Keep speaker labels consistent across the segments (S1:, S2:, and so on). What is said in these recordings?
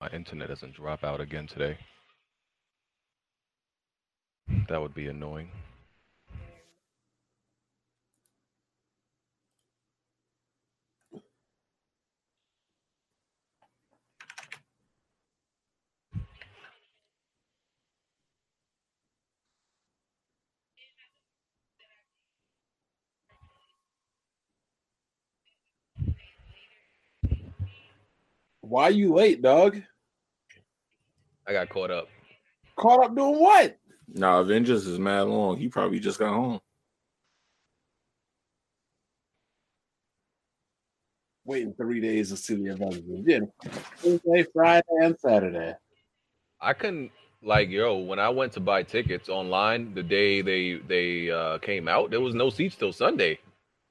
S1: my internet doesn't drop out again today. That would be annoying.
S2: Why you late, dog?
S3: I got caught up.
S2: Caught up doing what?
S4: Nah, Avengers is mad long. He probably just got home.
S2: Waiting three days to see the Avengers. Yeah, Thursday, Friday, and Saturday.
S3: I couldn't like yo when I went to buy tickets online the day they they uh, came out. There was no seats till Sunday,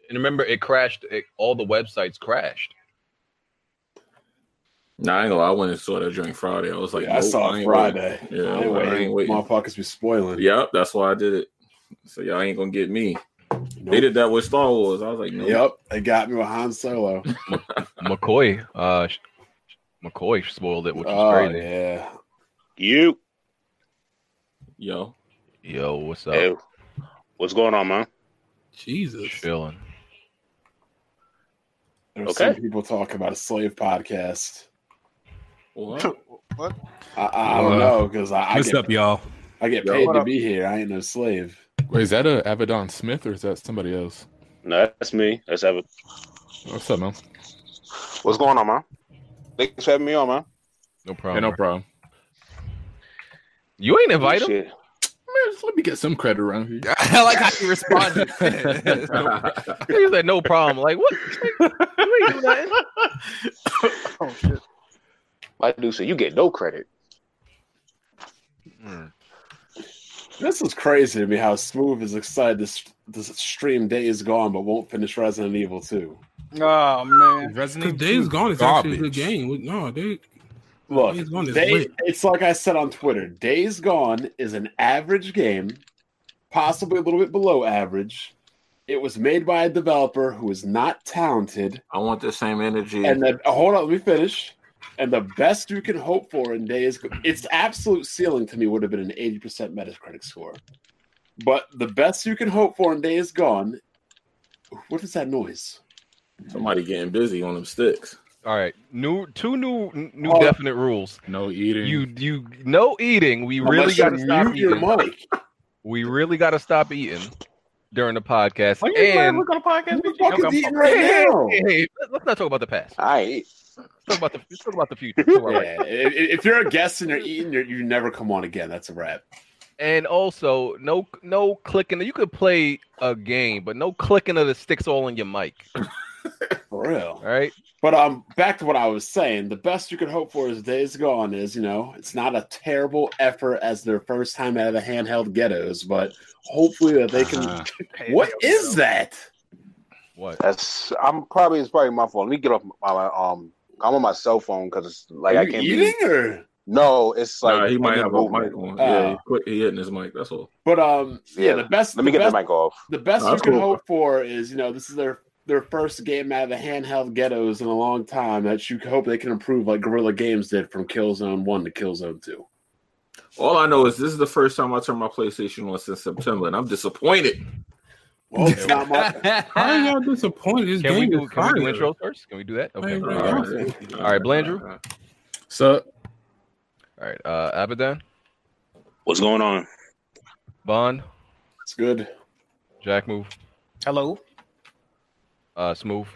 S3: and remember it crashed. It, all the websites crashed.
S4: Nah, I ain't gonna lie. I went and saw that during Friday. I was like,
S2: Yeah, I
S4: nope,
S2: saw
S4: ain't
S2: Friday.
S4: waiting. Yeah,
S2: I
S4: I,
S2: ain't
S4: ain't
S2: waiting.
S4: waiting.
S2: Motherfuckers be spoiling.
S4: Yep, that's why I did it. So y'all ain't gonna get me.
S2: Nope.
S4: They did that with Star Wars. I was like, nope.
S2: Yep, they got me with Han Solo.
S1: McCoy, uh, sh- McCoy spoiled it, which is
S2: oh
S1: crazy.
S2: yeah,
S5: You.
S4: yo,
S1: Yo, what's up?
S5: Hey, what's going on, man?
S6: Jesus.
S1: Chilling.
S2: there's
S5: Okay.
S2: some people talking about a slave podcast.
S4: what?
S6: What?
S2: I, I don't
S7: Uh,
S2: know because I, I
S7: What's
S2: get
S7: up, y'all?
S2: I get
S4: Yo,
S2: paid
S6: what
S2: to
S6: up?
S2: be here. I ain't no slave.
S7: Wait, is that a Avedon Smith or is that somebody else? Oh,
S5: No, that's me. That's Evan.
S7: What's up, man?
S5: What's going on, man? Thanks for having me on, man.
S1: No
S7: Yeah,
S1: problem.
S7: no problem.
S1: You ain't invite him.
S5: Shit.
S7: Man, just let me get some credit around here.
S6: I like how you responded.
S1: He said no problem. Like what? You ain't do nothing.
S6: oh shit.
S5: My dude said you get no credit.
S6: Hmm.
S1: Mm.
S2: This is crazy to me. How smooth is excited this this stream day is gone, but won't finish Resident Evil two.
S6: Oh man.
S8: Because
S7: Resident
S8: Days
S7: 2
S8: Gone is actually a good
S7: garbage.
S8: game. We- No, they
S2: Look,
S8: Days Gone is
S2: Day,
S8: lit.
S2: it's like I said on Twitter. Days Gone is an average game, possibly a little bit below average. It was made by a developer who is not talented,
S4: I want the same energy.
S2: and the, oh, hold on, let me finish. And the best you can hope for in Days, Go- its absolute ceiling to me would have been an eighty percent Metacritic score. But the best you can hope for in Days Gone. What is that noise?
S4: Somebody getting busy on them sticks.
S1: All right, new two new n- new
S2: Oh.
S1: definite rules.
S7: no eating.
S1: You you no eating. We really
S2: Unless you
S1: got to stop
S2: mute your
S1: eating.
S2: mic.
S1: We really got to stop eating during the podcast.
S6: When you glad
S1: And
S6: we're gonna podcast,
S2: Who the
S6: bitch?
S2: fuck
S6: Okay,
S2: is eating right now?
S1: Hey, hey, let- let's not talk about the past.
S5: I
S1: Let's talk about the let's talk about the future. Let's talk about-
S2: Yeah, i- i- if you're a guest and you're eating, you're, you never come on again. That's a wrap.
S1: And also, no no clicking. You could play a game, but no clicking of the sticks all in your mic.
S2: For
S1: All
S2: real.
S1: right.
S2: But um, back to what I was saying. The best you could hope for is Days Gone is, you know, it's not a terrible effort as their first time out of the handheld ghettos, but hopefully that they can.
S7: Uh-huh.
S6: Hey,
S2: What
S6: yo,
S2: is that?
S1: What?
S5: that's I'm probably it's probably my fault. Let me get off my, my um I'm on my cell phone because it's like
S2: Are
S5: I
S2: you
S5: can't
S2: eating
S5: be
S2: or?
S5: No, it's like
S4: nah, he might
S5: I'm
S4: have a
S5: moving.
S4: mic on.
S2: Oh.
S4: yeah, he quit he hitting his mic. That's all.
S2: But um, yeah,
S5: Yeah,
S2: the best.
S5: Let me
S2: the
S5: get
S2: best,
S5: the mic Oh, off.
S2: The best
S4: No,
S2: you
S4: that's
S2: can
S4: cool.
S2: hope for is, you know, this is their their first game out of the handheld ghettos in a long time. That you hope they can improve, like Guerrilla Games did from Killzone One to Killzone Two.
S4: All I know is this is the first time I turned my PlayStation on since September, and I'm disappointed.
S2: Well, it's not my.
S8: how are y'all disappointed? This
S1: Can we
S8: game
S1: do
S8: is
S1: can we do
S8: fire.
S1: intro first? Can we do that? Okay.
S8: Hey,
S4: All
S8: bro.
S4: right,
S1: All right, Blandrew.
S7: So
S1: All right. Uh Abaddon,
S5: What's going on?
S1: Bond,
S2: It's good.
S1: Jack move,
S6: Hello.
S1: uh Smooth,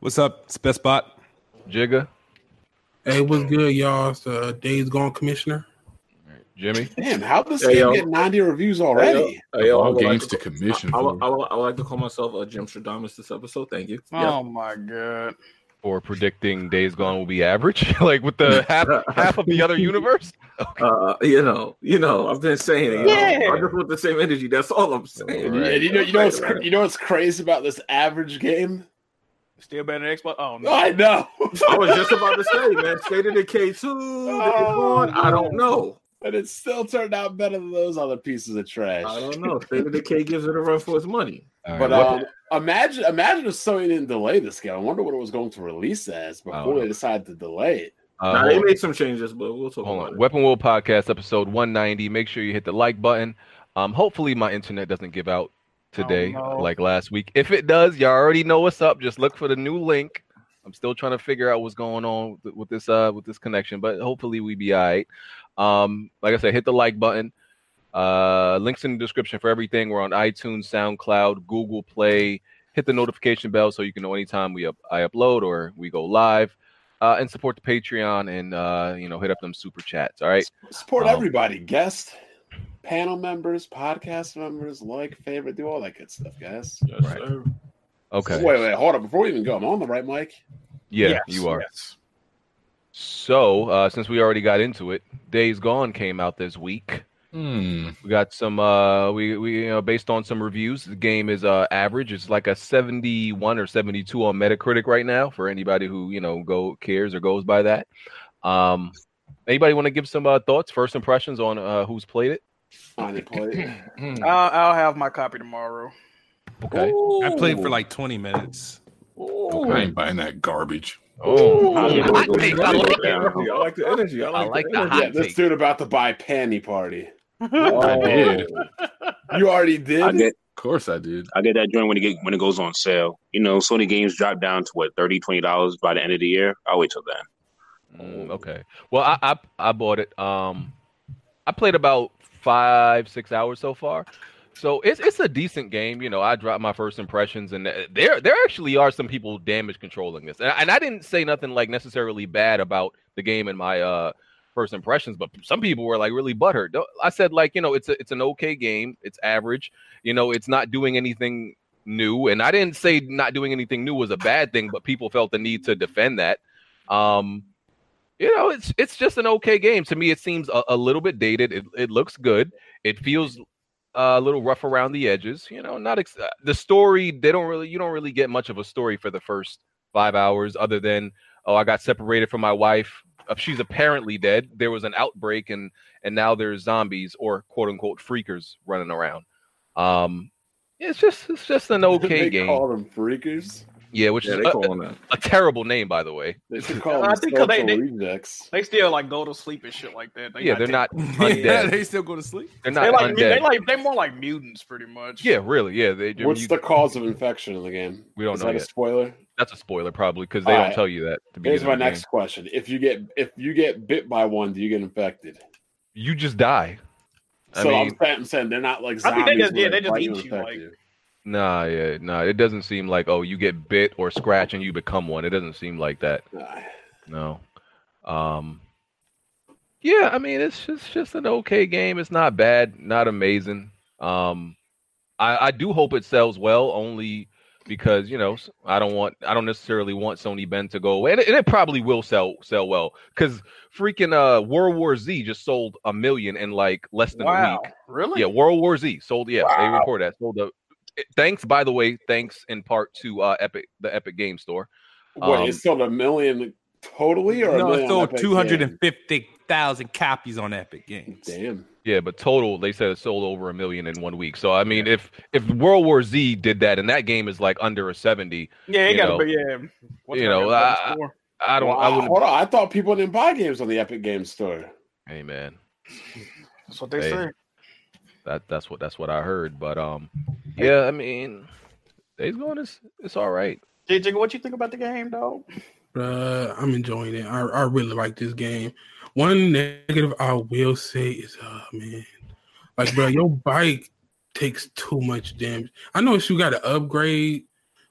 S8: What's up? It's Best Bot.
S1: Jigga,
S8: Hey, what's good, y'all? It's uh, Days Gone Commissioner.
S1: Jimmy.
S2: Damn, how this
S4: Hey,
S2: game
S4: yo.
S2: get 90 reviews
S4: Hey,
S2: already?
S4: yo, hey, yo, I
S7: all
S4: would like
S7: games
S4: to-
S7: to commission.
S4: I, I,
S7: fool.
S4: would- I, would- I would like to call myself a Jim Stradamus this episode. Thank you. Yeah.
S6: Oh my god.
S1: Or predicting Days Gone will be average, like with the half half of the other universe.
S4: Uh, you know, you know, I've been saying it. you know.
S6: Yeah.
S4: I just want the same energy. That's all I'm saying.
S1: Right.
S2: And you know, you know, what's, cra- you know what's crazy about this average game?
S6: Still better than Xbox. Oh no.
S2: I know.
S4: I was just about to say, man, State of the K two.
S2: Oh,
S4: I don't know.
S2: and it still turned out better than those other pieces of trash.
S4: I don't know. State of the K gives it a run for its money.
S1: All right,
S2: But
S1: what-
S2: um, imagine, imagine if Sony didn't delay this game. I wonder what it was going to release as before
S1: Oh.
S2: they decided to delay it.
S1: Uh,
S9: Nah,
S1: hold
S9: they
S1: on.
S9: made some changes, but we'll talk
S1: Hold
S9: about
S1: on.
S9: it.
S1: Weapon World Podcast, episode 190. Make sure you hit the like button. Um, hopefully my internet doesn't give out today,
S10: Oh, no.
S1: like last week. If it does, y'all already know what's up. Just look for the new link. I'm still trying to figure out what's going on with, with this uh with this connection, but hopefully we be all right. Um, like I said, hit the like button. Uh, links in the description for everything. We're on iTunes, SoundCloud, Google Play. Hit the notification bell so you can know anytime we up I upload or we go live. Uh, and support the Patreon and uh, you know hit up them super chats. All right.
S4: Support
S1: Oh.
S4: everybody, guest, panel members, podcast members, like, favorite, do all that good stuff, guys.
S9: Yes,
S1: Right.
S9: sir.
S1: Okay.
S4: Wait, wait, hold up. Before we even go, I'm on the right mic.
S1: Yeah,
S10: Yes,
S1: you are.
S10: yes.
S1: So uh, since we already got into it, Days Gone came out this week.
S7: Hmm.
S1: We got some. Uh, we we you know, based on some reviews, the game is uh average. It's like a seventy-one or seventy-two on Metacritic right now. For anybody who you know go cares or goes by that. Um, anybody want to give some uh, thoughts, first impressions on uh, who's played it?
S4: On it, play.
S7: hmm.
S10: I'll, I'll have my copy tomorrow.
S1: Okay.
S11: I played for like 20 minutes.
S7: I ain't buying that garbage.
S1: Oh,
S9: I
S11: take the look.
S9: I like the energy. I
S1: I
S9: like
S1: like
S9: the
S1: the
S9: energy.
S4: Yeah,
S1: hot
S4: this
S1: take.
S4: dude about to buy panty party.
S7: I did. Of
S4: You already did?
S12: I get
S7: course I did.
S12: I get that joint when it get, when it goes on sale. You know, Sony games drop down to what 30 dollars by the end of the year. I'll wait till then.
S1: Mm, okay. Well, I, I I bought it. Um, I played about five six hours so far, so it's it's a decent game. You know, I dropped my first impressions, and th- there there actually are some people damage controlling this, and, I- and I didn't say nothing like necessarily bad about the game in my uh first impressions, but some people were like really butthurt. Don't- I said like you know it's a, it's an okay game, it's average. You know, it's not doing anything new, and I didn't say not doing anything new was a bad thing, but people felt the need to defend that. Um, you know, it's it's just an okay game to me. It seems a, a little bit dated. It it looks good. It feels uh, a little rough around the edges. You know, not ex- uh, the story. They don't really you don't really get much of a story for the first five hours, other than oh, I got separated from my wife. Uh, She's apparently dead. There was an outbreak, and and now there's zombies or quote unquote freakers running around. Um, it's just it's just an okay
S4: they
S1: game.
S4: call them freakers.
S1: yeah, which
S9: Yeah,
S1: is
S9: they
S1: a,
S9: call him that.
S1: a terrible name, by the way.
S4: They should call
S10: I
S4: them
S10: think
S4: social
S10: they- they-
S4: rejects.
S10: They still like go to sleep and shit like that. They
S1: Yeah, they're not undead.
S11: yeah, they still go to sleep.
S1: They're
S10: They
S1: not
S10: like
S1: undead.
S10: they like they more like mutants pretty much.
S1: yeah, really. Yeah, they.
S4: What's
S1: you-
S4: the cause of infection in the game?
S1: We don't
S4: Is
S1: know
S4: that a
S1: yet.
S4: spoiler?
S1: That's a spoiler, probably, because they
S4: All
S1: don't
S4: right.
S1: tell you that. at The
S4: Here's
S1: beginning
S4: my
S1: of the
S4: next question: If you get if you get bit by one, do you get infected?
S1: game. You just die. I
S4: so um,
S1: mean,
S4: I'm, saying, I'm saying they're not like
S10: I
S4: zombies.
S10: think they just-
S4: where
S10: yeah, they just
S4: bite
S10: eat
S4: and
S10: you,
S4: infect
S10: like-
S1: nah, yeah, nah. It doesn't seem like oh, you get bit or scratch and you become one. It doesn't seem like that.
S4: Nah.
S1: No. Um. Yeah, I mean, it's just just an okay game. It's not bad, not amazing. Um, I I do hope it sells well, only because you know I don't want I don't necessarily want Sony Ben to go away, and it, and it probably will sell sell well because freaking uh World War Z just sold a million in like less than a
S10: Wow.
S1: week.
S10: Really?
S1: Yeah, World War Z sold. Yeah, they
S12: Wow.
S1: report that sold. A, it- thanks, by the way, thanks in part to uh Epic the Epic Game Store.
S4: Wait,
S1: Um,
S4: it sold a million totally, or a
S11: No,
S4: million
S11: it sold
S4: Epic
S11: two hundred
S4: Games?
S11: and fifty thousand copies on Epic Games.
S4: Damn.
S1: Yeah, but total they said it sold over a million in one week. So I mean, if if World War Z did that and that game is like under a seventy,
S10: Yeah, it
S1: You
S10: gotta
S1: know.
S10: be yeah. What's
S1: You
S10: my
S1: know,
S10: name?
S1: I-
S10: Score.
S1: I don't. I
S4: Wow,
S1: wouldn't.
S4: hold on. I thought people didn't buy games on the Epic Games Store.
S1: Hey man,
S10: that's what they
S1: Hey.
S10: say.
S1: that that's what that's what I heard. But um, yeah, I mean, Days Gone is it's all right.
S10: Jay Jigga, what you think about the game, dog?
S8: Uh, I'm enjoying it. I, I really like this game. One negative I will say is, uh, man, like, bro, your bike takes too much damage. I know if you got to upgrade,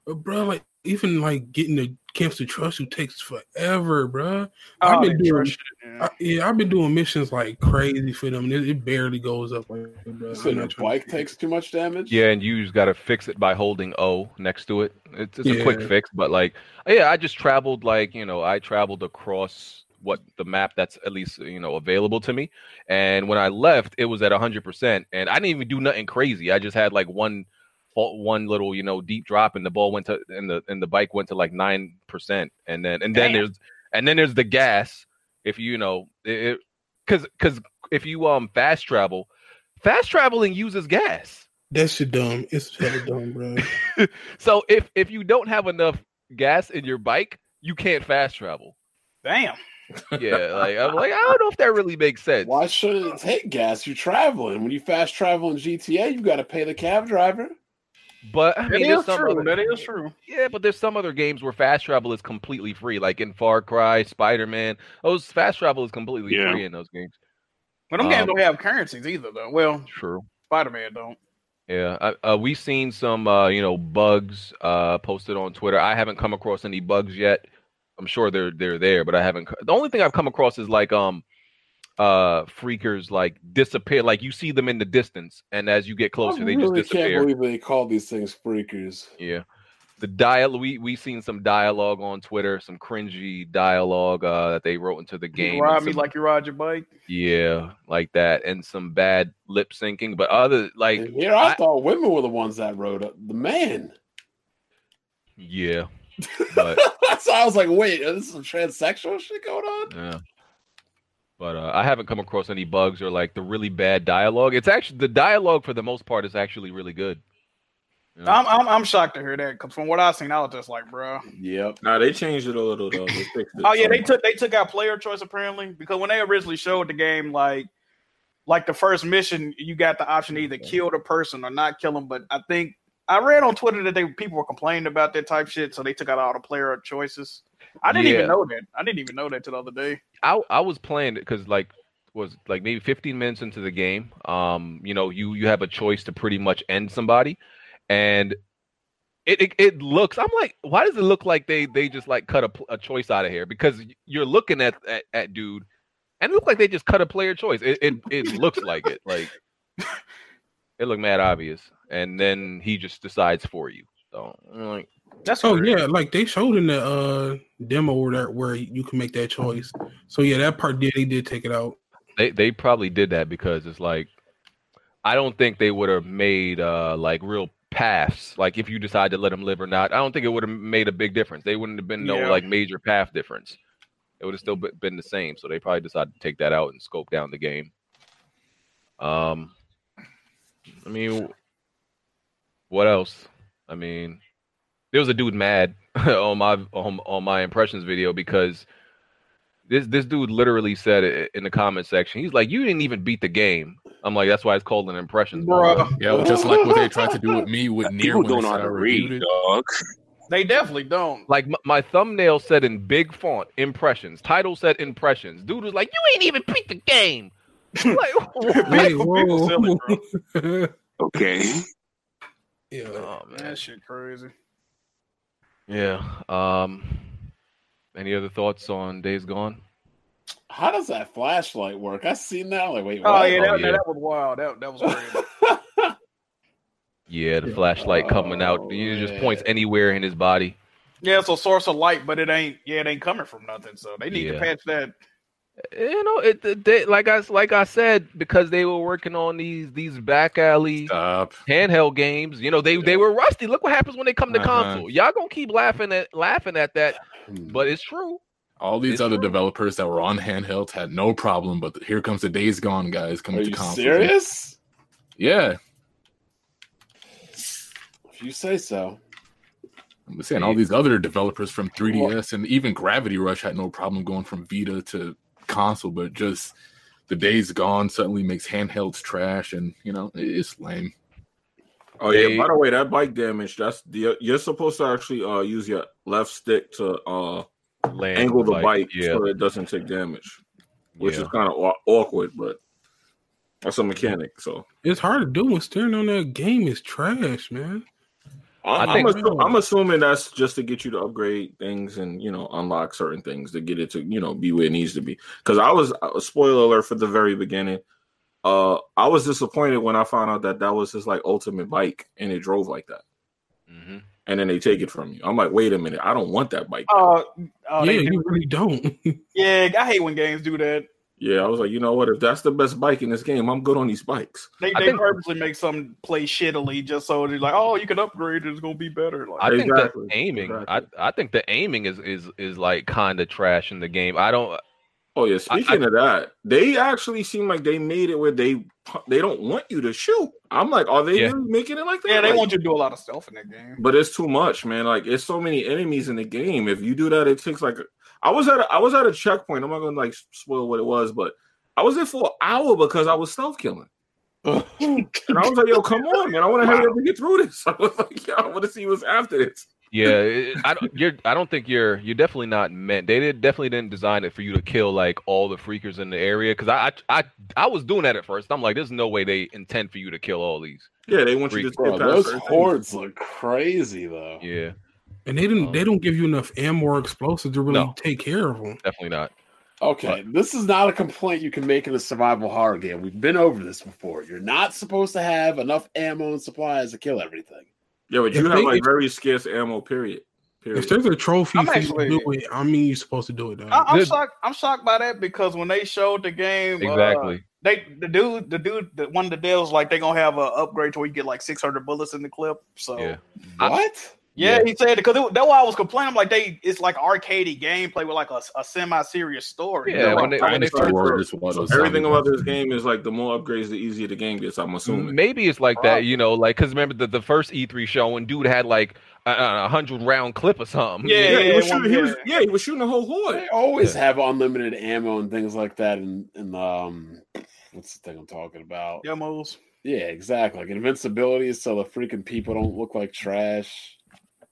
S8: but bro, like, even like getting the camps to trust you takes forever, bro. I've been
S10: Oh, they
S8: doing-
S10: trust you, yeah.
S8: I, yeah, I've been doing missions like crazy for them. and It, it barely goes up. Like, bro,
S4: You said
S8: I'm
S4: your
S8: not trying
S4: bike
S8: to-
S4: takes too much damage.
S1: Yeah, and you just got to fix it by holding O next to it. It's, it's a quick
S8: Yeah.
S1: fix, but like, yeah, I just traveled like you know, I traveled across what the map that's at least you know available to me, and when I left, it was at hundred percent, and I didn't even do nothing crazy. I just had like one, fa- one little you know deep drop, and the ball went to and the and the bike went to like nine percent, and then and then
S10: Damn.
S1: there's and then there's the gas. If you know it, because because if you um fast travel, fast traveling uses gas.
S8: That shit dumb. It's hella dumb, bro.
S1: So if if you don't have enough gas in your bike, you can't fast travel.
S10: Damn.
S1: yeah, like I'm like I don't know if that really makes sense.
S2: Why shouldn't it take gas? You're traveling. When you fast travel in GTA, you got to pay the cab driver.
S1: But I mean,
S10: It
S1: there's
S10: is
S1: some
S10: true.
S1: other-
S10: That is true.
S1: yeah, but there's some other games where fast travel is completely free, like in Far Cry, Spider Man. Those fast travel is completely
S5: Yeah.
S1: free in those games.
S10: But them games
S1: Um,
S10: don't have currencies either, though. Well,
S1: True.
S10: Spider Man don't.
S1: Yeah, I, uh, we've seen some, uh, you know, bugs uh, posted on Twitter. I haven't come across any bugs yet. I'm sure they're they're there, but I haven't. co- The only thing I've come across is like um, uh, freakers like disappear. Like you see them in the distance, and as you get closer,
S2: I
S1: Oh, they
S2: really
S1: just disappear.
S2: can't believe they call these things freakers.
S1: Yeah. The dial we we seen some dialogue on Twitter, some cringy dialogue uh, that they wrote into the game.
S10: You ride
S1: and
S10: me
S1: some-
S10: like you ride your bike.
S1: yeah, like that, and some bad lip syncing. But other like
S2: And here, I,
S1: I-
S2: thought women were the ones that rode up. The man.
S1: yeah, but
S2: so I was like, wait, is this some transsexual shit going on?
S1: yeah. But uh, I haven't come across any bugs or like the really bad dialogue. It's actually the dialogue for the most part is actually really good. Yeah.
S10: I'm, I'm I'm shocked to hear that because from what I've seen, I was just like, bro.
S2: Yep.
S4: Nah, they changed it a little though. They fixed it.
S10: Oh yeah, they
S4: somewhat.
S10: took they took out player choice apparently because when they originally showed the game, like like the first mission, you got the option to either kill the person or not kill them. But I think I read on Twitter that they people were complaining about that type shit, so they took out all the player choices. I didn't
S1: Yeah.
S10: even know that. I didn't even know that till the other day.
S1: I I was playing it because like was like maybe 15 minutes into the game. Um, you know, you you have a choice to pretty much end somebody, and it it, it looks. I'm like, why does it look like they they just like cut a, pl- a choice out of here? Because y- you're looking at at, at dude, and it looked like they just cut a player choice. It it, it looks like it. Like it looked mad obvious, and then he just decides for you. So I'm like,
S10: That's
S8: Oh
S10: weird.
S8: yeah, like they showed in the uh demo where that where you can make that choice. So yeah, that part did they did take it out.
S1: they they probably did that because it's like I don't think they would have made uh like real paths like if you decide to let them live or not. I don't think it would have made a big difference. They wouldn't have been no
S10: Yeah.
S1: like major path difference. It would have still be- been the same. So they probably decided to take that out and scope down the game. Um, I mean, what else? I mean, there was a dude mad on my on, on my impressions video because this this dude literally said it in the comment section. He's like, "You didn't even beat the game." I'm like, "That's why it's called an impressions."
S10: Bruh.
S7: Yeah, well, just like what they tried to do with me with near
S5: People
S7: when
S5: don't know
S7: I
S5: how
S7: said I
S5: to
S7: reviewed
S5: read,
S7: it.
S5: dog.
S10: They definitely don't.
S1: Like my, my thumbnail said in big font impressions. Title said impressions. Dude was like, "You ain't even beat the game." I'm like, what?
S8: Wait,
S10: People- people silly,
S8: whoa.
S5: Okay.
S8: yeah.
S1: Oh,
S10: Man, that shit crazy.
S1: Yeah. Um. Any other thoughts on Days Gone?
S2: How does that flashlight work? I seen that. I'm like, wait,
S10: Oh
S2: what?
S10: yeah, that,
S1: Oh, yeah.
S10: that was wild. That that was crazy.
S1: Yeah, the flashlight coming out.
S2: Oh,
S1: It just
S2: man.
S1: points anywhere in his body.
S10: yeah, it's a source of light, but it ain't. Yeah, it ain't coming from nothing. So they need
S1: Yeah.
S10: to patch that.
S1: You know, it, it- they, like I like I said, because they were working on these these back alley
S7: Stop.
S1: handheld games. You know, they they were rusty. Look what happens when they come to
S7: Uh-huh.
S1: console. Y'all gonna keep laughing at laughing at that, but it's true.
S7: All these
S1: It's
S7: other
S1: true.
S7: developers that were on handhelds had no problem, but here comes the Days Gone guys
S2: Are
S7: coming to
S2: you
S7: consoles.
S2: serious?
S7: Yeah,
S2: If you say so.
S7: I'm just saying all these other developers from 3DS and even Gravity Rush had no problem going from Vita to console, but just the Days Gone suddenly makes handhelds trash, and you know it- it's lame.
S4: Oh
S1: They-
S4: yeah. By the way, that bike damage. That's the you're supposed to actually uh use your left stick to uh
S1: Land
S4: angle the bike,
S1: Yeah.
S4: so it doesn't take damage, which
S1: yeah.
S4: is kind of aw- awkward, but that's a mechanic. So
S8: It's hard to do when steering on that game is trash, man.
S4: I'm,
S1: I think-
S4: I'm, assu- I'm assuming that's just to get you to upgrade things and you know unlock certain things to get it to you know be where it needs to be. Because I was uh, spoiler alert for the very beginning. Uh, I was disappointed when I found out that that was his like ultimate bike and it drove like that.
S1: Mhm.
S4: And then they take it from you. I'm like, wait a minute, I don't want that bike.
S10: Uh, oh,
S8: yeah,
S10: they
S8: you really don't.
S10: Yeah, I hate when games do that.
S4: yeah, I was like, you know what? If that's the best bike in this game, I'm good on these bikes.
S10: They,
S1: I
S10: they
S1: think-
S10: purposely make some play shittily just so they're like, oh, you can upgrade it, it's gonna be better. Like,
S1: I think
S4: Exactly,
S1: the aiming.
S4: exactly.
S1: I, I think the aiming is is is like kind of trash in the game. I don't.
S4: Oh yeah, speaking of that, they actually seem like they made it where they pu- they don't want you to shoot. I'm like, are they
S1: Yeah.
S4: really making it like that?
S10: yeah, they
S4: Like,
S10: want you to do a lot of stuff in that game.
S4: But it's too much, man. Like it's so many enemies in the game. If you do that, it takes like I was at a, I was at a checkpoint. I'm not gonna like spoil what it was, but I was there for an hour because I was self killing. and I was like, "Yo, come on, man! I want to hurry up and get through this." I was like, "Yo, I want to see what's after this."
S1: Yeah, it, I don't. You're, I don't think you're. You're definitely not meant. They did, definitely didn't design it for you to kill like all the freakers in the area. Because I, I, I, I was doing that at first. I'm like, there's no way they intend for you to kill all these.
S4: Yeah, they want you to just
S2: Bro,
S4: get past
S2: those
S4: certain
S2: hordes look crazy though.
S1: Yeah,
S8: And they didn't. They don't give you enough ammo or explosives to really
S1: No.
S8: take care of them.
S1: definitely not.
S2: Okay, this is not a complaint you can make in a survival horror game. We've been over this before. You're not supposed to have enough ammo and supplies to kill everything.
S4: Yeah, but you
S8: If
S4: have
S8: they-
S4: like
S8: if-
S4: very scarce ammo. Period. Period.
S8: If there's a trophy
S10: I'm
S8: for you
S10: actually-
S8: to do it, I mean, you're supposed to do it. Though.
S10: I, I'm
S1: Did-
S10: shocked. I'm shocked by that because when they showed the game, uh,
S1: Exactly.
S10: they the dude, the dude, the, one of the deals like they gonna have a upgrade to where you get like 600 bullets in the clip. So
S1: Yeah.
S10: yeah,
S1: I-
S2: What?
S10: he said because that's why I was complaining. I'm like they, it's like arcadey gameplay with like a, a semi serious story.
S1: yeah,
S4: like
S1: when they, when they
S4: dinosaur
S1: first,
S4: Warriors,
S7: so
S4: Everything about this game is like the more upgrades, the easier the game gets. I'm
S8: Mm-hmm.
S4: assuming.
S1: maybe it's like that, you know, like because remember the, the first E3 show when dude had like a, a hundred round clip or something.
S10: Yeah,
S4: Yeah, he was
S10: one-
S4: shooting. He was,
S10: yeah.
S4: yeah, he was shooting the whole horde.
S2: They always have unlimited ammo and things like that. And and um, what's the thing I'm talking about?
S10: Yeah, moves.
S2: Yeah, exactly. Like invincibility, so the freaking people don't look like trash.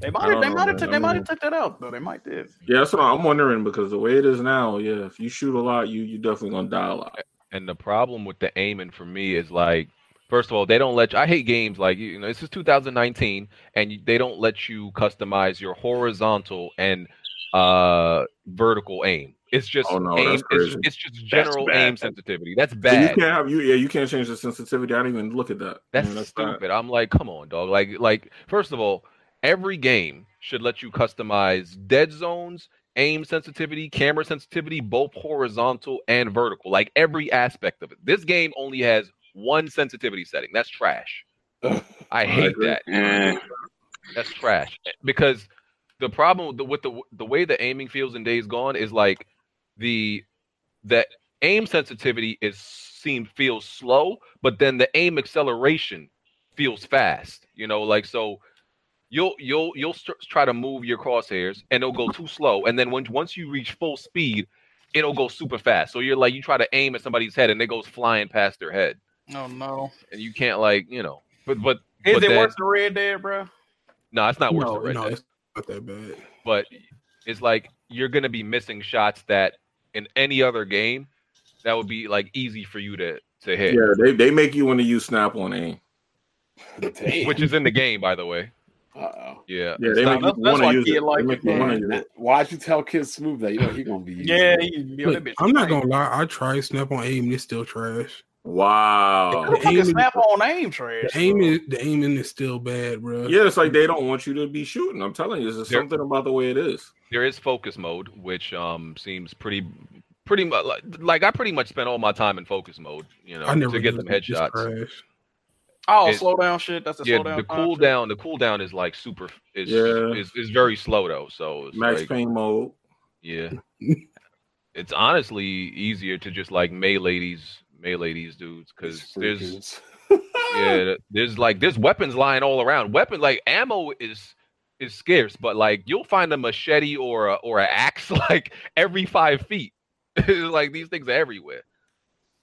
S10: They might have, they
S4: Oh,
S10: might have,
S4: man,
S10: took-
S4: I
S10: they might
S4: mean-
S10: have took that out though. They might did.
S4: Yeah, that's what I'm wondering because the way it is now, yeah, if you shoot a lot, you you definitely gonna die a lot.
S1: And the problem with the aiming for me is like, first of all, they don't let you. I hate games like you know this is 2019, and you, they don't let you customize your horizontal and uh vertical aim. It's just
S4: Oh, no,
S1: aim.
S4: that's
S1: It's,
S4: crazy.
S1: it's just general
S5: bad.
S1: aim sensitivity. That's
S4: So you
S1: bad.
S4: can't have you yeah you can't change the sensitivity. I didn't even look at that.
S1: That's
S4: I mean, bad.
S1: stupid. I'm like, come on, dog. Like, like first of all, every game should let you customize dead zones, aim sensitivity, camera sensitivity, both horizontal and vertical. Like every aspect of it. This game only has one sensitivity setting. That's trash. I hate
S4: agree.
S1: that.
S5: Eh,
S1: That's trash. Because the problem with the, with the the way the aiming feels in Days Gone is like the the aim sensitivity is seem feels slow, but then the aim acceleration feels fast. You know, like so you'll you'll you'll st- try to move your crosshairs and it'll go too slow, and then when once you reach full speed, it'll go super fast. So you're like you try to aim at somebody's head and it goes flying past their head,
S10: Oh no,
S1: and you can't like you know. But but
S10: is
S1: But
S10: it
S1: then-
S10: worse than Red Dead, bro?
S1: no, it's not worth
S8: no,
S1: it right
S8: no,
S1: now.
S8: it's not that bad.
S1: but it's like you're gonna be missing shots that in any other game that would be like easy for you to to hit,
S4: Yeah, they, they make you want to use snap on aim.
S2: Damn.
S1: which is in the game, by the way.
S2: Uh-oh.
S1: Yeah,
S4: Yeah, they
S1: Stop-
S4: make you
S10: that's- that's
S4: want to
S10: why
S4: use
S10: kid
S4: it. They
S10: like
S4: make
S10: it,
S4: you
S10: man.
S4: wanna use it.
S2: Why'd you tell Kid Smooth that? You know he gonna be using
S10: Yeah,
S2: it.
S10: he, yo,
S8: Look,
S10: that bitch
S8: I'm not
S10: crazy.
S8: gonna lie. I tried snap on aim and it's still trash.
S10: Who
S4: Wow.
S8: The
S10: fucking
S8: aim is-
S10: snap on aim trash.
S8: The aim is the aiming is still bad, bro.
S4: Yeah, it's like they don't want you to be shooting. I'm telling you, there's
S1: They're-
S4: something about the way it is.
S1: there is focus mode, which um seems pretty pretty much like, like I pretty much spent all my time in focus mode, you know,
S8: I never
S1: to get
S8: used
S1: them
S8: it. It's
S1: headshots.
S8: trash.
S10: Oh,
S1: It-
S10: slow down shit. That's a
S1: Yeah,
S10: slow down.
S1: the
S10: cool
S1: cooldown, the cooldown is like super is
S4: Yeah.
S1: is, is very slow though, so it's
S4: Max
S1: like,
S4: Payne mode.
S1: Yeah. it's honestly easier to just like melee these melee these dudes
S2: These
S1: because there's
S2: freakers.
S1: yeah there's like there's weapons lying all around. Weapon like ammo is is scarce, but like you'll find a machete or a, or an axe like every five feet. like these things are everywhere.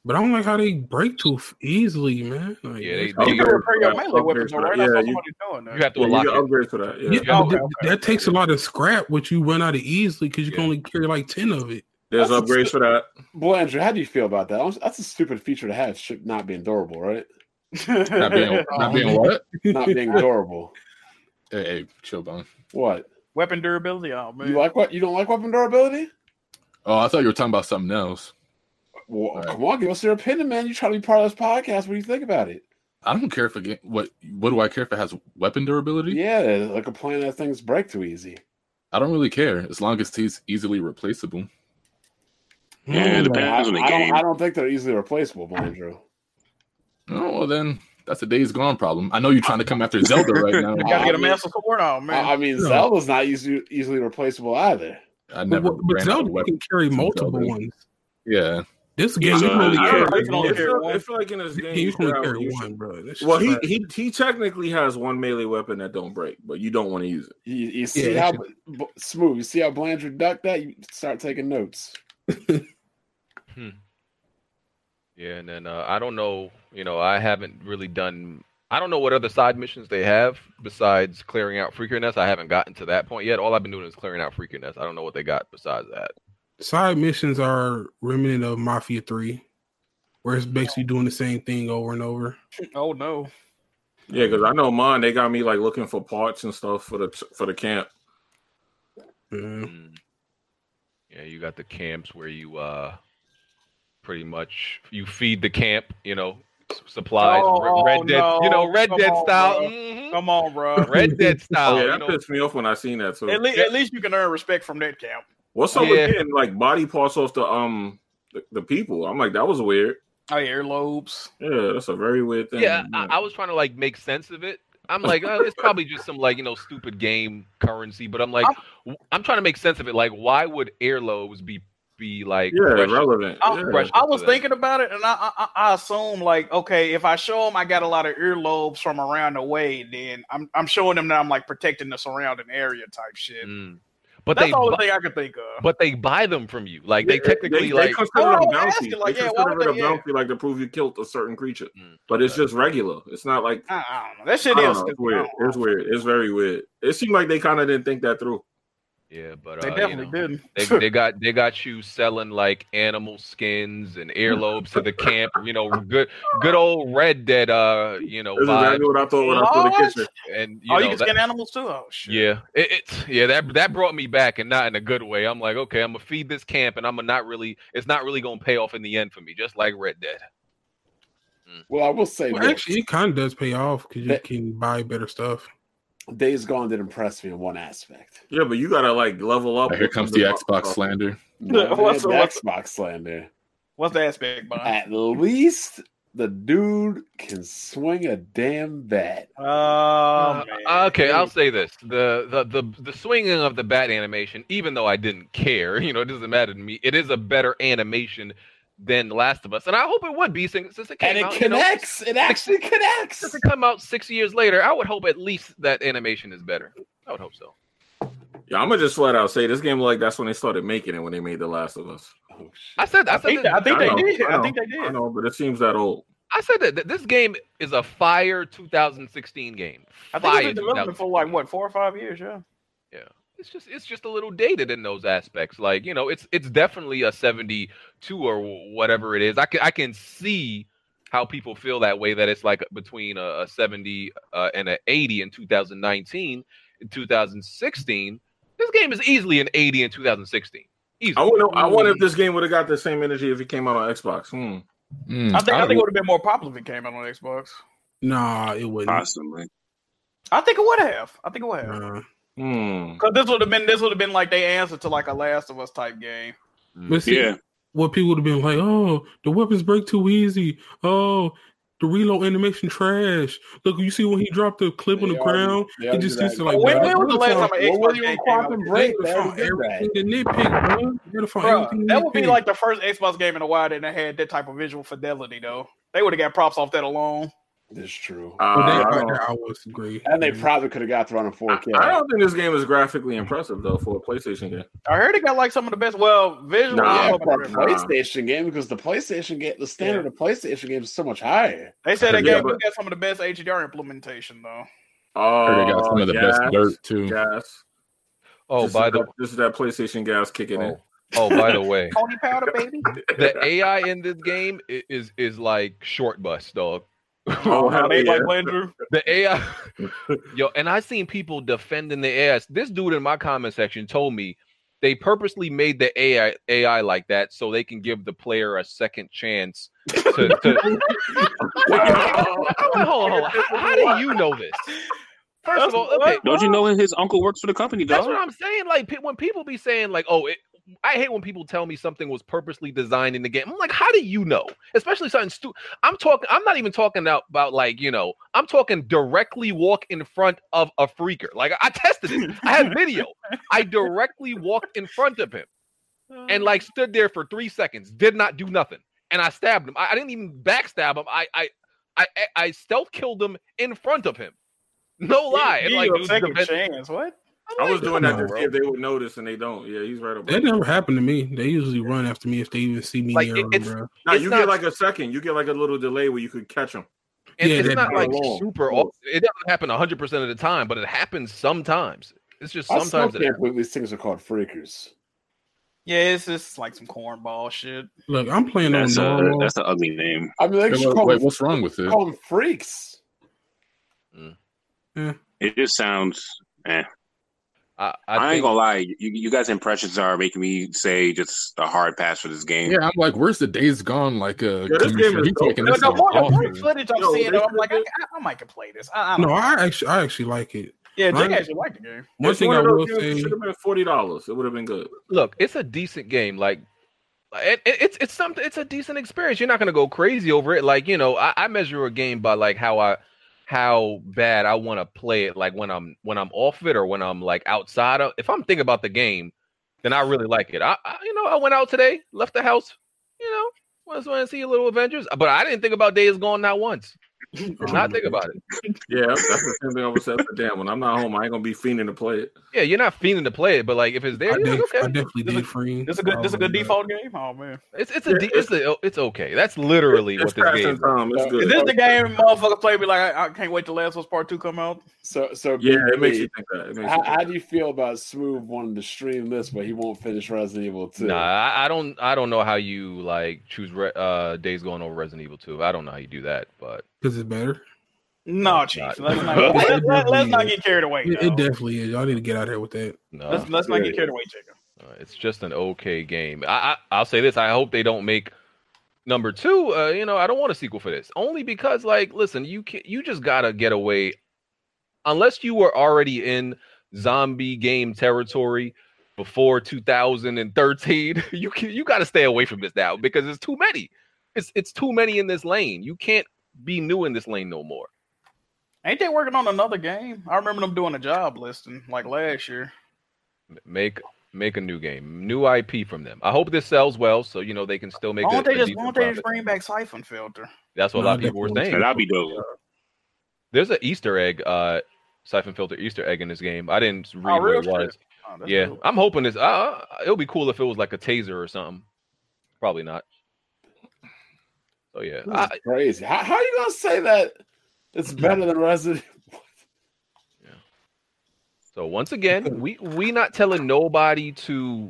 S8: But I don't like how they break too f- easily, man. Like,
S1: Yeah, they,
S8: that's-
S10: You
S1: they,
S10: can repair your
S4: Yeah,
S10: melee weapons,
S4: yeah,
S10: right? That's what
S4: you-
S10: somebody's doing. That.
S1: you have to
S4: Yeah, you
S1: unlock
S4: get
S1: it.
S4: upgrades for that. Yeah.
S8: yeah,
S1: yeah,
S8: but th-
S10: okay,
S8: that takes a lot of scrap, which you run out of easily because you can
S1: Yeah.
S8: only carry like ten of it.
S4: There's
S2: That's-
S4: upgrades for that.
S2: Blandrew, how do you feel about that? That's a stupid feature to have. Should not being durable, right?
S7: Not being, not being what?
S2: Not being durable.
S7: Hey, hey, chill, bone.
S2: What?
S10: Weapon durability. Oh man.
S2: You like what? You don't like weapon durability?
S7: Oh, I thought you were talking about something else.
S2: Well,
S7: Right.
S2: come on, give us your opinion, man. You try to be part of this podcast. What do you think about it?
S7: I don't care if it get, what. What do I care if it has weapon durability?
S2: Yeah, like a plan that things break too easy.
S7: I don't really care as long as he's easily replaceable.
S5: Yeah,
S8: Mm.
S5: it
S2: I,
S5: depends on the
S2: I
S5: game.
S2: don't, I don't think they're easily replaceable, Blandrew.
S7: Oh, well then that's a days gone problem. I know you're trying to come after Zelda right now.
S10: You gotta get a
S2: I mean-
S10: master sword on, man.
S2: I, I mean,
S8: No.
S2: Zelda's not easily easily replaceable either.
S7: I
S8: But,
S7: never
S8: what- but
S7: ran out of
S8: Zelda you
S7: weapons.
S8: can carry
S7: from
S8: multiple
S7: Zelda.
S8: ones.
S7: Yeah,
S8: This game,
S13: so
S8: you can only
S13: I
S8: carry,
S13: don't
S4: Uh, I
S10: It's only carry
S4: feel,
S10: one.
S4: I feel like in this game,
S8: you can
S4: you're
S8: only
S4: out,
S8: carry
S4: you
S8: one,
S4: should-
S8: bro. That's
S4: Well, he,
S8: just
S4: he he technically has one melee weapon that don't break, but you don't want to use it.
S2: You, you see
S8: Yeah,
S2: how b- smooth, you see how Blandrew ducked that, you start taking notes.
S1: Yeah, and then uh, I don't know. You know, I haven't really done. I don't know what other side missions they have besides clearing out Freaker Nest. I haven't gotten to that point yet. All I've been doing is clearing out Freaker Nest. I don't know what they got besides that.
S8: side missions are remnant of Mafia Three, where it's basically doing the same thing over and over.
S10: Oh no.
S4: Yeah, because I know mine. They got me like looking for parts and stuff for the for the camp.
S8: Yeah.
S1: Mm. Yeah, you got the camps where you uh, pretty much you feed the camp. You know, s- supplies.
S10: Oh,
S1: Re- Red Dead. you know,
S10: no.
S1: Red
S10: Come
S1: Dead
S10: on,
S1: style.
S10: bro.
S1: mhm.
S10: Come on, bro.
S1: Red Dead style.
S4: Oh yeah,
S1: you
S4: that
S1: know,
S4: pissed me off when I seen that. So
S10: At, le- at least you can earn respect from that camp.
S4: what's up
S1: Yeah.
S4: with getting like body parts off the um the, the people? I'm like that was weird.
S10: Oh, yeah, earlobes.
S4: Yeah, that's a very weird thing.
S1: Yeah, I, I was trying to like make sense of it. I'm like, oh, it's probably just some like you know stupid game currency, but I'm like,
S10: I'm-
S1: w- I'm trying to make sense of it. Like, why would airlobes be be like?
S4: yeah,
S1: precious?
S4: relevant.
S10: I'm
S4: Yeah.
S1: fresh.
S10: I was
S1: to that.
S10: thinking about it, and I, I- I I assume like, okay, if I show them I got a lot of earlobes from around the way, then I'm I'm showing them that I'm like protecting the surrounding area type shit.
S1: Mm. But
S10: That's
S1: they,
S10: the only
S1: bu-
S10: thing I could think of.
S1: but they buy them from you. Like they
S4: Yeah,
S1: technically
S4: they,
S1: like.
S4: consider
S10: Oh,
S4: it a
S10: I'm
S4: bounty.
S10: asking, like,
S4: they
S10: yeah, why
S4: consider
S10: would
S4: it a
S10: they- yeah.
S4: bounty, like to prove you killed a certain creature.
S1: Mm,
S4: But it's
S1: okay.
S4: just regular. It's not like
S10: I, I don't know. That
S4: I
S10: shit
S4: don't
S10: is
S4: know. It's
S10: stupid. I
S4: weird.
S10: don't know.
S4: It's weird. It's very weird. It seemed like they kind of didn't think that through.
S1: yeah, but
S10: They
S1: uh, you
S10: definitely
S1: know,
S10: didn't.
S1: they, they got they got you selling like animal skins and earlobes to the camp. You know, good good old Red Dead. Uh, you
S10: Oh,
S1: know,
S4: That's exactly
S1: vibe.
S4: what I thought when I saw the
S10: What?
S4: kitchen.
S1: And you
S10: oh,
S1: know
S10: you can
S1: that-
S10: skin animals too. Oh shit.
S1: Yeah, it, it's yeah that that brought me back, and not in a good way. I'm like, okay, I'm gonna feed this camp, and I'm gonna not really. It's not really gonna pay off in the end for me, just like Red Dead.
S2: Well, I will say
S8: Well,
S2: this.
S8: actually, it kind of does pay off because you
S2: That-
S8: can buy better stuff.
S2: Days Gone did impress me in one aspect.
S4: Yeah, but you gotta like level up.
S7: Here comes
S4: Oh,
S7: the Xbox slander.
S2: No,
S4: What's-
S2: the
S4: what's-
S2: Xbox slander.
S10: What's the aspect, Bond?
S2: At least the dude can swing a damn bat.
S10: Oh
S1: Uh,
S10: man.
S1: okay, I'll say this: the, the the the swinging of the bat animation, even though I didn't care, you know, it doesn't matter to me. It is a better animation than The Last of Us, and I hope it would be since, since it came
S2: And it
S1: out. you know,
S2: connects. it actually connects.
S1: since it come out six years later, I would hope at least that animation is better. I would hope so.
S4: Yeah, I'm gonna just flat out say this game like that's when they started making it when they made The Last of Us.
S2: Oh, shit.
S1: I said, I
S10: I
S1: said,
S10: think,
S1: that-
S10: I think
S4: I
S10: they
S4: know,
S10: did.
S4: I
S10: I think they
S4: I
S10: did.
S4: know, but it seems that old.
S1: I said that, that this game is a fire 2016 game.
S10: I think
S1: Fire
S10: it's been developing
S1: 2016.
S10: for like what four or five years. Yeah.
S1: it's just it's just a little dated in those aspects. Like you know, it's it's definitely a 72 or wh- whatever it is. I can I can see how people feel that way. That it's like between a, a 70 uh, and an 80 in 2019 in 2016. This game is easily an 80 in 2016. Easily.
S4: I wonder. I wonder if this game would have got the same energy if it came out on Xbox. Hmm.
S7: Mm,
S10: I think I, think it
S7: would-
S10: would have been more popular if it came out on Xbox.
S8: Nah, it wouldn't.
S13: Possibly.
S10: I think it would have. I think it would have.
S8: Nah.
S1: Mm.
S4: Hmm.
S10: Because this would have been this would have been like they answer to like a Last of Us type game.
S8: But see,
S13: Yeah.
S8: what people would have been like, oh, the weapons break too easy. Oh, the reload animation trash. Look, you see when he dropped the clip on the
S2: They already-
S8: ground,
S2: they
S8: it
S2: already
S8: just
S2: did
S8: used to
S2: that.
S8: like.
S10: When-
S8: bro,
S10: when was the
S8: you
S10: last
S8: gotta
S10: time
S8: find-
S10: an
S2: What
S10: Xbox
S2: was
S10: game
S2: your
S10: came out?
S2: quantum
S8: they
S2: break?
S8: gotta
S2: They
S8: find
S2: already did that.
S8: everything to nitpick, bro. You gotta find everything
S10: Bruh,
S8: to
S10: that would be
S8: nitpick.
S10: like the first Xbox game in a while that had that type of visual fidelity though. They would have got props off that alone.
S2: That's true.
S4: Uh,
S8: Well, they
S4: I,
S8: are
S4: don't,
S8: there, I was Mm. agree.
S2: and they probably could have got thrown in 4K.
S4: I- I don't think this game is graphically impressive though for a PlayStation game.
S10: I heard it got like some of the best well visual.
S4: Nah,
S2: yeah,
S10: some
S4: I'm
S10: of
S2: for a
S10: the best.
S4: nah.
S2: PlayStation game because the PlayStation game, the standard of PlayStation games is so much higher.
S10: They said that
S4: Yeah,
S10: game
S4: but-
S10: got some of the best HDR implementation though.
S4: Oh,
S7: Heard it got some of the
S4: yes,
S7: best dirt too.
S4: Yes.
S1: oh,
S4: This
S1: by
S4: is
S1: the
S4: that, this is that PlayStation gas kicking in.
S1: oh, oh, by the way,
S10: Tony Powder baby.
S1: the AI in this game i- is is like short bus dog.
S4: Oh, hell
S10: they
S4: yeah.
S10: like Landrew.
S1: The AI, yo, and I seen people defending the ass. This dude in my comment section told me they purposely made the AI AI like that so they can give the player a second chance. To, to... Hold on, hold on, hold on. How, how do you know this? First of all, okay,
S13: Don't you know his uncle works for the company,
S1: that's what
S13: dog?
S1: I'm saying. Like pe- when people be saying like, "Oh, it, I hate when people tell me something was purposely designed in the game." I'm like, "How do you know?" Especially something stupid. I'm talking. I'm not even talking out about like you know. I'm talking directly walk in front of a freaker. Like I tested it. I had video. I directly walked in front of him. and like stood there for three seconds, did not do nothing, and I stabbed him. I, I didn't even backstab him. I I I I stealth killed him in front of him. No lie. And,
S10: Give
S1: like,
S10: you
S1: it
S10: a
S1: was
S10: second
S1: defense-
S10: chance. What?
S4: I was doing that to
S1: Bro.
S4: see if they would notice, and they don't. Yeah, he's right about
S8: That
S4: it.
S8: never happened to me. They usually run after me if they even see me
S1: Like,
S8: near
S1: it-
S8: them,
S1: it's-
S8: bro.
S4: No,
S1: It's
S4: you
S1: not-
S4: get like a second. You get like a little delay where you could catch him.
S1: And
S8: Yeah,
S1: it's
S8: that-
S1: not like
S2: Whoa.
S1: super.
S2: Whoa.
S1: Awesome. It doesn't happen 100 percent of the time, but it happens sometimes. It's just
S2: I still
S1: sometimes. It
S2: can't believe these things are called freakers.
S10: Yeah, it's just like some cornball shit.
S8: Look, I'm playing on
S12: That's a,
S8: normal.
S12: that's an ugly name.
S2: I mean, they
S7: Wait,
S2: should call,
S7: wait,
S2: them,
S7: what's wrong with it?
S2: call them freaks.
S12: It just sounds.
S1: I, I,
S12: I, ain't
S1: think-
S12: gonna lie. You, you guys' impressions are making me say just a hard pass for this game.
S7: Yeah, I'm like, where's the days gone? Like, uh,
S4: Yeah, this game
S7: commissioner?
S4: is
S7: He
S4: dope.
S7: taking
S10: No,
S7: this
S10: no,
S7: game
S10: more,
S7: off,
S10: more
S7: man.
S10: footage I'm
S4: Yo,
S10: seeing,
S4: they
S10: though, I'm
S4: should
S10: like, I,
S4: get-
S10: I, I might can play this. I, I don't
S8: No,
S10: know.
S8: I actually, I actually like it.
S10: yeah, Jake
S8: I-
S10: actually liked the game.
S8: One
S4: It's
S8: thing I
S4: of
S8: will
S4: those games,
S8: say,
S4: should have been forty dollars. It would have been good.
S1: look, it's a decent game. Like, it, it, it's it's something. It's a decent experience. You're not gonna go crazy over it. Like, you know, I, I measure a game by like how I how bad I want to play it. Like when I'm when I'm off it or when I'm like outside of. If I'm thinking about the game, then I really like it. I, I you know I went out today, left the house, you know. Just want to see a little Avengers, but I didn't think about Days Gone not once. Did not think about it.
S4: Yeah, that's the same thing I was said for Dan. When I'm not home, I ain't gonna be fiending to play it.
S1: Yeah, you're not fiending to play it, but like if it's
S8: I,
S1: there, you're
S8: def-
S1: like,
S8: I
S1: okay,
S8: definitely
S1: This
S8: did
S1: is-
S8: free. Um,
S10: This a good, this a good
S8: Probably,
S10: default game. Oh man,
S1: it's it's a
S4: Yeah,
S1: de- it's a, it's okay. That's literally
S4: It's
S1: what this
S4: passing
S1: game.
S4: time. It's
S10: is
S4: good.
S10: this the game motherfucker played? Be like, I, I can't wait till Last of Us Part Two come out.
S2: So, so
S4: Yeah, it
S2: BB,
S4: makes you think that. It makes
S2: How,
S4: you think
S2: how do you feel about Smooth wanting to stream this, but he won't finish Resident Evil Two?
S1: Nah, I, I don't I don't know how you like choose re- uh Days Gone over Resident Evil 2. I don't know how you do that, but
S8: Because it's better.
S10: No,
S1: it's
S10: chief.
S1: not.
S10: Let's not, let, let, let's not get carried away.
S8: It,
S10: dog.
S8: it definitely is. Y'all need to get out of here with that.
S1: no,
S10: let's let's not get carried away, Jacob.
S1: uh, it's just an okay game. I, I I'll say this: I hope they don't make number two. Uh, you know, I don't want a sequel for this, only because like, listen, you can, you just gotta get away, unless you were already in zombie game territory before 2013. You can, you gotta stay away from this now because it's too many. It's it's too many in this lane. You can't be new in this lane no more.
S10: Ain't they working on another game? I remember them doing a job listing like last year.
S1: M- Make make a new game, new IP from them. I hope this sells well, so you know they can still make.
S10: Why don't
S1: a,
S10: they
S1: a
S10: just
S1: decent
S10: why don't they just
S1: profit.
S10: bring back Siphon Filter?
S1: That's what a
S8: No,
S1: lot of people were
S8: definitely.
S1: saying.
S12: That'd be dope.
S1: There's an Easter egg, uh, siphon filter Easter egg in this game. I didn't read what
S10: real
S1: it was.
S10: shit? Oh, that's
S1: Yeah,
S10: dope.
S1: I'm hoping this. Uh, it'll be cool if it was like a taser or something. Probably not. So yeah,
S10: Hmm.
S2: This is
S1: I,
S2: crazy. How, how are you gonna say that it's better than Resident?
S1: so once again, we we not telling nobody to,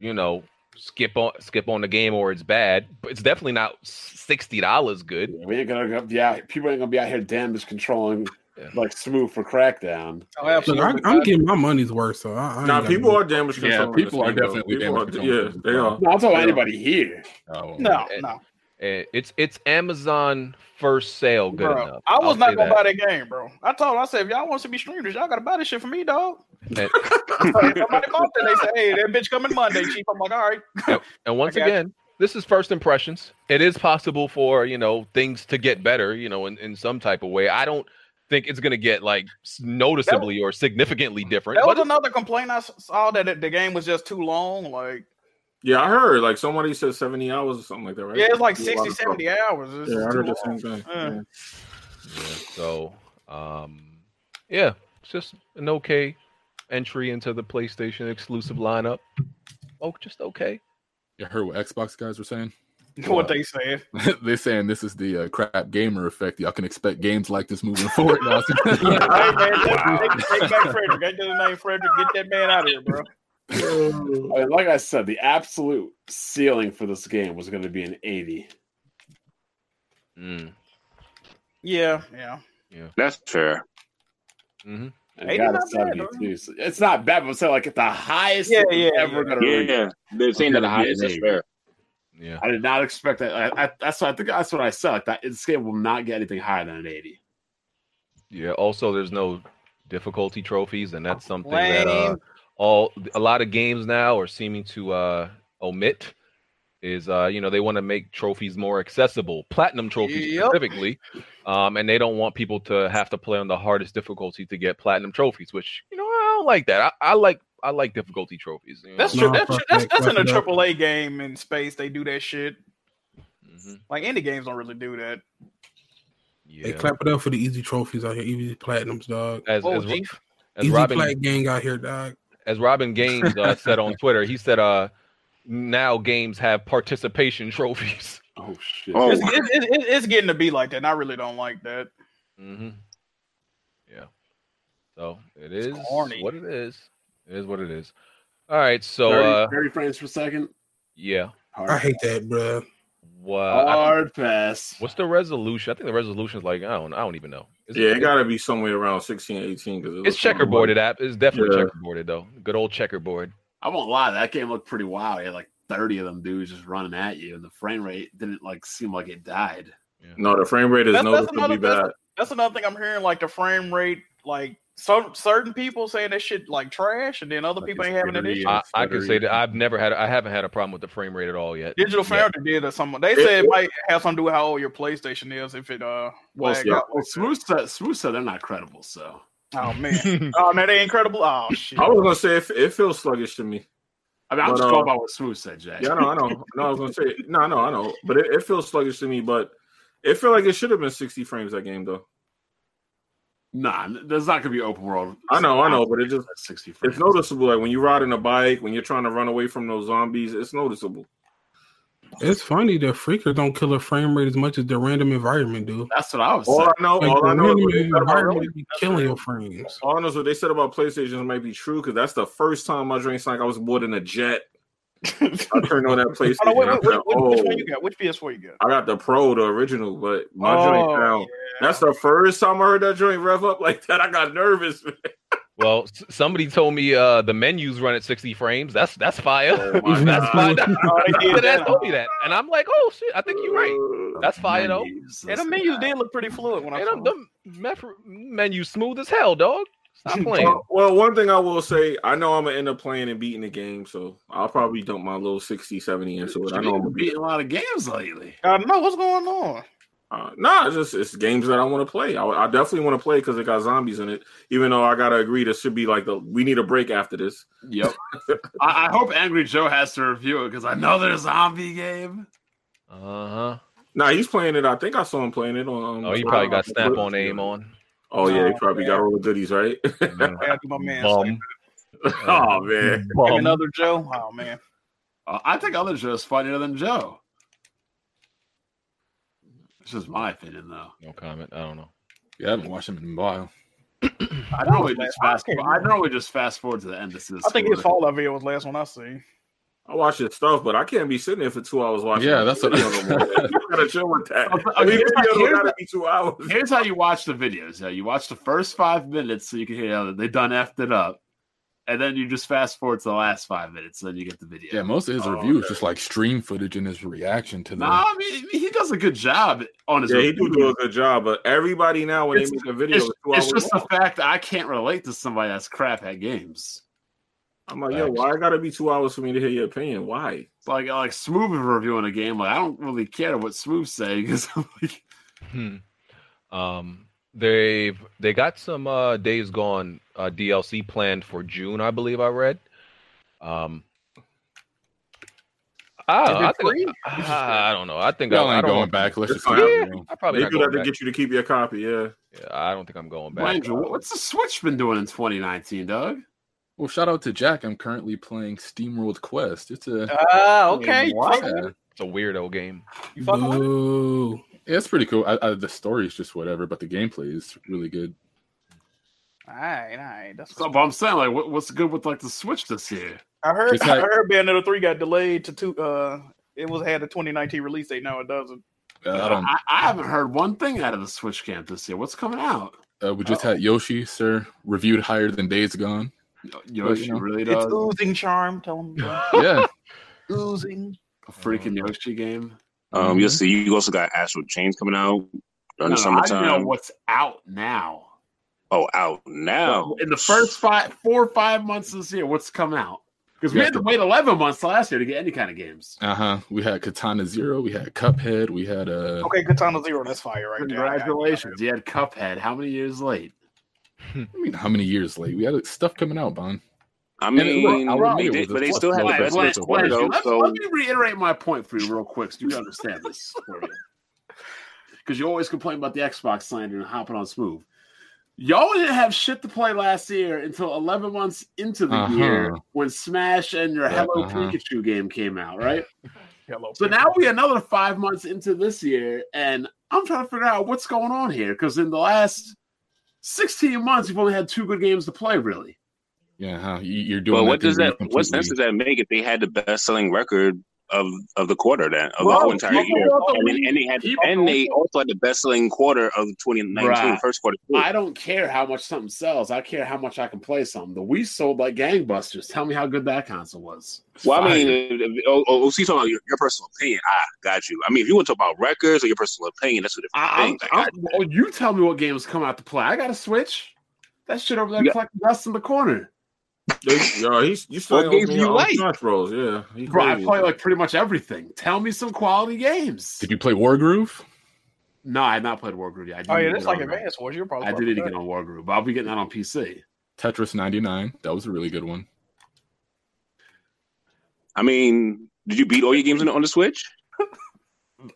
S1: you know, skip on skip on the game or it's bad. But it's definitely not sixty dollars good.
S2: We ain't gonna go- yeah. People ain't gonna be out here damage controlling
S1: Yeah.
S2: like Smooth for Crackdown.
S10: Oh,
S8: Look, I,
S10: absolutely.
S8: I'm getting my money's worth, so I, I
S4: that.
S8: ain't
S4: Nah,
S8: got
S4: people
S8: no-
S4: are damage
S7: Yeah,
S4: control. in
S7: people
S4: this
S7: are
S4: game, though.
S7: definitely
S4: People
S7: damage
S4: are-
S7: control.
S4: Yeah, they
S1: Oh,
S4: are.
S2: No, I'm talking about anybody here.
S7: Oh,
S10: no,
S1: and-
S10: no,
S1: And it's it's Amazon first sale good
S10: bro.
S1: enough.
S10: I was
S1: I'll
S10: not
S1: say
S10: gonna
S1: that.
S10: buy that game, bro. I told him, I said if y'all wants to be streamers, y'all gotta buy this shit for me, dog.
S1: And-
S10: Like, somebody bought that. They said, hey, that bitch coming Monday, chief. I'm like, all right.
S1: And once
S10: I got you.
S1: again, this is first impressions. It is possible for you know things to get better, you know, in, in some type of way. I don't think it's gonna get like s- noticeably or significantly different.
S10: That was
S1: But
S10: another complaint I s- saw that it- the game was just too long. Like,
S4: Yeah, I heard like somebody said seventy hours or something like that, right?
S10: yeah, it's like
S4: Do a lot
S10: 60,
S4: of
S10: 70 hours. It's
S4: stuff. Yeah, I
S10: too
S4: heard the
S10: long.
S4: same thing.
S10: Yeah.
S4: Yeah.
S1: yeah, so, um, yeah, it's just an okay entry into the PlayStation exclusive lineup. Oh, just okay.
S7: You heard what Xbox guys were saying?
S10: What they said.
S7: They're saying this is the uh, crap gamer effect. Y'all can expect games like this moving forward. Now.
S10: hey, man, take, take, take back Frederick. Ain't that his name, Frederick? Get that man out of here, bro.
S2: I mean, like I said, the absolute ceiling for this game was gonna be an 80.
S1: Mm,
S10: Yeah, yeah.
S12: That's fair.
S1: hmm
S2: And
S10: 80
S2: God,
S10: not
S2: it's, gotta
S10: bad,
S2: be
S10: though.
S2: too. So it's not bad, but I'm saying like at the highest
S10: Yeah,
S2: it was
S10: yeah,
S2: ever
S10: yeah.
S2: gonna
S12: Yeah,
S2: reach.
S12: yeah. They're saying that the highest. That's fair.
S1: Yeah,
S2: I did not expect that. I, I, that's what I think. That's what I said. Like that, this game will not get anything higher than an eighty.
S1: yeah. Also, there's no difficulty trophies, and that's something that uh,
S10: Lame.
S1: all a lot of games now are seeming to uh omit is uh you know they want to make trophies more accessible platinum trophies
S10: Yep.
S1: specifically um and they don't want people to have to play on the hardest difficulty to get platinum trophies which you know i don't like that i, I like I like difficulty trophies. you know?
S10: That's
S8: No,
S10: true. That's,
S8: fuck
S10: true. that's,
S8: that.
S10: that's in a
S8: Fuck that.
S10: AAA game in space. They do that shit.
S1: Mhm.
S10: Like indie games don't really do that.
S1: Yeah.
S8: They clap it up for the easy trophies out here, easy platinums, dog.
S1: as,
S10: Oh,
S1: as, Ro-
S10: gee.
S1: as
S8: easy
S1: Robin
S8: plat gang out here, dog.
S1: as Robin Games uh, said on Twitter, he said, "Uh, now games have participation trophies."
S2: Oh shit!
S12: Oh,
S10: It's, it's, it's, it's- it's getting to be like that, and I really don't like that.
S1: Mm-hmm. Yeah. So it is
S10: corny.
S1: what it is. It is what it is. All right. So
S2: 30,
S1: uh,
S2: 30 frames per second.
S1: yeah.
S2: Hard,
S8: I hate that, bruh.
S1: Wow.
S2: hard pass.
S1: what's the resolution? I think the resolution is like I don't. I don't even know. It's,
S4: Yeah, it got to be somewhere around 16, 18. Cause it was
S1: It's checkerboarded app. It's definitely
S4: Yeah.
S1: checkerboarded though. Good old checkerboard.
S2: I won't lie, that game looked pretty wild. You had like 30 of them dudes just running at you, and the frame rate didn't like seem like it died.
S4: No, the frame rate is
S10: That's- that's
S4: noticeably
S10: another-
S4: bad.
S10: That's another thing I'm hearing. Like the frame rate, like some certain people saying that shit like trash, and then other
S4: Like,
S10: people
S4: it's
S10: ain't having an
S4: pretty-
S10: issue.
S1: I, I can say
S4: Federation.
S1: that I've never had. I haven't had a problem with the frame rate at all yet.
S10: Digital
S1: Yeah.
S10: Foundry did or something. They said it might have something to do with how old your PlayStation is. If it uh,
S2: Well,
S10: lag
S2: yeah.
S10: out.
S2: well Smooth said, Smooth said they're not credible, so
S10: oh man, oh man, they incredible. Oh shit,
S4: I was gonna say it, it feels sluggish to me.
S2: I mean, I'm
S4: But,
S2: just
S4: uh,
S2: going by what Smooth said, Jay.
S4: Yeah, I know, I know. No, I was gonna say no, no, I know. But it, it feels sluggish to me. But it felt like it should have been sixty frames that game though.
S2: Nah, there's not gonna be open world.
S4: I know, I know, but it just
S2: 60 frames.
S4: it's noticeable. Like when you're riding a bike, when you're trying to run away from those zombies, it's noticeable.
S8: It's funny that Freaker don't kill a frame rate as much as the random environment do.
S2: That's what I was
S4: All
S2: saying.
S4: I know,
S8: Like
S4: all
S8: the
S4: I know, is
S8: random
S4: what they said about,
S8: environment be killing your frames.
S4: all I know is what they said about PlayStation might be true because that's the first time I drank Sonic. I was bored in a jet. I turned on that PlayStation.
S10: Oh, no, wait,
S4: and I
S10: wait, wait,
S4: said,
S10: which, which
S4: "Oh."
S10: one you got? Which PS4 you got?
S4: I got the pro, the original, but my
S10: Oh,
S4: joint sound.
S10: yeah.
S4: That's the first time I heard that joint rev up like that. I got nervous. man.
S1: Well, s- somebody told me uh, the menus run at 60 frames. That's that's fire.
S4: Oh my
S1: that's
S4: God.
S1: fire.
S10: Oh, they did
S1: Somebody
S10: that.
S1: told me that, and I'm like, oh shit, I think you're right.
S2: Uh,
S1: That's fire though.
S2: Menus,
S10: Yeah, the
S2: that's-
S10: menus did look pretty fluid when I
S1: And
S10: saw
S1: them,
S10: them.
S1: them mef- menus smooth as hell, dog. Stop playing.
S4: Well, well, one thing I will say, I know I'm gonna end up playing and beating the game, so I'll probably dump my little 60, 70 into it.
S2: You've
S4: I know I'm
S2: been
S4: gonna beat.
S2: beating a lot of games lately.
S10: I don't know uh, what's going on.
S4: Uh, nah, it's just it's games that I want to play. I, I definitely want to play because it got zombies in it. Even though I gotta agree, this should be like the we need a break after this.
S2: Yep. I, I hope Angry Joe has to review it because I know there's a zombie game.
S1: Uh huh.
S4: Nah, he's playing it. I think I saw him playing it on. um,
S1: Oh, you
S4: Twitter.
S1: probably got snap on aim on.
S4: Oh yeah, he
S10: Oh,
S4: probably got all the goodies, right?
S10: I gotta do my man.
S1: Bum.
S4: oh man.
S10: Him
S1: Bum.
S10: and other Joe. Oh man.
S2: Uh, I think other Joe's funnier than Joe. This is my opinion, though.
S1: No comment. I don't know.
S7: Yeah, I haven't watched him in a while.
S2: I normally
S10: was
S2: just
S10: last-
S2: fast. I, normally just fast forward to the end. This is.
S10: I think his Fallout video was the last one I seen.
S4: I watch his stuff, but I can't be sitting there for two hours watching.
S7: Yeah,
S4: this
S7: that's what-
S4: video no more. You gotta chill with that.
S2: Okay,
S4: I mean,
S2: here's
S4: videos
S2: my-
S4: don't
S2: here's
S4: gotta
S2: my-
S4: be two hours.
S2: Here's how you watch the videos. Yeah, you watch the first five minutes so you can hear that they done effed it up, and then you just fast forward to the last five minutes, and then you get the video.
S7: Yeah, most of his
S4: Oh,
S7: review is
S4: okay.
S7: just like stream footage and his reaction to the.
S2: No, I mean he does a good job on his.
S4: Yeah, he do
S2: reviews.
S4: do a good job, but everybody now when
S2: It's-
S4: they make a video,
S2: It's,
S4: it's, two
S2: it's
S4: hours.
S2: just the
S4: long.
S2: fact that I can't relate to somebody that's crap at games.
S4: I'm like, yo, why it gotta be two hours for me to hear your opinion? Why?
S2: It's like like Smooth is reviewing a game. Like I don't really care what Smooth's saying because I'm like,
S1: Hmm. Um, they've they got some uh, Days Gone uh, DLC planned for June, I believe I read. Um, I,
S10: Is it
S1: I, think-
S10: free?
S1: I, I don't know. I think I,
S7: Y'all
S1: I
S7: ain't
S1: don't
S7: going back. Let's just
S4: Yeah.
S7: you know.
S1: I probably
S4: They
S1: not
S4: do that
S1: going
S4: to
S1: back.
S4: get you to keep your copy. Yeah,
S1: Yeah, I don't think I'm going back.
S2: Landry,
S1: Uh,
S2: what's the Switch been doing in 2019, Doug?
S7: Well, shout out to Jack. I'm currently playing SteamWorld Quest. It's a
S10: Ah, okay. You
S7: yeah,
S10: fucking-
S1: It's a weirdo game.
S10: You fucking with it?
S8: Boo.
S7: Yeah, it's pretty cool. I, I, the story is just whatever, but the gameplay is really good.
S10: All right, all right. That's
S2: So, but I'm saying like, what, what's good with like the Switch this year?
S10: I heard.
S7: It's
S10: I
S7: like-
S10: heard Bayonetta three got delayed to two. Uh, it was had a 2019 release date. No, it doesn't.
S7: Uh, I don't.
S2: I, I haven't heard one thing out of the Switch camp this year. What's coming out?
S7: Uh, we just had Yoshi, sir, reviewed higher than Days Gone.
S2: Yoshi
S7: know,
S2: really
S10: It's
S2: does
S10: oozing charm. Tell him
S7: Yeah,
S10: oozing.
S2: a freaking Yoshi game.
S12: Um,
S7: Mm-hmm.
S12: you'll see. You also got Astral Chains coming out during the
S2: No, no, I don't know
S12: summertime.
S2: what's out now.
S12: Oh, out now.
S2: In the first five, four or five months this year, what's come out? Because we
S7: Yeah.
S2: had to wait 11 months last year to get any kind of games.
S7: uh huh. We had Katana Zero. We had Cuphead. We had uh,
S10: Okay, Katana Zero. That's fire right there. I got it.
S2: Congratulations. You had Cuphead. How many years late?
S7: I mean, how many years late? We had stuff coming uh, out, Bon.
S12: I
S7: And it- look,
S12: mean,
S7: I would admit
S12: they
S7: it was
S12: did- but
S7: a
S12: they
S7: plus
S12: still had
S7: one
S12: the best
S7: versus
S12: last
S7: a
S12: player,
S7: one.
S12: though.
S2: Let,
S12: So
S2: let me reiterate my point for you real quick so you can understand this for you. Because you always complain about the Xbox slander and hopping on smooth. Y'all didn't have shit to play last year until 11 months into the
S7: Uh-huh.
S2: year when Smash and your Hello
S7: Uh-huh.
S2: Pikachu game came out, right? So now we're another five months into this year, and I'm trying to figure out what's going on here. Because in the last 16 months, you've only had two good games to play, really.
S7: Yeah, huh? You- You're doing.
S12: Well, what
S7: thing
S12: does
S7: where you
S12: that? What sense does
S7: completely-
S12: that make if they had the best selling record of of the quarter then of the
S2: Well,
S12: whole entire
S2: people
S12: year,
S2: want the
S12: and, then-
S2: league.
S12: and they had
S2: People
S12: and they
S2: want-
S12: also had the best selling quarter of 2019
S2: Right.
S12: first quarter. too.
S2: I don't care how much something sells. I care how much I can play something. The Wii sold like gangbusters. Tell me how good that console was.
S12: Well, I mean, if- if- oh, oh, see, talking about your, your personal opinion. Ah, got you. I mean, if you want to talk about records or your personal opinion, that's what
S2: I,
S12: different things.
S2: I'm-
S12: I got
S2: I'm- oh, you tell me what games come out to play. I got a Switch. That shit over there
S12: Yeah.
S2: collecting dust in the corner.
S4: They, yo, he's you still
S12: What
S4: ain't opened
S12: games do
S4: your
S12: you
S4: own
S12: like?
S4: Smash Bros. Yeah, he
S2: Bro, I
S4: crazy.
S2: play like pretty much everything. Tell me some quality games.
S7: Did you play Wargroove?
S2: No, I have not played Wargroove yet. I do
S10: Oh
S2: need
S10: yeah,
S2: to
S10: that's
S2: get
S10: like
S2: on that.
S10: Advanced Wars. You're probably.
S2: I do need to get on Wargroove, but I'll be getting that on PC.
S7: Tetris 99. That was a really good one.
S12: I mean, did you beat all your games on the, on the Switch?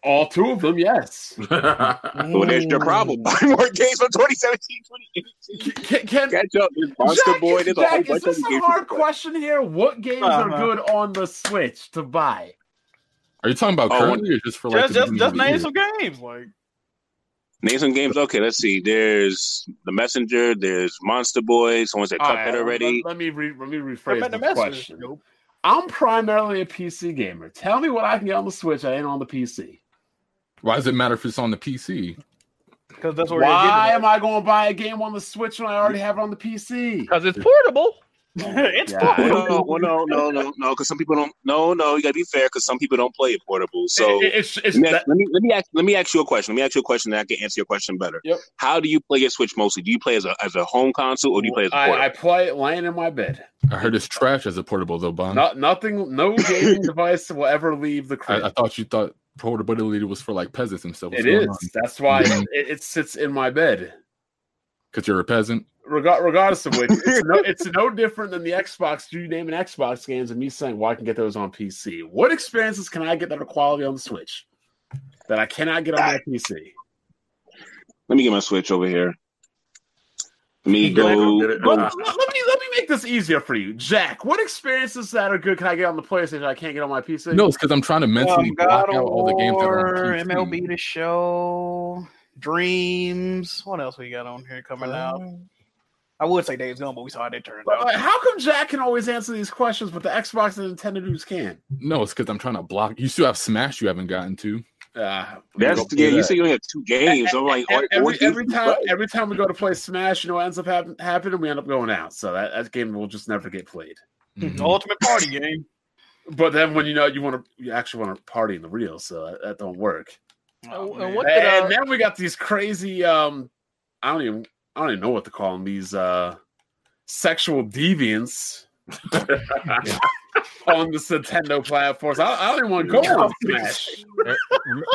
S2: All two of them, yes.
S12: Well, there's
S10: Mm.
S12: your problem. Buy more games from 2017, 2018.
S2: Can, can,
S12: Catch up. There's Monster
S2: Jack,
S12: Boy. There's a whole
S2: Jack,
S12: bunch
S2: is this
S12: of
S2: a
S12: games.
S2: hard question here? What games
S10: Uh-huh.
S2: are good on the Switch to buy?
S7: Are you talking about
S12: Oh,
S7: currently or just for like
S10: Just,
S7: the
S10: just,
S7: beginning
S10: just
S7: of the
S10: name
S7: year?
S10: some games. Like
S12: Name some games. Okay, let's see. There's The Messenger. There's Monster Boy. Someone said
S2: All
S12: Cuphead
S2: right,
S12: already.
S2: Let, let me re, let me
S10: I've
S2: rephrase
S10: been
S2: the
S10: to mess with
S2: question.
S10: you.
S2: I'm primarily a PC gamer. Tell me what I can get on the Switch. I ain't on the PC.
S7: Why does it matter if it's on the PC?
S10: Because that's where
S2: Why am I going to buy a game on the Switch when I already have it on the PC?
S1: because it's portable.
S10: it's
S2: Yeah,
S10: portable.
S12: No, no, well, no, no, no, no. Because some people don't. No, no. You gotta be fair. Because some people don't play it portable. So
S2: It- it's, it's
S12: let me,
S2: that-
S12: let me let me ask let me ask you a question. Let me ask you a question that I can answer your question better.
S2: Yep.
S12: How do you play your Switch mostly? Do you play as a as a home console or do you play as a
S2: I, I
S12: portable?
S2: play it laying in my bed.
S7: I heard it's trash as a portable though, Bond.
S2: Not nothing. No gaming device will ever leave the crib.
S7: Um, I, I thought you thought portability was Mm-hmm. for like peasants and stuff.
S2: it is. That's why it, it sits in my bed.
S7: because you're a peasant.
S2: Rega- regardless of which, it's no, it's no different than the Xbox. You naming Xbox games and me saying, "Well, I can get those on PC." What experiences can I get that are quality on the Switch that I cannot get on my PC?
S12: Let me get my Switch over here. Let me
S4: Get it,
S12: go.
S4: get it.
S2: Let, let- let me let me make this easier for you, Jack. What experiences that are good can I get on the PlayStation? that I can't get on my PC.
S7: No, it's because I'm trying to mentally
S10: Um,
S7: block
S10: God
S7: out
S10: of
S7: all the games that
S10: War,
S7: are on PC.
S10: MLB the Show, Dreams. What else we got on here coming out?
S8: Uh,
S10: I would say Days Gone, but we saw how that turned out.
S2: Like, how come Jack can always answer these questions, but the Xbox and Nintendo dudes can't?
S7: No, it's because I'm trying to block. You still have Smash you haven't gotten to.
S2: Uh,
S12: That's yeah. You say you only have two games. I'm like oh, all- all
S2: E-, every,
S12: games
S2: every
S12: you
S2: time
S12: play.
S2: every time we go to play Smash, you know what ends up happen, happening? We end up going out. So that, that game will just never get played.
S10: The
S2: Oh,
S7: Mhm.
S10: Ultimate Party game.
S2: But then when you know you want to, you actually want to party in the real, so that, that don't work.
S10: Oh,
S1: and
S10: man.
S1: what-
S2: And,
S1: did, uh,
S2: then we got these crazy. um I don't even I don't even know what to call them. These uh sexual deviants on this Nintendo platforms. I, I don't even want to go on Smash.
S1: Re-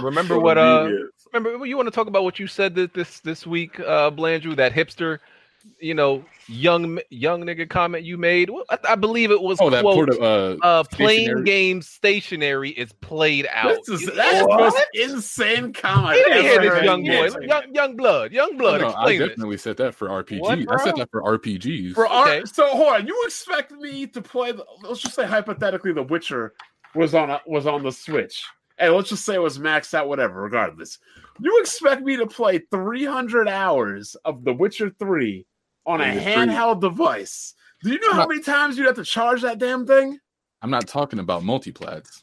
S1: Remember what? Uh, remember you want to talk about what you said that this this week, uh, Blandrew, that hipster, you know, young young nigga comment you made. Well, I, I believe it was
S7: Oh, that
S1: quote,
S7: port of uh,
S1: uh, playing
S7: stationary-
S1: game stationary is played out.
S2: This is that's the most insane comment.
S1: Get
S2: I've
S1: in here,
S2: ever
S1: this
S2: heard
S1: young
S2: in
S1: boy,
S2: years.
S1: young, young blood, young
S7: no,
S1: blood.
S7: no, I
S1: explain this.
S7: definitely said that for RPGs.
S10: What,
S7: I said
S10: bro?
S7: that for RPGs.
S2: For our-
S1: Okay.
S2: so hold on, you expect me to play? The, let's just say hypothetically, The Witcher was on a, was on the Switch, and let's just say it was maxed out. Whatever, regardless, you expect me to play 300 hours of The Witcher 3 on a
S4: On the street.
S2: handheld device? Do you know how many times you'd have to charge that damn thing?
S7: I'm not talking about multiplats.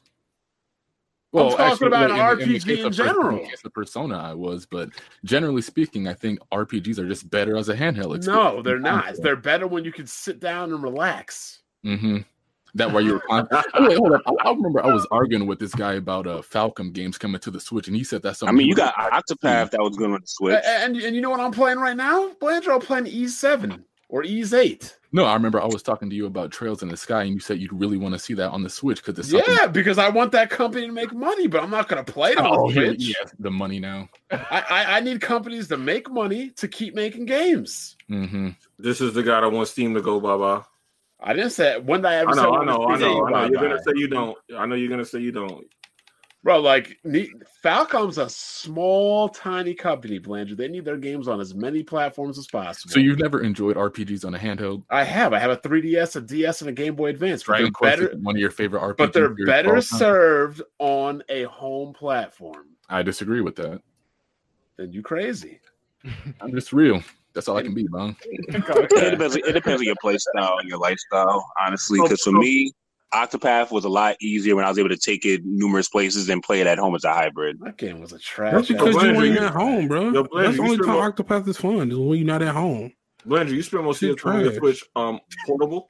S2: talking about an
S7: the
S2: RPG
S7: case
S2: in
S7: of Persona-
S2: general.
S7: the case of Persona, I was, but generally speaking, I think RPGs are just better as a handheld.
S2: No, they're not. They're better when you can sit down and relax.
S7: hmm That way you were. Con- Oh, Wait, hold up. I, I remember I was arguing with this guy about uh, Falcom games coming to the Switch, and he said that's
S12: I
S7: something.
S12: mean,
S7: he
S12: you
S7: would-
S12: got Octopath that was good on the
S2: A-
S12: Switch.
S2: a- And and you know what I'm playing right now, Blandro? I'm playing E7 or E E8.
S7: No, I remember I was talking to you about Trails in the Sky, and you said you'd really want to see that on the Switch because it's something.
S2: Yeah, because I want that company to make money, but I'm not going to play it on
S7: Oh,
S2: the
S7: here-
S2: Switch.
S7: yeah, the money now.
S2: I, I, I need companies to make money to keep making games.
S7: hmm
S4: This is the guy that wants Steam to go bye bye.
S2: I didn't say when I ever
S4: I
S2: said
S4: know, I
S2: one
S4: know, I
S2: of these
S4: know, I know.
S2: things.
S4: You're gonna say you don't. I know you're gonna say you don't.
S2: Bro, like ne- Falcom's a small, tiny company, Blandrew. They need their games on as many platforms as possible.
S7: So you've never enjoyed RPGs on a handheld?
S2: I have. I have a 3DS, a DS, and a Game Boy Advance. but
S7: Dragon
S2: they're
S7: Quest
S2: better,
S7: is one of your favorite RPGs.
S2: but they're
S7: of all
S2: better
S7: time.
S2: served on a home platform.
S7: I disagree with that.
S2: Then you crazy.
S7: I'm just real. That's all I can be, man.
S12: It depends. It depends on your play style and your lifestyle, honestly. Because for me, Octopath was a lot easier when I was able to take it numerous places and play it at home as a hybrid.
S2: That game was a trash.
S8: That's because
S2: ass
S4: Yo,
S8: you
S4: Blandrew,
S8: ain't
S2: game.
S8: at home, bro.
S4: Yo, Blandrew,
S8: That's the
S4: you
S8: only
S4: still
S8: time
S4: got-
S8: Octopath is fun is when you're not at home.
S4: Landry, you spend most of your
S8: She's
S4: time on your
S8: trash.
S4: Switch um portable.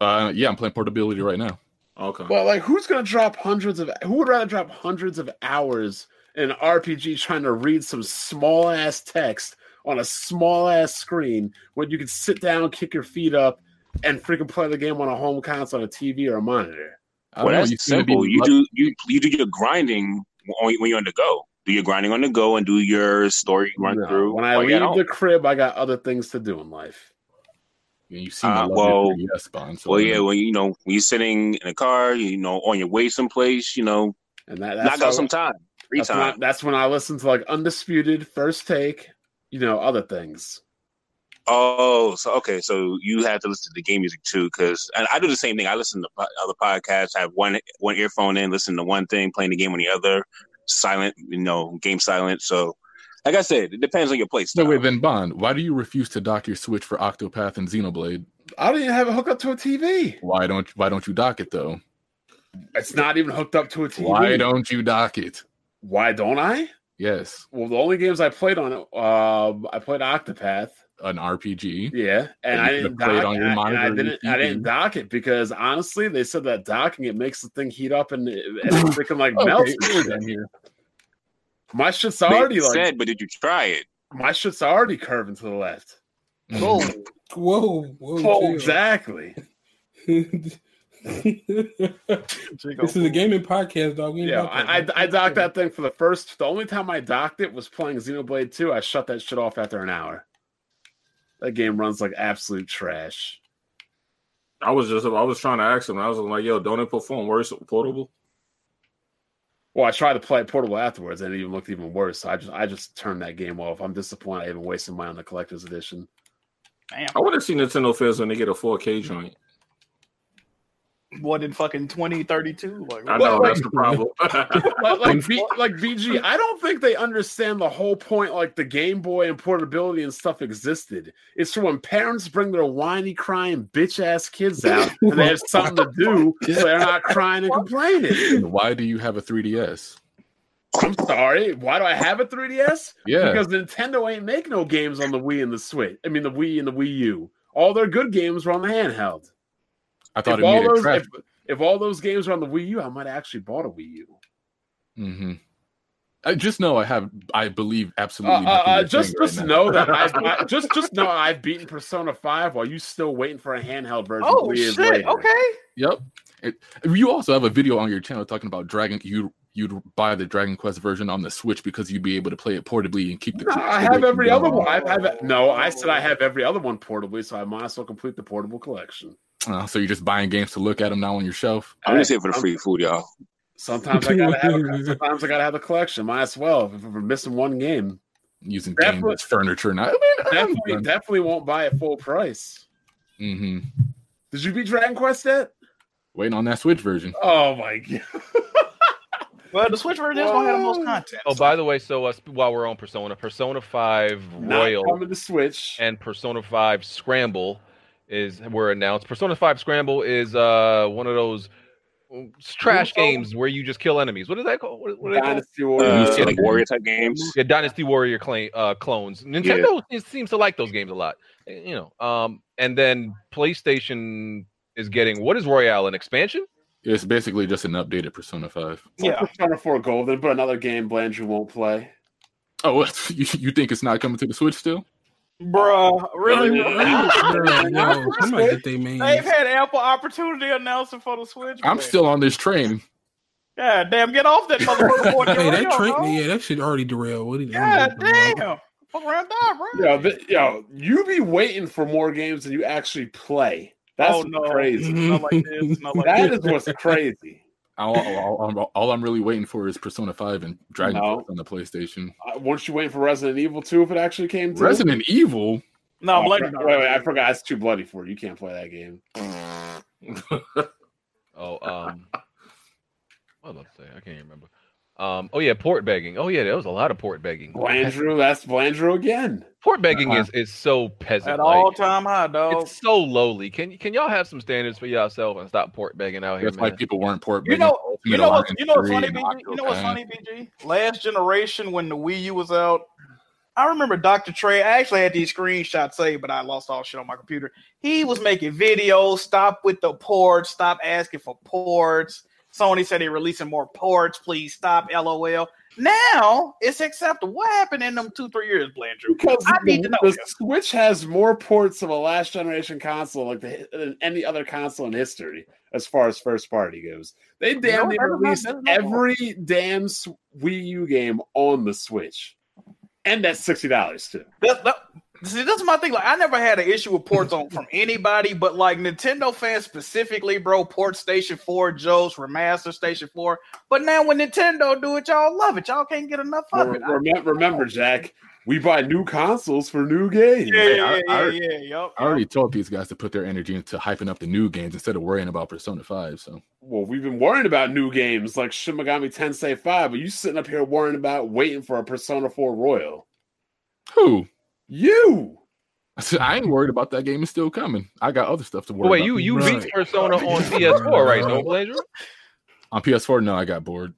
S7: Uh, yeah, I'm playing Portability right now.
S4: Okay.
S2: But like, who's gonna drop hundreds of? Who would rather drop hundreds of hours in an RPG trying to read some small ass text on a small ass screen when you can sit down, kick your feet up, and freaking play the game on a home console, on a TV, or a monitor?
S7: I
S12: Well,
S7: don't know,
S12: that's
S7: you seem to be
S12: simple. You
S7: lucky-
S12: do you you do your grinding on- when you're on the go. Do your grinding on the go and do your story run
S2: No,
S12: through.
S2: When I
S12: while you're
S2: leave
S12: at home.
S2: the crib, I got other things to do in life.
S7: You seem to
S12: Uh,
S7: love
S12: well-
S7: your 3DS, Bond. So
S12: well,
S7: I
S12: yeah,
S7: mean,
S12: when you know when you're sitting in a car, you know on your way someplace, you know
S2: And that, that's
S12: knock out
S2: why-
S12: some time, free
S2: that's when, I,
S12: time.
S2: that's when I listen to like Undisputed, First Take, you know, other things.
S12: Oh, so okay, so you have to listen to the game music too, because and I do the same thing. I listen to po- other podcasts, have one one earphone in, listen to one thing, playing the game on the other, silent, you know, game silent. So, like I said, it depends on your place.
S7: so wait, then Bond, why do you refuse to dock your Switch for Octopath and Xenoblade?
S2: I don't even have it hooked up to a TV.
S7: Why don't Why don't you dock it though?
S2: It's not even hooked up to a TV.
S7: Why don't you dock it?
S2: Why don't I?
S7: Yes,
S2: Well, the only games I played on, it, um, I played Octopath,
S7: an RPG.
S2: yeah, and
S7: you
S2: I
S7: could've
S2: didn't dock
S7: played
S2: it.
S7: on your
S2: and I- and I
S7: monitor or your
S2: didn't, I didn't
S7: TV.
S2: dock it because honestly, they said that docking it makes the thing heat up and, it- and it freaking like
S7: Okay,
S2: melts. and
S7: we're
S2: shit.
S7: done here.
S2: My shit's
S12: They
S2: already like
S12: said, but did you try it?
S2: my shit's already curving to the left.
S10: Whoa,
S8: Whoa, whoa,
S2: Oh,
S8: chill.
S2: exactly.
S8: this is a gaming podcast, dog. We ain't
S2: Yeah,
S8: about
S2: I, I
S8: that.
S2: I docked that thing for the first. The only time I docked it was playing Xenoblade Two. I shut that shit off after an hour. That game runs like absolute trash.
S4: I was just I was trying to ask him. I was like, yo, don't it perform worse with portable?
S2: Well, I tried to play Portable afterwards, and it even looked even worse. So I just I just turned that game off. I'm disappointed I even wasted money on the collector's edition.
S10: Damn.
S4: I would have seen Nintendo fans when they get a 4K joint.
S10: What in fucking 2032? Like,
S4: I
S10: what?
S4: know that's the problem.
S2: Like like, B, like BG, I don't think they understand the whole point. Like the Game Boy and portability and stuff existed. It's for when parents bring their whiny, crying, bitch ass kids out, and they have something to do, so they're not crying and complaining.
S7: Mm-hmm. And Why do you have a 3DS?
S2: I'm sorry. Why do I have a 3DS?
S7: Yeah,
S2: Because Nintendo ain't make no games on the Wii and the Switch. I mean, the Wii and the Wii U. All their good games were on the handheld.
S7: I thought
S2: If
S7: it
S2: all,
S7: made it
S2: those,
S7: trash.
S2: if, if all those games were on the Wii U, I might have actually bought a Wii U.
S7: hmm I just know I have. I believe
S2: Uh,
S7: absolutely.
S2: uh,
S7: nothing
S2: uh,
S7: you're
S2: just
S7: saying right
S2: just
S7: now.
S2: know that I've, I just just know I've beaten Persona Five while you still waiting for a handheld version.
S10: Oh
S2: three years
S10: shit!
S2: later.
S10: Okay.
S7: Yep. It, you also have a video on your channel talking about Dragon. You you'd buy the Dragon Quest version on the Switch because you'd be able to play it portably and keep the.
S2: No, I have every other one. I have no. I said I have every other one portably, so I might as well complete the portable collection.
S7: Uh, so you're just buying games to look at them now on your shelf.
S12: I'm just here for
S2: I'm-
S12: the free food, y'all.
S2: Sometimes I gotta have. A, sometimes I gotta have a collection. Might as well. If we're missing one game,
S7: Using games
S2: Definitely-
S7: as furniture. Now, I
S2: definitely,
S7: mean,
S2: definitely won't buy at full price.
S7: hmm
S2: Did you beat Dragon Quest yet?
S7: waiting on that Switch version.
S2: Oh my god!
S10: Well, the Switch version is gonna have the most content.
S1: Oh, by the way, so uh, sp- while we're on Persona, Persona 5 Royal
S2: Not coming to Switch.
S1: and Persona 5 Scramble is were announced. Persona 5 Scramble is uh one of those mm, trash
S2: Who-
S1: games where you just kill enemies. What is that called? What, what are they called?
S2: Dynasty Warriors.
S12: Uh,
S1: Yeah.
S12: like warrior type games.
S1: Yeah, Dynasty Warrior clone, uh, clones. Nintendo it seems to like those games a lot. You know, um, and then PlayStation is getting what is Royale an expansion?
S7: It's basically just an updated Persona Five.
S2: yeah,
S10: Yeah.
S2: Persona Four Golden, but another game Blandrew won't play.
S7: Oh, what? You, you think it's not coming to the Switch still?
S10: Bruh, really?
S8: Bro, yo, somebody get they man.
S10: They've had ample opportunity announcing for the Switch.
S7: I'm
S10: but-
S7: still on this train.
S10: Yeah, damn, get off that motherfucker. before it
S8: Hey, that
S10: derail,
S8: train,
S10: bro.
S8: yeah, that shit already derailed. What is
S10: God damn. Fuck around, die, bro.
S2: Yo, th- yo, you be waiting for more games than you actually play. That's
S10: oh no,
S2: crazy.
S10: It's not like this. It's not like
S2: That is
S10: this.
S2: what's crazy.
S7: All, all, all- all I'm really waiting for is Persona 5 and Dragon
S2: No.
S7: Quest on the PlayStation.
S2: Uh, weren't you waiting for Resident Evil 2 if it actually came to
S7: Resident Evil.
S10: No,
S2: Oh,
S10: Blade
S2: wait,
S10: Runner.
S2: wait, I forgot. It's too bloody for you. You can't play that game.
S1: Oh, um, what was I about to say? I can't remember. Um, oh yeah, port begging. Oh yeah, there was a lot of port begging.
S2: Blandrew, that's Blandrew again.
S1: Port begging is is so peasant.
S10: Uh-huh. At all time high, dog.
S1: It's so lowly. Can can y'all have some standards for yourself and stop port begging out here,
S7: That's why
S1: man?
S7: people weren't port
S10: You
S7: begging.
S10: know, you
S7: Ultimate
S10: know what's
S7: Alliance 3
S10: you know what's funny,
S7: and
S10: BG? You know what's
S7: Octopath.
S10: funny, BG? Last generation when the Wii U was out, I remember Dr. Trey. I actually had these screenshots saved, but I lost all shit on my computer. He was making videos. Stop with the ports. Stop asking for ports. Sony said they're releasing more ports. Please stop. LOL. Now it's acceptable. What happened in them two three years, Blandrew?
S2: Because
S10: I need
S2: the,
S10: to know
S2: the
S10: this.
S2: Switch has more ports of a last generation console like the, than any other console in history as far as first party goes. They damn
S10: No,
S2: near
S10: that's not-
S2: released
S10: that's not wrong.
S2: every damn s- Wii U game on the Switch. And that's $60 too.
S10: That, that, see, that's my thing. Like, I never had an issue with ports on from anybody, but like Nintendo fans specifically, bro. Port Station Four, Joe's Remaster Station Four. But now when Nintendo do it, y'all love it. Y'all can't get enough of
S2: Re-
S10: it.
S2: remem- remember, Jack, we buy new consoles for new games.
S10: yeah, yeah,
S7: I-
S10: yeah,
S7: I-
S10: yeah, yup,
S7: I already told these guys to put their energy into hyping up the new games instead of worrying about Persona 5. So
S2: Well, we've been worrying about new games like Shin Megami Tensei 5, but you sitting up here worrying about waiting for a Persona 4 Royal.
S7: who?
S2: You!
S7: I said, I ain't worried about that game. It's still coming. I got other stuff to worry
S1: Wait,
S7: about.
S1: you you beat
S8: Right.
S1: Persona on PS4, right? No, Blazer.
S7: On PS4, no, I got bored.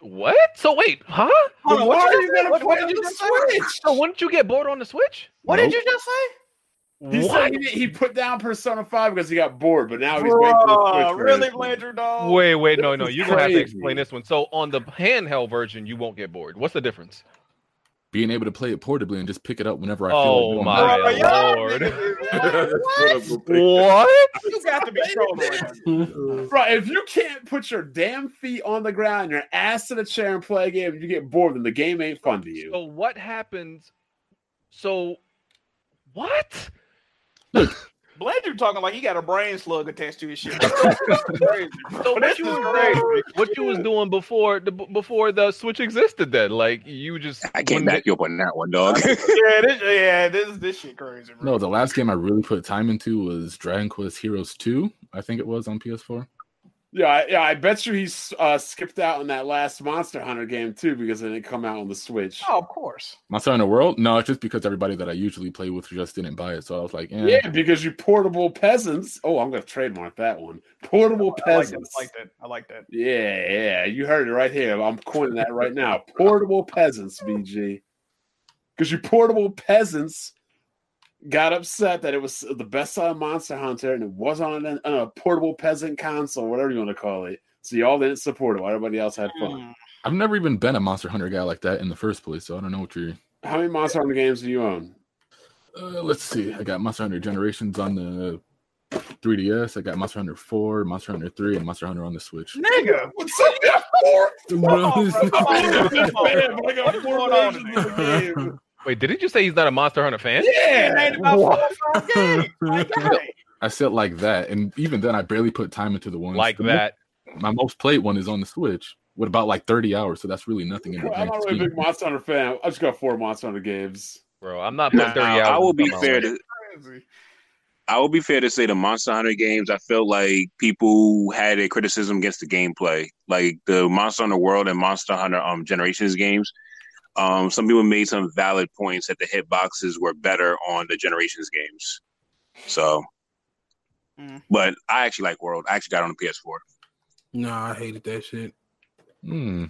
S1: What? So wait, huh?
S10: Hold on,
S2: Why
S10: what
S2: are you
S10: did you just
S2: gonna
S10: say? What-
S2: play
S10: what
S2: on
S10: did you
S2: the
S10: just say?
S2: Switch?
S1: So wouldn't you get bored on the Switch?
S10: What did
S7: Nope.
S10: you just say?
S2: He
S1: What?
S2: said he, didn't- he put down Persona 5 because he got bored, but now he's waiting for the
S10: Bro,
S2: Switch
S10: really,
S2: version.
S10: Landry dog?
S1: Wait, wait, no,
S2: This
S1: no.
S2: is
S1: You're gonna have to
S2: crazy.
S1: explain this one. So on the handheld version, you won't get bored. What's the difference?
S7: Being able to play it portably and just pick it up whenever I feel
S1: Oh,
S7: like doing
S1: my
S7: that.
S10: Bro, y'all
S1: Lord.
S10: niggas is wild.
S4: What?
S1: What?
S10: You got to be trolling. right now.
S2: Bro, if you can't put your damn feet on the ground, your ass in a chair and play a game, and you get bored, then the game ain't fun to you.
S1: So what happens? So what?
S10: Blandrew talking like he got a brain slug attached to his shit. Crazy, bro.
S1: So what
S10: This
S1: you
S10: is
S1: was
S10: crazy.
S1: doing, what you was doing before the before the Switch existed? Then like you just
S12: I can't
S1: wouldn't-
S12: back you up on that one, dog.
S10: yeah, this, yeah, this this shit crazy, bro.
S7: No, the last game I really put time into was Dragon Quest Heroes 2, I think it was on PS4.
S2: Yeah, I, yeah, I bet you he uh, skipped out on that last Monster Hunter game too because it didn't come out on the Switch.
S10: Oh, of course.
S7: Monster Hunter World? No, it's just because everybody that I usually play with just didn't buy it. So I was like, eh.
S2: yeah, because you portable peasants. Oh, I'm gonna trademark that one. Portable
S10: Oh, I like that.
S2: peasants.
S10: I like that. I like that.
S2: Yeah, yeah, you heard it right here. I'm coining that right now. Portable peasants, BG. Because you portable peasants got upset that it was the best selling Monster Hunter and it was on an, a portable peasant console, whatever you want to call it. So y'all didn't support it while everybody else had fun.
S10: Mm.
S7: I've never even been a Monster Hunter guy like that in the first place. So I don't know what you're.
S2: How many Monster Hunter games do you own?
S7: Uh, let's see. I got Monster Hunter Generations on the 3DS. I got Monster Hunter 4, Monster Hunter 3, and Monster Hunter on the Switch.
S10: Nigga,
S2: What's up, you got four?
S10: come on, bro. Come on, bro.
S2: Man,
S10: Come on, bro.
S2: I got
S10: What is
S2: four
S10: going on
S2: versions
S10: today?
S2: of the game.
S1: Wait, did he just say he's not a Monster Hunter fan?
S10: It
S2: Yeah.
S10: ain't about four or five games. My God.
S7: I said like that, and even then, I barely put time into the ones
S1: Like
S7: the
S12: Mm-hmm.
S1: that.
S7: Most, my most played one is on the Switch with about like thirty hours, so that's really nothing in the
S2: Bro, I'm
S7: grand
S2: not really a
S7: scheme.
S2: big Monster Hunter fan. I just got four Monster Hunter games.
S1: Bro, I'm not putting
S12: Now,
S1: 30 hours.
S12: I will be
S1: on my
S12: fair
S1: life.
S12: to
S10: Crazy.
S12: I will be fair to say the Monster Hunter games, I felt like people had a criticism against the gameplay. Like the Monster Hunter World and Monster Hunter um, Generations games, um, some people made some valid points that the hitboxes were better on the Generations games. So,
S10: Mm.
S12: but I actually like World. I actually got it on the PS4.
S8: Nah, I hated that shit.
S7: Hmm.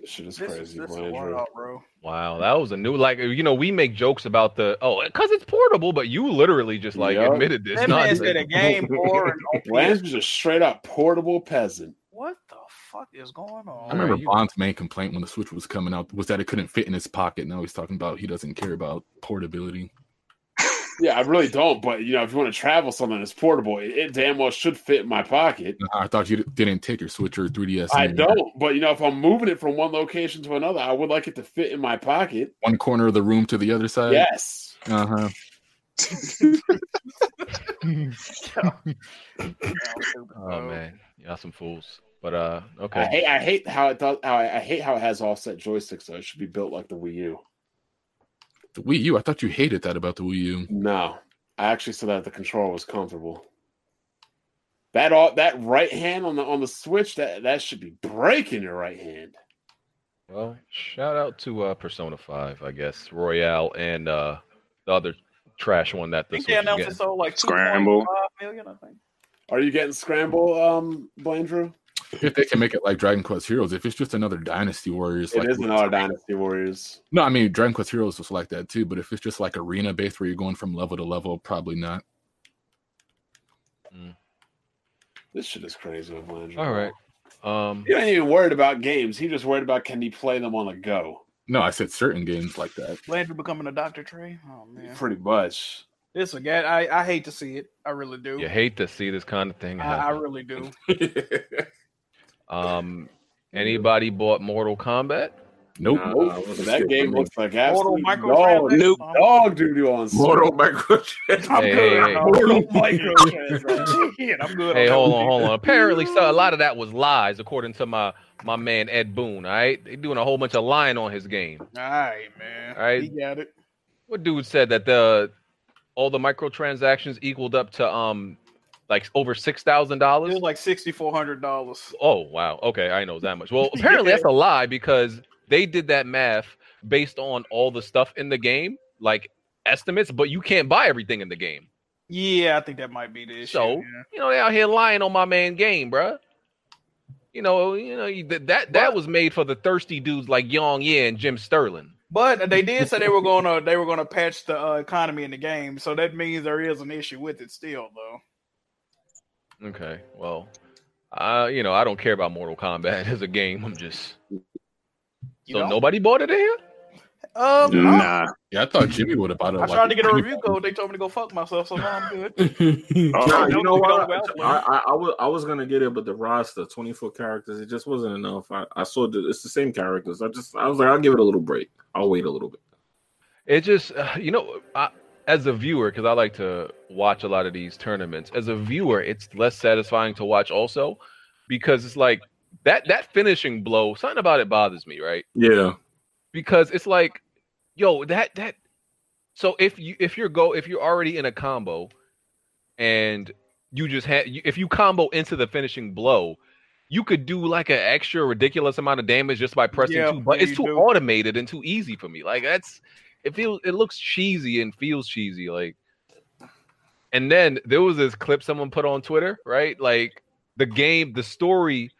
S2: This shit is
S10: This is
S2: crazy,
S10: this is
S2: Blandrew.
S10: wild, bro.
S1: Wow, that was a new like you know, we make jokes about the oh, cuz it's portable, but you literally just like
S2: Yup.
S1: admitted this.
S10: That man
S1: nonsense.
S10: said a game boring. on
S2: Lance
S10: PS.
S2: was a straight up portable peasant.
S10: What the fuck is going
S7: I
S10: on?
S7: remember
S1: you-
S7: Bond's main complaint when the Switch was coming out was that it couldn't fit in his pocket. Now he's talking about he doesn't care about portability.
S2: Yeah, I really don't. But you know, if you want to travel something that's portable, it, it damn well should fit in my pocket.
S7: Nah, Uh-huh, I thought you didn't take your Switch or 3DS.
S2: I
S7: anywhere.
S2: don't. But you know, if I'm moving it from one location to another, I would like it to fit in my pocket.
S7: Uh, Uh-huh. One corner of the room to the other side.
S2: Yes.
S7: Uh huh.
S1: Oh man, y'all some fools. But uh,
S2: I
S1: okay.
S2: hate, I hate how it does. How I, I hate how it has offset joysticks. Though it should be built like the Wii U.
S7: The Wii U. I thought you hated that about the Wii U.
S2: No, I actually said that the controller was comfortable. That all that right hand on the on the Switch that that should be breaking your right hand.
S1: Well, shout out to uh, Persona Five, I guess Royale, and uh, the other trash one that
S10: I think
S1: this
S10: they announced it sold like
S12: Scramble.
S10: 2.5 million, I think.
S2: Are you getting scramble, um, Blandrew?
S7: If they can make it like Dragon Quest Heroes, if it's just another Dynasty Warriors,
S2: It
S7: like
S2: is another Dynasty Warriors.
S7: no, I mean Dragon Quest Heroes was like that too. But if it's just like arena based where you're going from level to level, probably not.
S2: This shit is crazy with Blandrew.
S1: All right. Um,
S2: He ain't even worried about games. He just worried about can he play them on the go.
S7: No, I said certain games like that.
S10: Landry becoming a Dr. Trey. Oh man.
S2: Pretty much.
S10: This again, I, I hate to see it. I really do.
S1: you hate to see this kind of thing
S10: I, I
S1: happen.
S10: really do.
S1: Um, anybody bought Mortal Kombat?
S7: Nope.
S4: Nah,
S2: Nope.
S4: I wasn't
S2: Uh, that
S4: scared
S2: game
S4: for me.
S2: looks like
S10: Mortal
S2: absolute dog,
S10: microtransaction.
S12: Nope.
S10: Oh,
S2: dog doo on
S4: Mortal microchip.
S10: I'm
S1: Hey,
S10: good.
S1: hey, hey.
S10: on Mortal microtransaction. Shit, I'm good.
S1: Hey,
S10: on that
S1: hold on, hold on. Apparently, so, a lot of that was lies, according to my my man Ed Boone. All right, they doing a whole bunch of lying on his game.
S10: All right, man.
S1: All right.
S10: He got it.
S1: What dude said that the all the microtransactions equaled up to um like over six thousand
S10: It
S1: dollars?
S10: was like sixty four hundred dollars.
S1: Oh wow, okay, I know that much. Well, apparently
S10: Yeah.
S1: that's a lie because they did that math based on all the stuff in the game, like estimates, but you can't buy everything in the game.
S10: Yeah, I think that might be the issue.
S1: So?
S10: yeah.
S1: You know, they out here lying on my man game, bruh. You know, you know you- that that, that was made for the thirsty dudes like Yong Yeah and Jim Sterling.
S10: But they did say they were going to they were going to patch the uh, economy in the game, so that means there is an issue with it still, though.
S1: Okay, well, uh, you know, I don't care about Mortal Kombat as a game. I'm just
S10: You
S1: so
S10: don't?
S1: nobody bought it in here.
S10: Um, no.
S12: Nah.
S7: Yeah, I thought Jimmy would have bought it.
S10: I
S7: like-
S10: tried to get a review code. They told me to go fuck myself, so now I'm good.
S12: Oh,
S4: Nah, you know
S10: we
S4: what?
S10: go out
S4: I, I, I was I was gonna get it, but the roster, twenty four characters, it just wasn't enough. I, I saw the, it's the same characters. I just I was like, I'll give it a little break. I'll wait a little bit.
S1: It just, uh, you know, I, as a viewer, because I like to watch a lot of these tournaments. As a viewer, it's less satisfying to watch also, because it's like that that finishing blow. Something about it bothers me, right?
S4: Yeah,
S1: Because it's like, yo, that that. So if you if you're go if you're already in a combo, and you just had if you combo into the finishing blow. You could do like an extra ridiculous amount of damage just by pressing
S10: Yeah,
S1: two, but
S10: yeah,
S1: it's
S10: you
S1: too
S10: do.
S1: automated and too easy for me. Like that's it feels it looks cheesy and feels cheesy like and then there was this clip someone put on twitter right like the game the story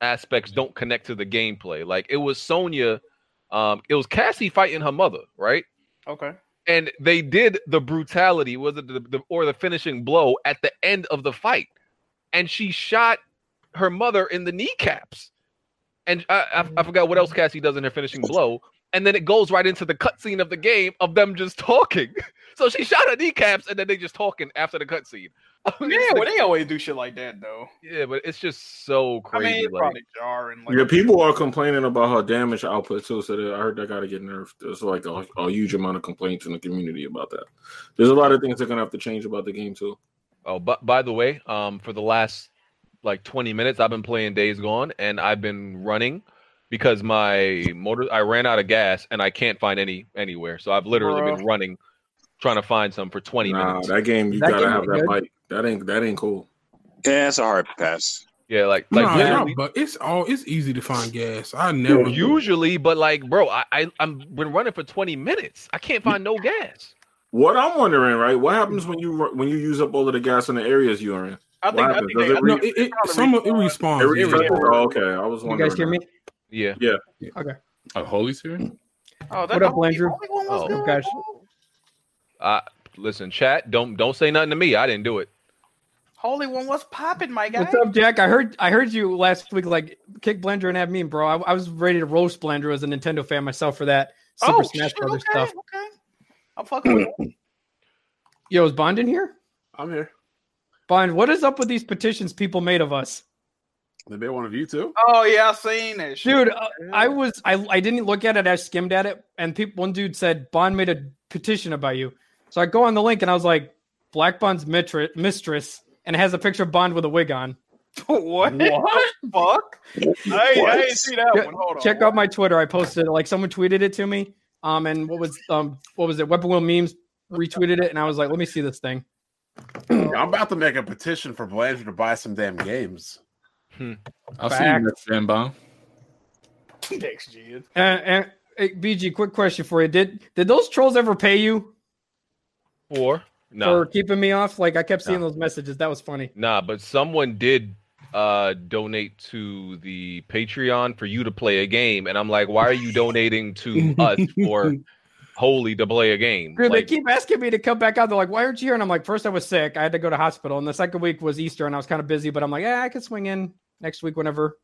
S1: aspects don't connect to the gameplay like it was sonya um it was cassie fighting her mother right
S10: Okay.
S1: and they did the brutality was it the, the or the finishing blow at the end of the fight and she shot her mother in the kneecaps and I,
S10: Mm.
S1: I, I forgot what else cassie does in her finishing blow and then it goes right into the cutscene of the game of them just talking so she shot her kneecaps and then they just talking after the cutscene
S10: Yeah, well, they always do shit like that, though.
S1: yeah but it's just so crazy
S10: I mean, it's
S1: like
S10: probably jarring. Like,
S4: yeah. People are complaining about her damage output too. So that I heard that gotta get nerfed. There's like a, a huge amount of complaints in the community about that. There's a lot of things they're gonna have to change about the game too.
S1: Oh, but by the way, um, for the last like 20 minutes, I've been playing Days Gone, and I've been running because my motor I ran out of gas, and I can't find any anywhere. So I've literally been running, trying to find some for 20
S4: Oh. Nah,
S1: minutes.
S4: that game you
S14: That
S4: gotta
S14: game
S4: have
S14: was
S4: that
S14: good.
S4: bike. That ain't that ain't cool.
S12: Yeah, that's a hard pass.
S1: Yeah, like
S8: No,
S1: like
S8: nah,
S1: literally-
S8: nah, but it's all it's easy to find gas. I never
S1: usually, but like, bro, I, I I'm been running for 20 minutes. I can't find no gas.
S4: What I'm wondering, right? What happens when you ru- when you use up all of the gas in the areas you're in?
S10: I think, I
S4: Wow,
S10: think
S4: does
S10: they,
S4: it
S8: No, it, it, some of it
S4: It
S8: respawns.
S4: resets-
S8: yeah.
S4: oh, okay, I was
S15: You
S4: wondering.
S15: guys hear me?
S1: Yeah,
S7: Oh, Holy's here.
S10: oh, that
S15: What up,
S10: don't-
S15: Landrew?
S1: Oh.
S15: What's up, guys?
S1: I listen, chat. Don't don't say nothing to me. I didn't do it.
S10: Holy one, what's popping, my guy?
S15: What's up, Jack? I heard I heard you last week. Like kick Blender and have me, bro. I, I was ready to roast Blender as a Nintendo fan myself for that Super
S10: oh,
S15: Smash
S10: shit,
S15: Brothers
S10: okay,
S15: stuff.
S10: okay. I'm fucking with it.
S15: Yo, is Bond in here?
S2: I'm here.
S15: Bond, what is up with these petitions people made of us,
S2: They made one of you too.
S10: Oh, yeah, I seen that shit.
S15: dude? Uh, I was I I didn't look at it. I skimmed at it, and people one dude said Bond made a petition about you. So I go on the link, and I was like,
S7: Black Bond's mitri- mistress, and it has a picture of Bond with a wig on.
S10: what? What? Fuck. I, ain't- I ain't see that one. Hold on.
S7: Check out my Twitter. I posted it. like someone tweeted it to me. Um, and what was um, what was it? Weapon Wheel memes retweeted it, and I was like, let me see this thing.
S2: I'm about to make a petition for Blanchard to buy some damn games.
S16: I'll see you
S7: Fact.
S16: next time, Bob.
S10: Next gen.
S7: And, and Eh, hey, BG, quick question for you: Did did those trolls ever pay you
S1: Or no,
S7: for keeping me off? Like I kept seeing those messages. That was funny.
S1: Nah, but someone did uh donate to the Patreon for you to play a game, and I'm like, why are you donating to us for Holy to play a game?
S7: Dude,
S1: Like,
S7: they keep asking me to come back out. They're like, "Why aren't you here?" And I'm like, first I was sick. I had to go to hospital, and the second week was Easter, and I was kind of busy." But I'm like, "Yeah, I could swing in next week whenever."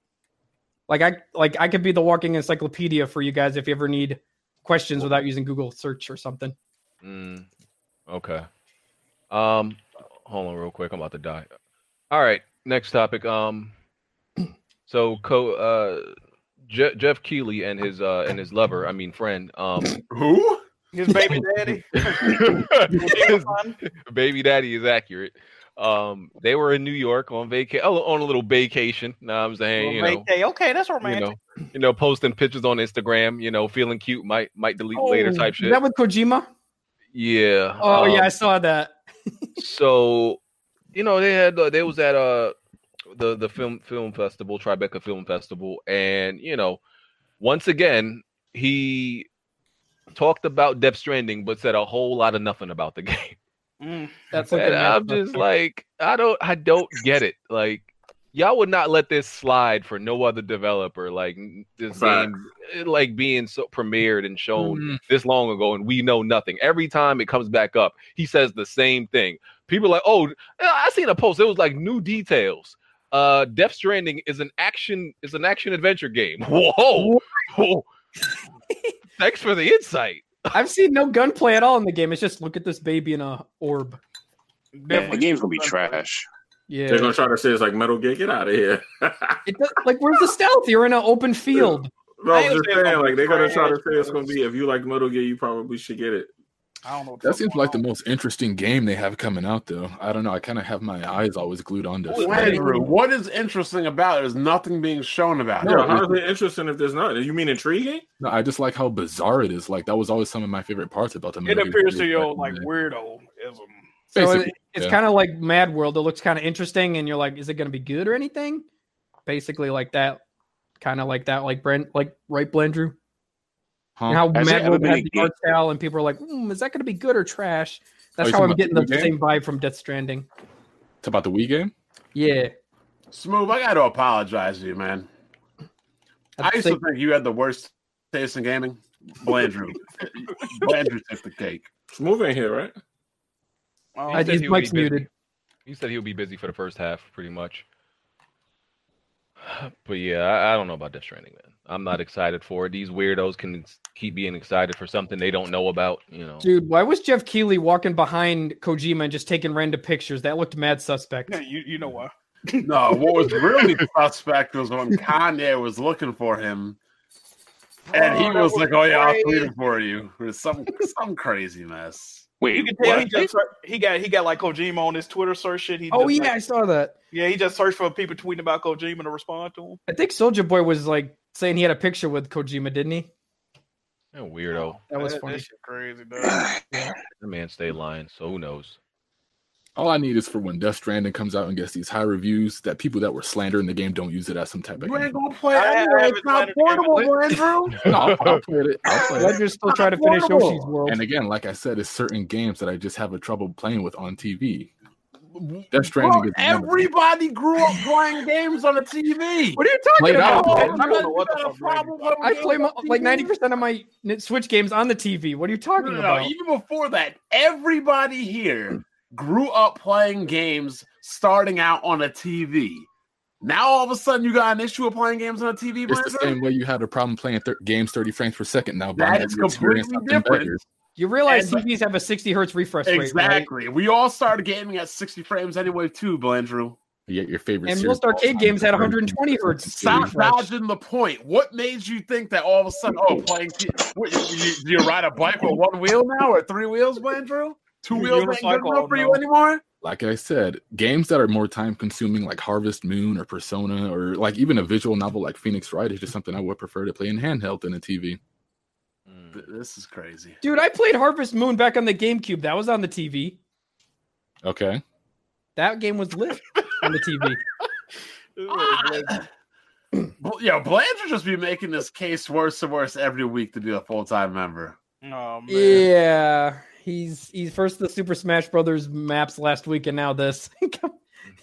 S7: Like I like I could be the walking encyclopedia for you guys if you ever need questions without using Google search or something.
S1: mm, okay. Um, hold on real quick. I'm about to die. All right, next topic. Um, so co uh. Je- Jeff Keeley and his uh and his lover, I mean friend, um
S2: Who?
S10: His baby daddy.
S1: his baby daddy is accurate. Um, they were in New York on vacation, on a little vacation. Know what I'm saying, you know,
S10: Hey, okay, that's
S1: you
S10: romantic.
S1: know, you know, posting pictures on Instagram. You know, feeling cute, might might delete later type
S7: Is
S1: shit.
S7: that with Kojima?
S1: yeah.
S7: Oh
S1: um,
S7: yeah, I saw that.
S1: So, you know, they had uh, they was at uh the the film film festival, Tribeca Film Festival, and you know, once again he talked about Death Stranding, but said a whole lot of nothing about the game.
S10: Mm.
S7: That's like
S1: And
S7: a
S1: I'm
S7: mess.
S1: just like, I don't, I don't get it. Like, y'all would not let this slide for no other developer. Like n- this
S4: Facts.
S1: game, it, like being so premiered and shown
S7: Mm-hmm.
S16: Mhm.
S1: this long ago, and we know nothing. Every time it comes back up, he says the same thing. People are like, oh, I seen a post. It was like new details. Uh, Death Stranding is an action is an action adventure game. Whoa, Whoa. thanks for the insight.
S7: I've seen no gunplay at all in the game. It's just look at this baby in a orb.
S12: The game's gonna be trash.
S7: Yeah,
S4: They're gonna try to say it's like Metal Gear. Get out of here. no,
S7: it does, like where's the stealth? You're in an open field.
S4: I'm just
S10: saying
S4: saying,
S10: Metal
S4: like they're gonna
S10: Gear
S4: try to
S10: trash,
S4: say it's
S10: but-
S4: gonna be if you like Metal Gear, you probably should get it.
S10: I don't know. what the
S16: That
S10: fuck
S16: seems
S10: going
S16: like the most interesting game they have coming out, though. I don't know. I kind of have my eyes always glued on this.
S2: Landry, what is interesting about it is nothing being shown about
S4: Yeah,
S2: it.
S4: how is it interesting if there's not? You mean intriguing?
S16: No, I just like how bizarre it is. Like that was always some of my favorite parts about the.
S10: on.
S16: Metal
S10: It
S16: Gear
S10: appears to
S16: series
S10: your
S16: back in
S10: like
S16: the day.
S10: weirdoism.
S7: So it-
S16: Basically,
S7: it's
S16: yeah.
S7: kind of like Mad World. It looks kind of interesting, and you're like, is it going to be good or anything? Basically, like that, kind of like that, like Brent, like right, Blendrew.
S16: Huh?
S7: And how
S12: Has it
S7: Mad
S12: ever
S7: World
S12: been
S7: had
S12: a
S7: the
S12: game-
S7: art style, and people are like, mm, is that going to be good or trash? That's
S16: Oh, you
S7: how
S16: talking
S7: I'm
S16: about
S7: getting
S16: the
S7: the
S16: game?
S7: same vibe from Death Stranding.
S16: It's about the Wii game.
S7: Yeah,
S2: Smooth, I got to apologize to you, man. I used to think you had the worst taste in gaming. Blandrew. Blandrew took the cake.
S4: It's moving here, right?
S10: Um,
S1: Oh. He
S7: I,
S1: said
S7: his
S1: he would
S7: mic's
S1: be busy.
S7: muted.
S1: He said he'll be busy for the first half, pretty much. But yeah, I, I don't know about Death Stranding, man. I'm not excited for it. These weirdos can s- keep being excited for something they don't know about. You know,
S7: Dude, why was Jeff Keeley walking behind Kojima and just taking random pictures? That looked mad suspect.
S10: yeah, you, you know why?
S2: No, what was really suspect was when Kanye was looking for him, and he
S10: Bro, that
S2: was like, "Oh yeah, I'll
S10: crazy.
S2: tweet it for you." It was some some crazy mess.
S12: Wait,
S10: You can tell he
S12: what?
S10: just search- he got he got like Kojima on his Twitter search shit. He
S7: Oh
S10: just,
S7: yeah, I
S10: like-
S7: saw that.
S10: yeah. He just searched for people tweeting about Kojima to respond to him.
S7: I think Soldier Boy was like saying he had a picture with Kojima, didn't he?
S1: Yeah, weirdo.
S7: That was funny.
S10: That shit crazy, dog.
S1: That man stay lying, so who knows?
S16: All I need is for when Death Stranding comes out and gets these high reviews, that people that were slandering the game don't use it as some type of.
S2: You ain't
S16: No,
S2: gonna play
S10: I- I
S2: anyway.
S10: haven't
S2: It's not
S10: played it yet,
S2: portable,
S10: but-
S2: Blandrew.
S16: I'll, I'll play it. I'll play it.
S7: Ledger's still trying to finish
S2: Horrible.
S7: Yoshi's World.
S16: And again, like I said, it's certain games that I just have a trouble playing with on TV. Death Stranding
S2: Bro,
S16: is another one.
S2: everybody grew up playing games on the TV.
S7: What are you talking
S16: Played out.
S7: about?
S2: Oh,
S7: man?
S10: I don't know what the
S2: you got a
S10: fuck
S2: problem with
S7: I
S2: games
S7: play my,
S2: on
S7: like
S2: TV?
S7: ninety percent of my N- Switch games on the TV. What are you
S2: No,
S7: talking
S2: no, no.
S7: about?
S2: Even before that, everybody here grew up playing games starting out on a TV. Now all of a sudden you got an issue with playing games on a TV.
S16: It's the
S2: Blanchard?
S16: same way you had a problem playing thir- games 30 frames per second now. but
S2: That
S16: I had
S2: is
S16: to experience
S2: completely
S16: something
S2: different.
S16: better.
S7: You realize
S2: And-
S7: TVs have a sixty hertz refresh rate, right?
S2: Exactly. We all started gaming at 60 frames anyway, too, Blandrew.
S16: Yet your favorite
S7: And
S16: series
S7: most arcade
S16: of all
S7: games had
S16: time is
S7: 120
S16: 30
S7: hertz.
S16: series.
S2: Stop dodging the point. What made you think that all of a sudden, oh, playing, t- what, you, you, do you ride a bike with one wheel now or three wheels, Blandrew?
S4: Two
S10: You
S4: wheels ain't good
S10: recycle,
S4: enough for you
S10: no.
S4: anymore.
S7: like I said, games that are more time consuming, like Harvest Moon or Persona, or like even a visual novel like Phoenix Wright, is just something I would prefer to play in handheld than a TV.
S1: Mm.
S4: Th- This is crazy.
S2: Dude, I played Harvest Moon back on the GameCube. That was on the TV.
S7: Okay.
S2: That game was lit on the TV.
S4: Bl- Yo, Blanche would just be making this case worse and worse every week to be a full time member.
S10: Oh man.
S2: Yeah, he's he's first the Super Smash Brothers maps last week, and now this.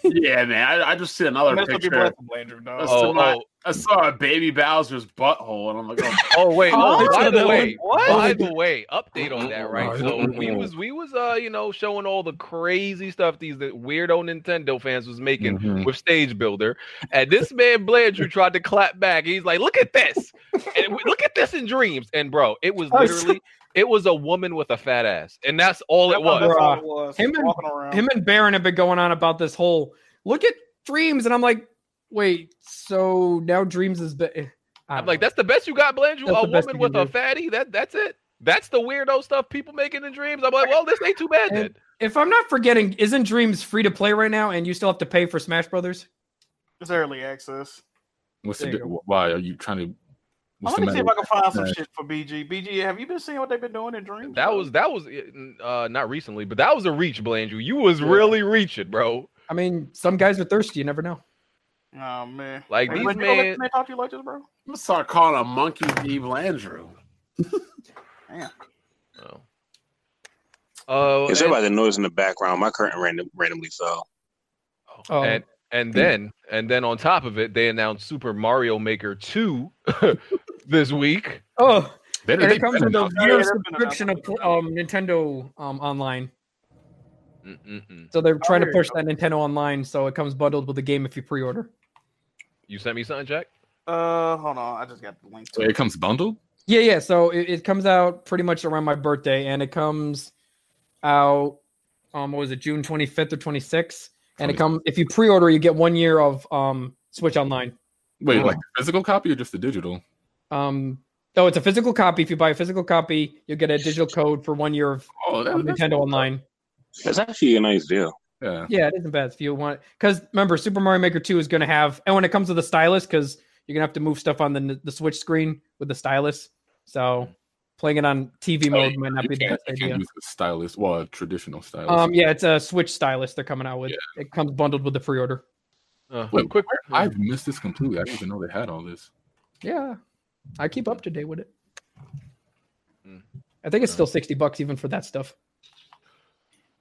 S4: yeah, man. I, I just see another
S10: Mess up your
S4: picture.
S10: breath, Blander,
S4: I
S10: dog.
S4: saw,
S1: Oh,
S4: my-
S1: oh.
S4: I saw a baby Bowser's butthole, and I'm like, oh,
S1: Oh wait! Oh,
S2: Oh,
S1: by the way,
S10: What?
S1: by the way, update on that, right?
S8: Oh,
S1: So
S8: yeah.
S1: we was we was uh you know showing all the crazy stuff these the weirdo Nintendo fans was making
S7: Mhm.
S1: with Stage Builder, and this man Blandrew tried to clap back. He's like, "Look at this, and we- look at this in dreams." And bro, it was
S2: I'm so-
S1: literally it was a woman with a fat ass, and that's all it
S10: That's all-
S1: was.
S10: that's all it was.
S2: Him and-
S10: walking around.
S2: Him and Baron have been going on about this whole look at Dreams, and I'm like, wait, so now Dreams is. Be-
S1: I'm
S2: I don't
S1: like,
S2: know.
S1: "That's the best you got, Blandrew?
S2: That's
S1: A
S2: the best
S1: woman
S2: you
S1: with
S2: can
S1: a
S2: do.
S1: fatty? That that's it? That's the weirdo stuff people making in dreams?" I'm like, "Well, this ain't too bad then."
S2: If I'm not forgetting, isn't Dreams free to play right now, and you still have to pay for Smash Brothers?
S10: It's early access.
S7: What's
S2: There
S7: the
S2: you
S7: di- why are you trying to? What's
S10: I'm
S7: the
S10: gonna see
S7: matter?
S10: if I can find some
S7: Nice.
S10: shit for BG. BG, have you been seeing what they've been doing in Dreams?
S1: That
S10: bro?
S1: was that was uh not recently, but that was a reach, Blandrew. You was really reaching, bro.
S2: I mean, some guys are thirsty. You never know.
S10: Oh man.
S1: Like
S10: Hey,
S1: these
S10: when people
S1: man,
S10: let- they talk to you like this, bro.
S4: I'm gonna start calling a monkey D. Blandrew.
S1: oh, Oh,
S12: Is
S1: and,
S12: everybody the noise in the background? My curtain random, randomly fell.
S2: Oh,
S1: and and then and then on top of it, they announced Super Mario Maker Two this week.
S2: oh,
S7: They-
S2: and
S7: they
S2: it comes
S7: better
S2: with a
S7: not-
S10: Oh, Yeah,
S2: year
S10: that's been
S2: subscription of
S10: announced.
S2: um, Nintendo um, Online.
S1: Mm-mm-mm.
S2: So they're trying
S10: Oh, there
S2: to
S10: you
S2: push that Nintendo Online, so it comes bundled with the game if you pre-order.
S1: You sent me something, Jack.
S10: Uh, hold on, I just got the link
S7: so
S10: to
S7: it
S10: it.
S7: comes bundled.
S2: Yeah, yeah. So it, it comes out pretty much around my birthday, and it comes out um what was it, June twenty fifth or twenty sixth? And it
S7: 26th.
S2: comes if you pre-order, you get one year of um Switch Online.
S7: Wait,
S2: Oh.
S7: like the physical copy or just the digital?
S2: Um, oh, it's a physical copy. If you buy a physical copy, you'll get a digital code for one year of
S7: Oh, that,
S2: um,
S7: that's
S2: Nintendo Online.
S12: That's actually a nice deal.
S7: yeah.
S2: Yeah, it isn't bad if you want. Because remember, Super Mario Maker Two is going to have, and when it comes to the stylus, because you're gonna have to move stuff on the the Switch screen with the stylus. So playing it on TV
S7: Oh,
S2: mode might not
S7: you
S2: be the
S7: can't,
S2: best
S7: you
S2: idea.
S7: can't use a stylus, well, a traditional stylus.
S2: Um, yeah, it's a Switch stylus they're coming out with. It comes bundled with the pre-order.
S1: Uh,
S7: Wait,
S1: quick,
S7: I've missed this completely. I didn't even know they had all this.
S2: Yeah, I keep up to date with it.
S7: Hmm.
S1: Mm.
S2: I think it's still sixty bucks even for that stuff.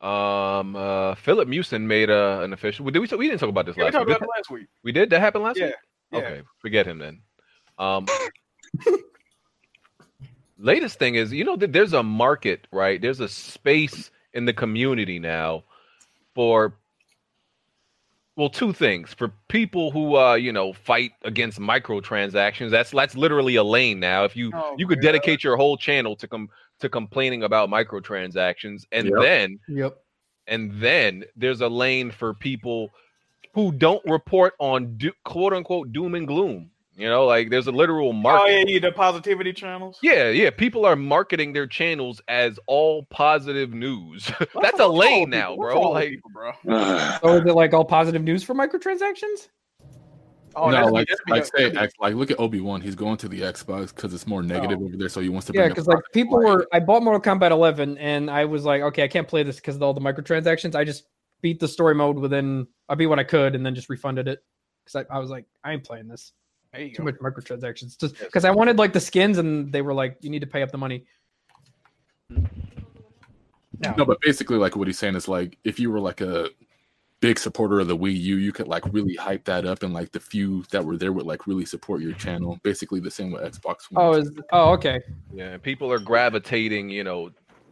S1: um, uh, Philip Mewson made uh, an official. Did we? We didn't talk about this
S10: Yeah, we
S1: last
S10: talked
S1: week.
S10: about it last week.
S1: We did. That happened last
S10: Yeah,
S1: week.
S10: yeah.
S1: Okay, forget him then. Um, latest thing is, you know, that there's a market, right? There's a space in the community now for well, two things for people who, uh, you know, fight against microtransactions. That's that's literally a lane now. If you
S10: Oh,
S1: you could
S10: yeah.
S1: dedicate your whole channel to com to complaining about microtransactions, and
S9: Yep.
S1: then
S2: Yep.
S1: and then there's a lane for people who don't report on do, quote unquote doom and gloom. You know, like there's a literal
S10: Oh yeah,
S1: market.
S10: yeah, the positivity channels.
S1: yeah. yeah, People are marketing their channels as all positive news.
S10: What's
S1: That's a
S10: wrong with
S1: lane
S10: people?
S1: now,
S10: What's
S1: bro.
S10: wrong with
S1: Like,
S10: people, bro.
S12: Ugh.
S2: So is it like all positive news for microtransactions?
S10: Oh,
S7: no,
S10: that's-
S7: like,
S10: that's
S7: like
S10: because-
S7: say, like, like look at Obi Wan. He's going to the Xbox because it's more negative over there, so he wants to.
S2: Yeah,
S7: bring the
S2: because like
S7: product to
S2: people
S7: life.
S2: were. I bought Mortal Kombat 11, and I was like, okay, I can't play this because of all the microtransactions. I just beat the story mode within. I beat what I could, and then just refunded it because I, I was like, I ain't playing this.
S10: There you
S2: Too
S10: go.
S2: much microtransactions. Just because I wanted like the skins, and they were like, you need to pay up the money. No.
S7: No, but basically, like what he's saying is like if you were like a big supporter of the Wii U, you could like really hype that up, and like the few that were there would like really support your channel. Basically, the same with Xbox One.
S2: Oh, is, oh, okay.
S1: yeah, people are gravitating, you know,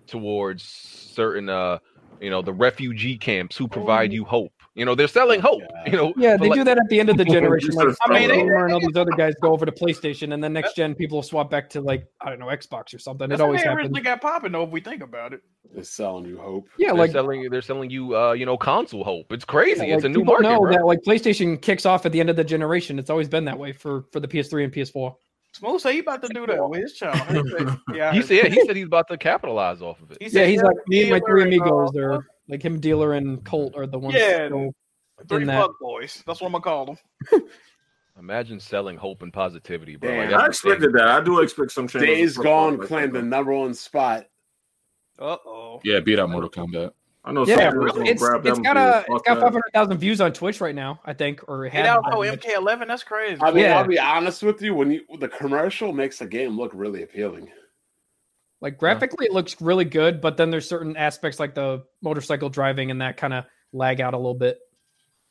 S1: towards certain uh, you know, the refugee camps who
S10: Oh.
S1: provide you hope. You know, they're selling hope. You know,
S2: Yeah,
S1: for
S2: they
S1: like-
S2: do that at the end of the generation. Like,
S9: Research
S2: I mean,
S9: program.
S2: Homer and all these other guys go over to PlayStation, and then next gen people will swap back to like I don't know Xbox or something.
S10: That's
S2: it always
S10: how they
S2: happens.
S10: originally got popping though. If we think about it,
S4: They're selling you hope.
S2: yeah,
S1: they're
S2: like
S1: selling you. They're selling you, uh, you know, console hope. It's crazy.
S2: Yeah,
S1: it's
S2: like,
S1: a new
S2: people
S1: market,
S2: know
S1: bro.
S2: that like PlayStation kicks off at the end of the generation. It's always been that way for for the PS3 and PS4.
S10: Smooth said he about to do that with his child. He said, yeah,
S1: He said, yeah, he said he's about to capitalize off of it.
S10: he
S2: yeah,
S10: said
S2: he's
S10: him,
S2: like me and my
S10: Dealer,
S2: three
S10: and, uh,
S2: amigos. They're like him, dealer, and Colt are the ones.
S10: Yeah.
S2: still
S10: three
S2: in that.
S10: fuck boys. That's what I'm gonna call them.
S1: Imagine selling hope and positivity, bro.
S4: Damn.
S1: Like,
S9: I
S1: that's the
S9: expected
S1: thing.
S9: that. I do expect some change.
S4: Days Gone claimed the number one spot.
S10: Uh oh.
S7: Yeah, beat out Mortal Kombat.
S9: I know.
S2: Yeah,
S9: somebody's gonna
S2: it's,
S9: grab
S2: it's
S9: them
S2: got
S9: and
S2: a
S9: fuck
S2: it's got
S9: that.
S2: five hundred thousand views on Twitch right now, I think, or
S10: Get
S2: had.
S10: out
S2: that
S10: oh
S2: much.
S10: MK11. That's crazy.
S4: I mean,
S2: Yeah.
S4: I'll be honest with you. When you the commercial makes the game look really appealing.
S2: Like graphically, it looks really good, but then there's certain aspects like the motorcycle driving and that kind of lag out a little bit.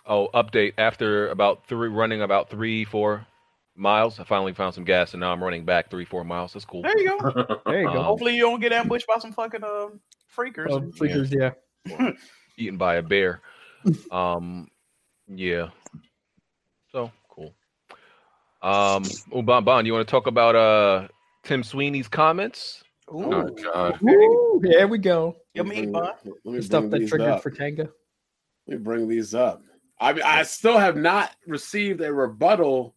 S1: Oh, update after about three running about three, four miles. I finally found some gas and now I'm running back three, four miles. That's cool.
S10: There you go.
S2: There you go.
S1: Um,
S4: Uh-huh.
S10: Hopefully you don't get ambushed by some fucking um freakers.
S2: Oh, freakers, yeah.
S1: Eaten by a bear. Um yeah. So cool. Um oh, Bon Bon, you want to talk about uh Tim Sweeney's comments?
S10: Ooh.
S7: Oh God.
S2: Ooh, there we go.
S10: Let me eat mine.
S4: let me
S2: The stuff
S4: bring
S2: that
S4: these
S2: triggered
S4: up.
S2: for Tanga.
S4: Let me bring these up. I mean, I still have not received a rebuttal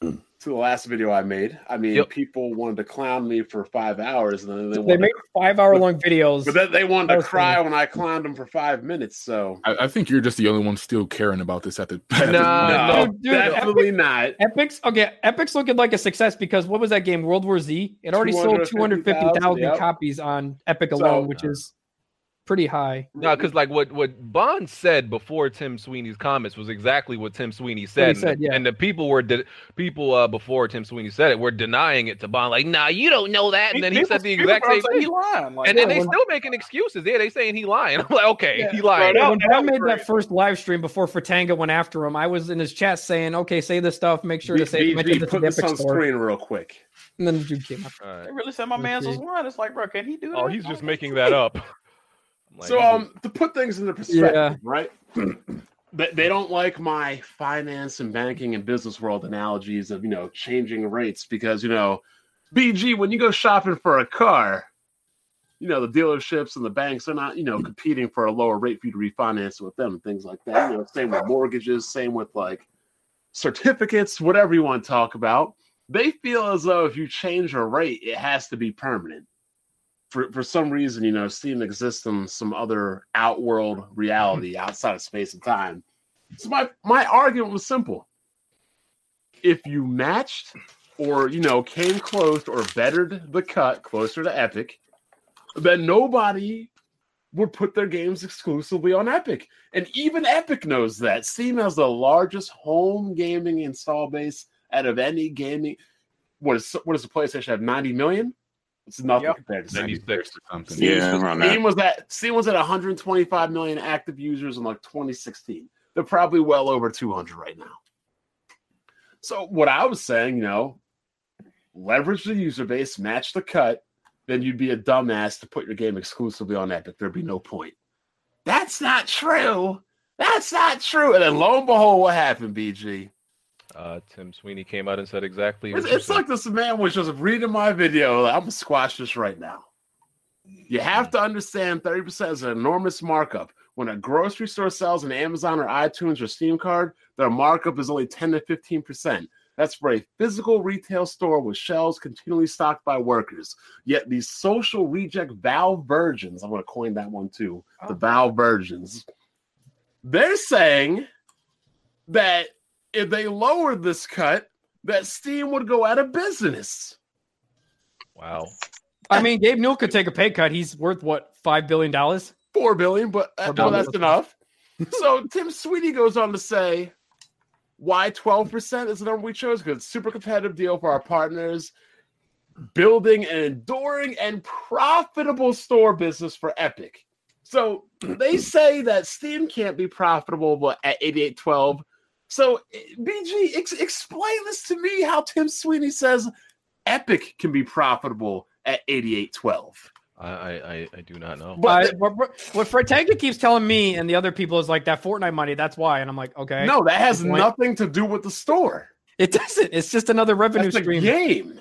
S4: to the last video I made. I mean,
S1: Yep.
S4: people wanted to clown me for five hours, and then they,
S2: They
S4: wanted,
S2: make five hour long videos.
S4: but then they wanted
S2: That
S4: to
S2: was
S4: cry when I clowned them for five minutes. So
S7: I, I think you're just the only one still caring about this at the. At the-
S1: Nah.
S4: no,
S2: Dude, dude,
S4: definitely not.
S2: Epics, okay, Epics looking like a success because what was that game, World War Z? It already sold
S4: 250,000,
S2: 250,000
S4: yep.
S2: copies on Epic
S4: So-
S2: alone, which is pretty high.
S1: No, because like what what Bond said before Tim Sweeney's comments was exactly what Tim Sweeney
S2: he
S1: said, and,
S2: said,
S1: the,
S2: yeah.
S1: and the people were de- people uh, before Tim Sweeney said it were denying it to Bond, like, "Nah, you don't know that," and then he
S10: People-
S1: said the
S10: people
S1: exact
S10: probably
S1: same
S10: said
S1: thing.
S10: He lying. Like,
S1: and then
S2: Yeah,
S1: they
S2: when-
S1: still making excuses. Yeah, they saying he lying. I'm like, okay,
S2: Yeah.
S1: he lying.
S10: Bro, that-
S2: when
S10: that
S2: Bron
S10: was
S2: made that
S10: great.
S2: first live stream before Fatanga went after him, I was in his chat saying, okay, say this stuff, make sure to say
S4: B-
S2: it, mention
S4: B-
S2: this in
S4: put
S2: the
S4: this
S2: Epic
S4: on
S2: store.
S4: screen real quick.
S2: And then the dude came up.
S1: All
S10: they
S1: right.
S10: really said my man's was lying. It's like, bro, can he do that?
S1: Oh, he's just
S10: I
S1: making that up. I'm like,
S4: So, um, to put things into perspective,
S2: Yeah.
S4: right? they, they don't like my finance and banking and business world analogies of you know changing rates because you know, BG when you go shopping for a car, you know the dealerships and the banks are not you know competing for a lower rate for you to refinance with them and things like that. You know, same with mortgages, same with like certificates, whatever you want to talk about. They feel as though if you change a rate, it has to be permanent for for some reason, you know, Steam exists in some other outworld reality outside of space and time. So my my argument was simple. If you matched or you know came close or bettered the cut closer to Epic, then nobody would put their games exclusively on Epic. And even Epic knows that. Steam has the largest home gaming install base out of any gaming. What is what does the PlayStation have? 90 million? It's nothing
S10: Yep.
S4: compared to Steam.
S1: 96.
S7: or something.
S12: Yeah, around
S4: Steam
S12: that.
S4: was at Steam was at 125 million active users in like 2016. They're probably well over 200 right now. So what I was saying, you know, leverage the user base, match the cut, then you'd be a dumbass to put your game exclusively on Epic. There'd be no point. That's not true. That's not true. And then lo and behold, what happened, BG?
S1: uh, Tim Sweeney came out and said exactly.
S4: It's,
S1: what you
S4: it's
S1: said.
S4: like this man was just reading my video. like, I'm gonna squash this right now. You have to understand 30% is an enormous markup. When a grocery store sells an Amazon or iTunes or Steam card, their markup is only 10 to 15%. That's for a physical retail store with shelves continually stocked by workers. Yet these social reject Valve virgins, I'm going to coin that one too, the Valve virgins, they're saying that if they lowered this cut, that Steam would go out of business.
S1: wow.
S2: I mean, Gabe Newell could take a pay cut. He's worth, what, $5 billion?
S4: four billion, but
S2: Four
S4: uh, well,
S2: billion.
S4: that's enough. so Tim Sweeney goes on to say why 12% is the number we chose because it's a super competitive deal for our partners, building an enduring and profitable store business for Epic. So they say that Steam can't be profitable but at 8812. So BG, ex- explain this to me how Tim Sweeney says Epic can be profitable at 8812.
S1: I, I I- I do not know.
S2: But
S4: But
S2: what, what- what Fred Tanka keeps telling me and the other people is like that Fortnite money. That's why, and I'm like, okay,
S4: No, that has
S2: Good point.
S4: nothing to do with the store.
S2: it doesn't. It's just another revenue
S4: That's the
S2: stream.
S4: game.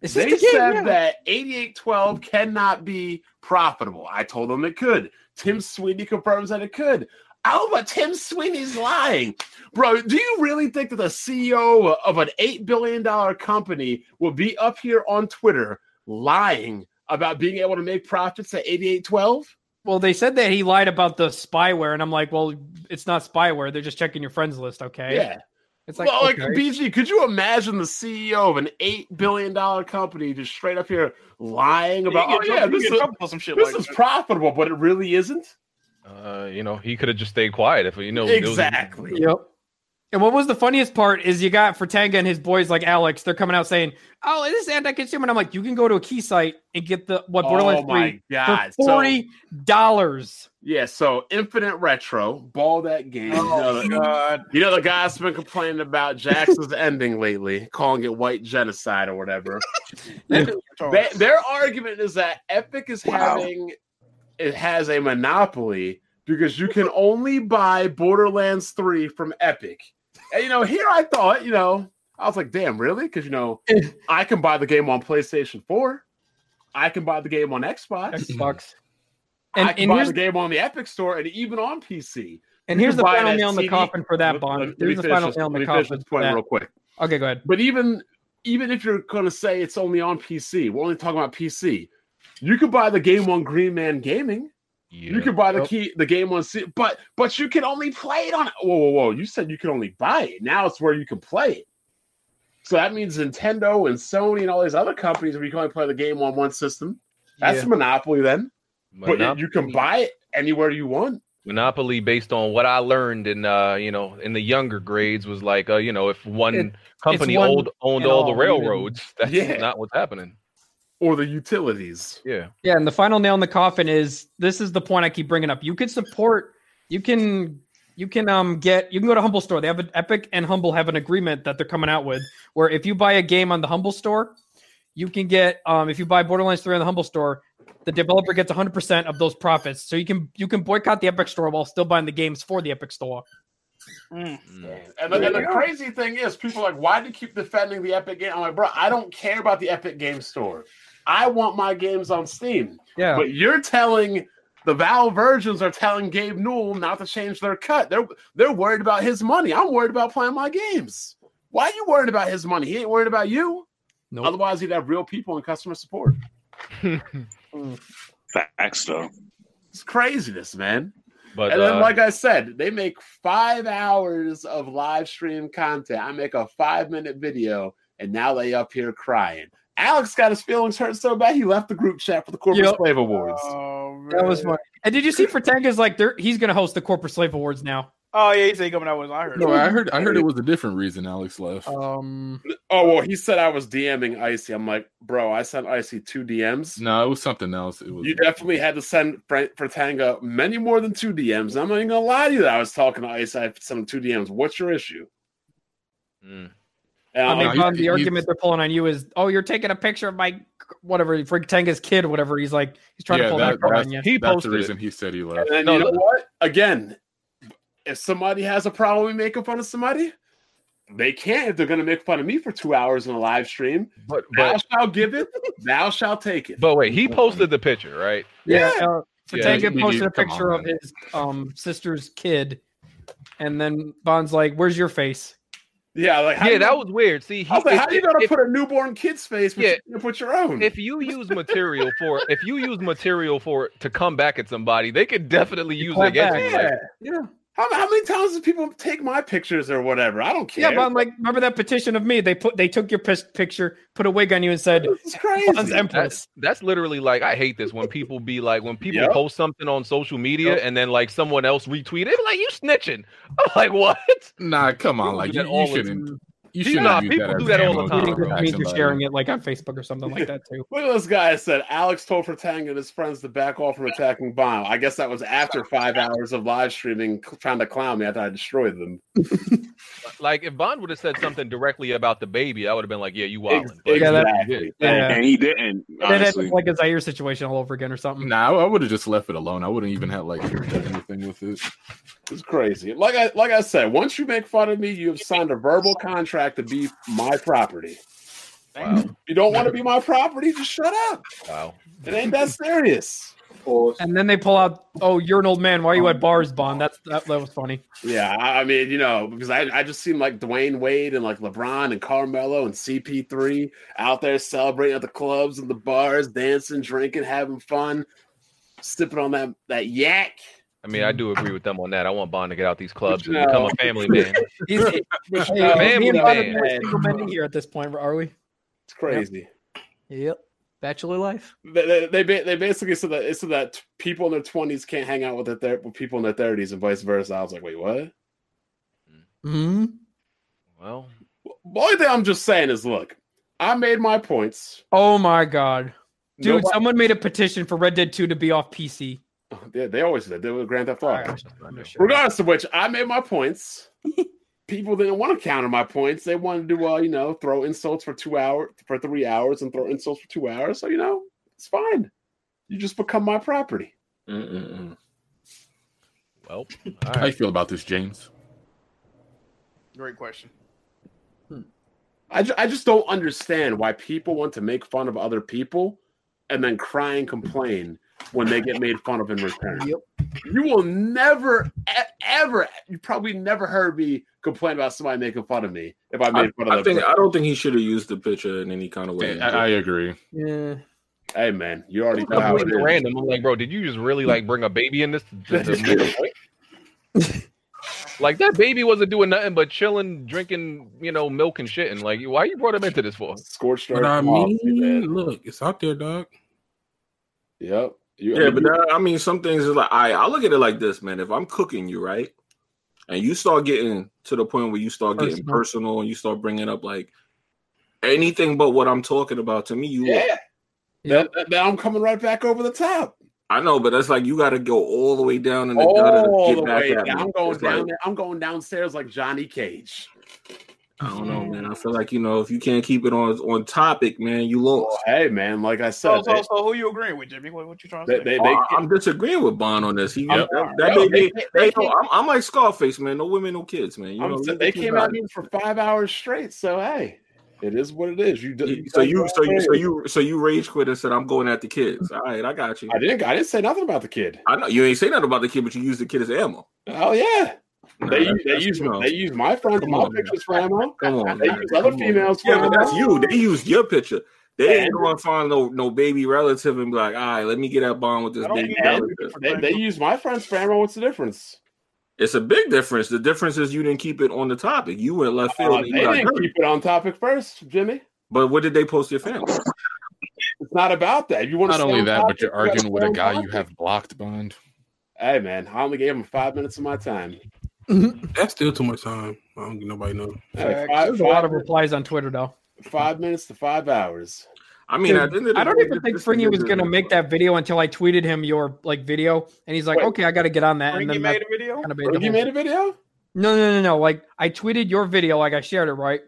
S2: It's just
S4: they
S2: a game.
S4: said
S2: yeah.
S4: that 8812 cannot be profitable. I told them it could. Tim Sweeney confirms that it could. Oh, but Tim Sweeney's lying. Bro, do you really think that the CEO of an $8 billion company will be up here on Twitter lying about being able to make profits at 8812?
S2: Well, they said that he lied about the spyware, and I'm like, well, it's not spyware. They're just checking your friends list, okay?
S4: Yeah.
S2: It's like,
S4: Well, like,
S2: okay.
S4: BG, could you imagine the CEO of an $8 billion company just straight up here lying about,
S10: you
S4: oh,
S10: get
S4: yeah,
S10: trouble- you
S4: this
S10: get
S4: is,
S10: trouble for some shit
S4: this
S10: like
S4: is
S10: that.
S4: profitable, but it really isn't?
S1: Uh, you know, he could have just stayed quiet if you know it was-
S4: exactly.
S2: Yep. And what was the funniest part is you got Fratanga and his boys like Alex. They're coming out saying, "Oh, this is anti-consumer." And I'm like, "You can go to a key site and get the what Borderlands
S4: Oh my
S2: three
S4: god!
S2: for
S4: So,
S2: forty dollars."
S4: yeah, so Infinite Retro, ball that game. you, know, the,
S10: God.
S4: you know the guy's been complaining about Jackson's ending lately, calling it white genocide or whatever. They- their argument is that Epic is
S12: Wow.
S4: having it has a monopoly because you can only buy Borderlands three from Epic. And you know, here I thought, you know, I was like, damn, really? Because you know, I can buy the game on PlayStation Four, I can buy the game on Xbox,
S2: Xbox.
S4: I
S2: And,
S4: can
S2: and
S4: buy
S2: here's
S4: the game on the Epic Store, and even on PC.
S2: and here's
S4: can
S2: the
S4: buy it
S2: final
S4: as
S2: nail in the
S4: CD.
S2: coffin for that
S4: Let-
S2: bond.
S4: let- let me
S2: Here's the
S4: finish
S2: final
S4: this-
S2: nail in
S4: let
S2: the
S4: me finish
S2: coffin.
S4: this
S2: for
S4: point
S2: that.
S4: real quick.
S2: Okay, go ahead.
S4: But even even if you're gonna say it's only on PC, we're only talking about PC. You could buy the game on Green Man Gaming. You can buy the key, the game on, C- but but you can only play it on. Whoa, whoa, whoa! You said you can only buy it. Now it's where you can play it. So that means Nintendo and Sony and all these other companies where you can only play the game on one system. That's a monopoly then. But you- you can buy it anywhere you want.
S1: Monopoly based on what I learned in uh you know in the younger grades was like uh you know if one
S2: It-
S1: company
S2: one
S1: owned owned
S2: and
S1: all
S2: all,
S1: the
S2: you
S1: railroads that's
S4: Yeah.
S1: not what's happening
S4: Or the utilities.
S1: yeah
S2: Yeah, and the final nail in the coffin is this is the point I keep bringing up. You can support, you can, you can um get, you can go to Humble Store. They have an Epic and Humble have an agreement that they're coming out with, where if you buy a game on the Humble Store, you can get um if you buy Borderlands Three on the Humble Store, the developer gets 100 percent of those profits. So you can you can boycott the Epic Store while still buying the games for the Epic Store.
S10: Mm.
S1: Mm.
S4: And the, and the crazy thing is, people are like, why do you keep defending the Epic Game? I'm like, bro, I don't care about the Epic Game Store. I want my games on Steam.
S2: Yeah,
S4: But you're telling the Valve virgins are telling Gabe Newell not to change their cut. They're they're worried about his money. I'm worried about playing my games. Why are you worried about his money? He ain't worried about you.
S2: Nope.
S4: Otherwise, he'd have real people in customer support.
S12: Facts though.
S4: It's craziness, man.
S1: but
S4: And then,
S1: uh,
S4: like I said, they make five hours of live stream content. I make a five minute video, and now they up here crying. Alex got his feelings hurt so bad he left the group chat for the corporate
S2: Yep.
S4: slave awards.
S10: Oh,
S2: that was
S7: uh,
S10: man.
S2: fun. And did you see Fratanga's like they're, he's gonna host the Corporate Slave Awards now?
S10: Oh yeah, he's ain't coming out with. I heard.
S7: No, I heard. I heard it was a different reason Alex left.
S4: Uh,
S2: Um,
S4: oh well, he said I was DMing Icy. I'm like, bro, I sent Icy two DMs.
S7: no, it was something else. It was.
S4: You definitely had to send Fra- Fratanga many more than two DMs. I'm not even gonna lie to you that I was talking to Icy. I sent him two DMs. What's your issue?
S1: mm,
S4: And
S2: I mean,
S4: I'm
S7: no,
S4: like,
S7: he's-
S2: Bob, the
S7: he's-
S2: argument they're pulling on you is, oh, you're taking a picture of my whatever Tanga's kid, or whatever. He's like, he's trying to
S7: Yeah,
S2: pull
S7: that-
S2: that, card
S7: that's-
S2: on you.
S1: he
S7: that's the
S1: posted
S7: reason he said he left.
S4: and
S1: No,
S4: you know
S1: no.
S4: what? Again, if somebody has a problem with making fun of somebody, they can't if they're gonna make fun of me for two hours in a live stream.
S1: it. but
S4: Thou
S1: but
S4: shall give it, thou shall take it.
S1: but wait he posted the picture right
S2: Yeah, uh,
S1: Yeah,
S2: Tanga
S7: you- you-
S2: posted a
S7: come on,
S2: picture of
S7: man.
S2: his um, sister's kid, and then Bond's like, "Where's your face?"
S4: yeah, like how
S1: yeah
S4: you-
S1: that was weird see he,
S4: I was like,
S1: if-
S4: how you gonna
S1: if-
S4: put a newborn kid's face, but
S1: Yeah.
S4: you can't put your own?
S1: if you use material for if you use material for to come back at somebody they could definitely use it
S2: clap
S1: against
S2: back.
S1: you
S4: yeah.
S1: like,
S2: Yeah,
S4: How, how many times do people take my pictures or whatever? I don't
S2: yeah,
S4: care.
S2: but I'm like, remember that petition of me? They put, they took your pis- picture, put a wig on you, and said,
S4: it's
S2: "Bond's
S4: crazy.
S2: empress."
S1: That's literally like I hate this when people be like when people
S4: Yep.
S1: post something on social media and then like someone else retweet it like you snitching. I'm like what?
S7: Nah, come on, like
S1: do
S7: you,
S1: that
S7: you
S1: all the
S7: shouldn't. You
S1: People-
S7: should
S1: nah,
S7: not use
S1: people
S7: that
S1: do
S7: as
S1: that all
S7: ammo
S1: the
S7: to
S1: time,
S2: Meaning
S1: bro.
S7: attack
S2: just means you're
S7: somebody.
S2: sharing it like on Facebook or something like that too.
S4: Look at this guy that said Alex told Fratang and his friends to back off from attacking Bomb. I guess that was after five hours of live streaming cl- trying to clown me after I destroyed them.
S1: Like if Bond would have said something directly about the baby, I would have been like, yeah, you wildin'.
S4: Ex-
S1: But
S2: Yeah, that-
S4: exactly.
S2: Yeah.
S12: And he didn't.
S2: Then it's
S12: Honestly,
S2: like a Zaire situation all over again or something.
S7: Nah, I would have just left it alone. I wouldn't even have like done anything with it.
S4: It's crazy. Like I like I said, once you make fun of me, you have signed a verbal contract to be my property.
S1: wow,
S4: You don't want to be my property, just shut up.
S1: wow.
S4: It ain't that serious.
S7: Pause.
S2: And then they pull out, oh, you're an old man. Why are
S7: Um,
S2: you at bars, Bond? That's that, that was funny.
S7: Yeah, I I mean, you know, because I, I just seen like Dwayne Wade and like LeBron and Carmelo and CP3 out there celebrating at the clubs and the bars, dancing, drinking, having fun, sipping on that that yak.
S1: I mean, I do
S7: Mm.
S1: agree with them on that. I want Bond to get out these clubs and become a family man.
S2: He's, hey,
S1: No,
S2: man, me
S1: man,
S2: and Bond are the
S7: man.
S2: only single men here at this point, are we?
S7: It's crazy.
S2: Yep. Bachelor life.
S7: They, they, they ba- they basically said that it's so that people in their twenties can't hang out with their thir- with people in their thirties and vice versa. I was like, wait, what?
S2: hmm
S1: Well,
S7: The only thing I'm just saying is, look, I made my points.
S2: Oh my god, dude!
S7: Nobody-
S2: Someone made a petition for Red Dead Two to be off PC.
S7: They, they always did. They were Grand Theft Auto.
S2: Alright,
S7: Regardless of which, I made my points. People didn't want to counter my points. They wanted to, uh, you know, throw insults for two hours, for three hours, and throw insults for two hours. So you know, it's fine. You just become my property.
S4: Mm-mm-mm.
S1: well,
S17: How you feel about this, James?
S10: Great question.
S7: I, ju- I just don't understand why people want to make fun of other people and then cry and complain when they get made fun of in return. You will never, e- ever, you probably never heard me complain about somebody making fun of me if I
S4: I,
S7: made fun
S4: I
S7: of them.
S4: think I don't think he should have used the picture in any kind of way.
S17: I, I agree.
S2: Yeah.
S7: hey, man, you already know how it
S1: completely
S7: is.
S1: random. I'm like, bro, did you just really like bring a baby in this? To, to make a point? like that baby wasn't doing nothing but chilling, drinking, you know, milk and shit. And like, why you brought him into this for?
S7: Scorched earth.
S8: But I mean,
S7: policy, man.
S8: look, it's out there, dog.
S7: Yep. You,
S4: Yeah, but that, I mean, some things is like I I look at it like this, man. If I'm cooking you, right, and you start getting to the point where you start getting
S2: Personal.
S4: personal and you start bringing up like anything but what I'm talking about, to me, you
S7: yeah. Now, now I'm coming right back over the top.
S4: I know, but that's like you got to go all the way down in the gutter
S7: All
S4: to
S7: the
S4: get back
S7: way
S4: at me.
S7: down. I'm going
S4: It's like,
S7: down there. I'm going downstairs like Johnny Cage.
S4: I don't know, man. I feel
S7: Mm-hmm.
S4: like you know if you can't keep it on on topic, man, you lost.
S7: Well, hey, man, like I said,
S10: So, so, so who you agreeing with, Jimmy? What, what you trying to
S7: they,
S10: say?
S7: they, they,
S4: Oh, I- I'm disagreeing with Bond on this. He,
S10: Yep.
S4: that, that
S7: Yo,
S4: baby-
S7: they-
S4: they
S7: they
S4: don't-
S7: came-
S4: I'm, I'm like Scarface, man. No women, no kids, man. You
S7: I'm
S4: know,
S7: sa-
S4: leave
S7: they
S4: the kids
S7: came
S4: out
S7: out
S4: of it.
S7: here for five hours straight. So hey, it is what it is. You do,
S4: So you, so you, so you, so you rage quit and said, "I'm going at the kids." All right, I got you.
S7: I didn't. I didn't say nothing about the kid.
S4: I know you ain't say nothing about the kid, but you used the kid as ammo.
S7: Oh yeah, they
S4: Nah,
S7: use, they
S4: that's-
S7: use
S4: no.
S7: they use my friends,
S4: Come
S7: my
S4: on, man.
S7: pictures for ammo.
S4: Come on,
S7: They
S4: man.
S7: use other
S4: Come on.
S7: females for
S4: Yeah, but that's
S7: ammo.
S4: you. They used your picture. They
S7: And-
S4: ain't going to find no no baby relative and be like, "All right, let me get that bond with this
S10: I don't
S4: baby
S10: think that's a
S4: relative."
S10: different
S7: They,
S10: thing.
S7: they use my friends for ammo. What's the difference?
S4: It's a big difference. The difference is you didn't keep it on the topic. You went left field.
S7: Uh,
S4: and
S7: they
S4: you got
S7: didn't
S4: hurt.
S7: keep it on topic first, Jimmy.
S4: But what did they post to your family?
S7: It's not about that. You want to
S17: Not
S7: stay
S17: only
S7: on
S17: that,
S7: topic,
S17: but you're
S7: you gotta
S17: arguing with
S7: stay
S17: a
S7: on
S17: guy you
S7: topic.
S17: have blocked, Bond.
S7: Hey man, I only gave him five minutes of my time.
S8: That's still too much time. I don't get nobody know.
S7: Hey,
S2: There's
S7: five,
S2: a lot of
S7: five,
S2: replies on Twitter though.
S7: five minutes to five hours.
S4: I mean, at the end of the
S2: I don't
S4: day,
S2: even
S4: this-
S2: think
S4: this is
S2: Fringy
S4: a
S2: was gonna
S4: business.
S2: make that video until I tweeted him your like video, and he's like,
S7: Wait.
S2: "Okay, I got to get on that." And
S10: Frankie
S2: then
S10: made
S2: that
S10: a video.
S2: kind of made the
S7: You
S2: whole-
S7: made a video.
S2: No, no, no, no. Like I tweeted your video, like I shared it, right?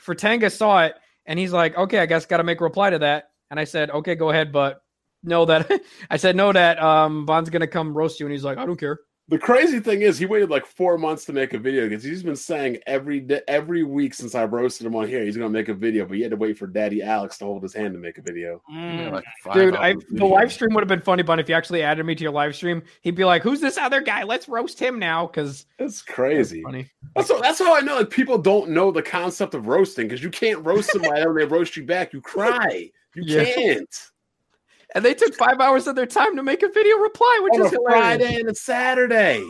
S2: Fratanga saw it and he's like, Okay, I guess gotta make a reply to that. And I said, Okay, go ahead, but know that I said no that um Bond's gonna come roast you and he's like, I don't care.
S7: The crazy thing is, he waited like four months to make a video because he's been saying every day, every week since I roasted him on here, he's gonna make a video, but he had to wait for Daddy Alex to hold his hand to make a video.
S17: Yeah,
S10: Mm.
S17: like five
S2: Dude, I
S17: hours
S2: the
S17: video.
S2: live stream would have been funny, but if you actually added me to your live stream, he'd be like, Who's this other guy? Let's roast him now because
S7: It's crazy.
S2: funny.
S7: That's how, that's how I know that people don't know the concept of roasting because you can't roast somebody and they roast you back. You cry. You
S2: Yeah.
S7: can't.
S2: And they took five hours of their time to make a video reply, which
S7: On a
S2: is hilarious.
S7: Friday and a Saturday.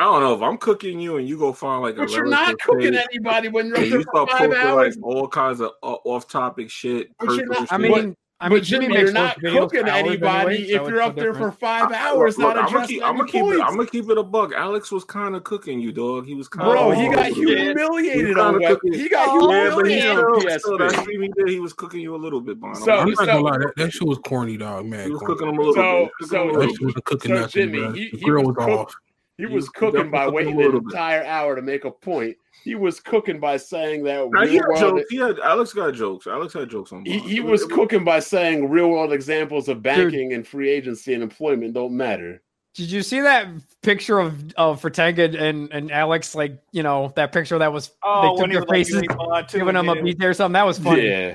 S4: I don't know if I'm cooking you and you go find like a
S7: But you're
S4: relative
S7: not cooking
S4: page
S7: anybody when you're up
S4: and you
S7: there for
S4: start
S7: five
S4: posting like
S7: hours.
S4: all kinds of off topic shit.
S7: But you're
S4: personal
S7: not-
S2: I
S4: shit.
S2: mean,
S7: But-
S2: I mean,
S7: but Jimmy,
S2: makes
S7: you're
S2: those
S7: not
S2: videos for
S7: cooking
S2: hours
S7: anybody
S2: anyway,
S7: if
S2: so
S7: you're
S2: it's no
S7: up there for
S2: different.
S7: five hours
S4: Look,
S7: not
S4: I'm gonna
S7: addressing
S4: keep. I'm gonna
S7: any
S4: keep it. I'm
S7: points.
S4: gonna keep it a bug. Alex was kind of cooking you, dog. He was kind
S7: Bro,
S4: of.
S7: he got humiliated on web. He got
S4: Yeah, but he
S7: humiliated on
S4: still, still that
S7: PSP.
S4: stream he did, he was cooking you a little bit, Bond.
S7: So-
S8: I'm
S4: I'm
S8: not
S4: not-
S8: gonna lie, that, that shit was corny, dog.
S4: he
S8: Man,
S4: was
S8: corny.
S4: cooking him a little
S7: So-
S4: bit. He was cooking him a little
S8: That shit wasn't cooking
S7: so
S8: nothing,
S7: Jimmy,
S8: bro.
S7: he-
S8: the
S7: he
S8: grill
S7: was
S8: was,
S7: cook-
S8: off.
S7: He
S4: He
S7: was
S4: was
S7: cooking
S4: definitely
S7: by
S4: cooking a
S7: waiting an
S4: little bit.
S7: entire hour to make a point. He was cooking by saying that
S4: Nah, he
S7: real
S4: had
S7: world.
S4: jokes. He had Alex got jokes. Alex had jokes on.
S7: He,
S4: Bond.
S7: he
S4: It
S7: was
S4: it
S7: cooking by saying real world examples of banking and free agency and employment don't matter.
S2: Did you see that picture of of Fertanga and and Alex? Like you know that picture that was
S10: Oh,
S2: they
S10: when
S2: took
S10: he
S2: their
S10: was like, you
S2: faces,
S10: need Bond too,
S2: giving them a
S10: yeah.
S2: beat there or something. That was funny.
S7: Yeah.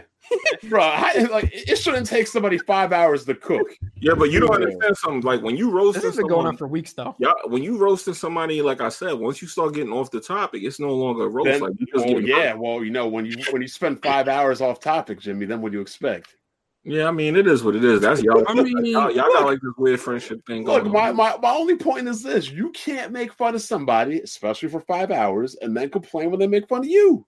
S7: bro. I, like it shouldn't take somebody five hours to cook.
S4: Yeah, but you don't understand something. Like when you roast
S2: This has been going on for weeks though.
S4: yeah, when you roasting somebody, like I said, once you start getting off the topic, it's no longer a roast.
S7: Then,
S4: like you just
S7: oh,
S4: getting hot.
S7: yeah, well, you know when you when you spend five hours off topic, Jimmy, then what do you expect?
S4: yeah. I mean, it is what it is. That's y'all.
S18: I mean,
S4: y'all, y'all got like this weird friendship thing
S7: Look,
S4: going
S7: my,
S4: on.
S7: my, my only point is this: you can't make fun of somebody, especially for five hours, and then complain when they make fun of you.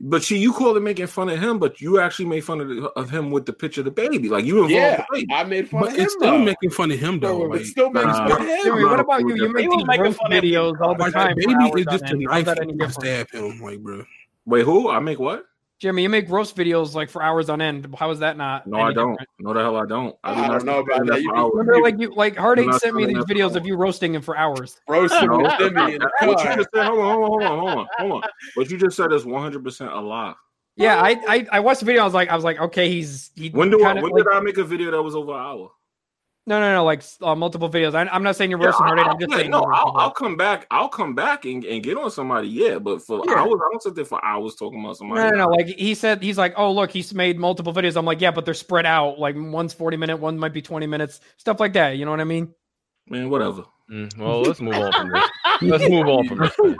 S4: But see, you call it making fun of him, but you actually made fun of, the, of him with the picture of the baby. Like you involved
S7: Yeah,
S4: the baby.
S7: I made fun
S8: But
S7: of him.
S8: it's still
S7: though.
S8: making fun of him though.
S7: It
S8: Like,
S7: still makes
S4: nah.
S7: fun of him.
S2: Jimmy, what about you? You
S4: He
S2: make
S10: was
S2: these
S10: making
S2: roast
S10: fun of me.
S2: videos all the
S8: like the
S2: time. for
S8: baby
S2: hours
S8: is just
S2: on
S8: a
S2: end. How's
S8: knife
S2: that any
S8: to
S2: different?
S8: stab him, like bro.
S4: Wait, who? I make what?
S2: Jimmy, you make roast videos like for hours on end. How is that not?
S4: No,
S2: any
S4: I don't.
S2: different?
S4: No, the hell, I don't. do
S7: I
S4: not
S7: don't know
S4: spend
S7: about that. You
S4: for
S7: can-
S4: hours.
S2: Remember, like you, like Heartache
S4: not
S2: sent me
S4: spending
S2: these
S4: that
S2: videos
S4: for
S2: of you roasting him for hours.
S7: Roasting
S4: No,
S7: Jimmy in the
S4: what you
S7: car.
S4: just said, hold on, hold on, hold on, hold on. What you just said is 100% a lie.
S2: Yeah, I, I, I watched the video. I was like, I was like, okay, he's he.
S4: When do I,
S2: kinda,
S4: when
S2: like-
S4: did I make a video that was over an hour?
S2: No, no, no, like uh, multiple videos. I, I'm not saying you're
S4: Yeah,
S2: roasting Heartache.
S4: I'll-
S2: I'm just
S4: yeah,
S2: saying.
S4: no,
S2: you're
S4: I'll,
S2: roasting
S4: I'll come back. I'll come back and, and get on somebody. Yeah, but for
S2: Yeah.
S4: hours, I don't sit there for hours talking about
S2: Heartache. No,
S4: somebody.
S2: no, no. Like he said, he's like, oh look, he's made multiple videos. I'm like, yeah, but they're spread out. Like one's 40 minute, one might be 20 minutes, stuff like that. You know what I mean?
S4: Man, whatever.
S1: Mm, well, let's move on from this. Let's move on from this. thing.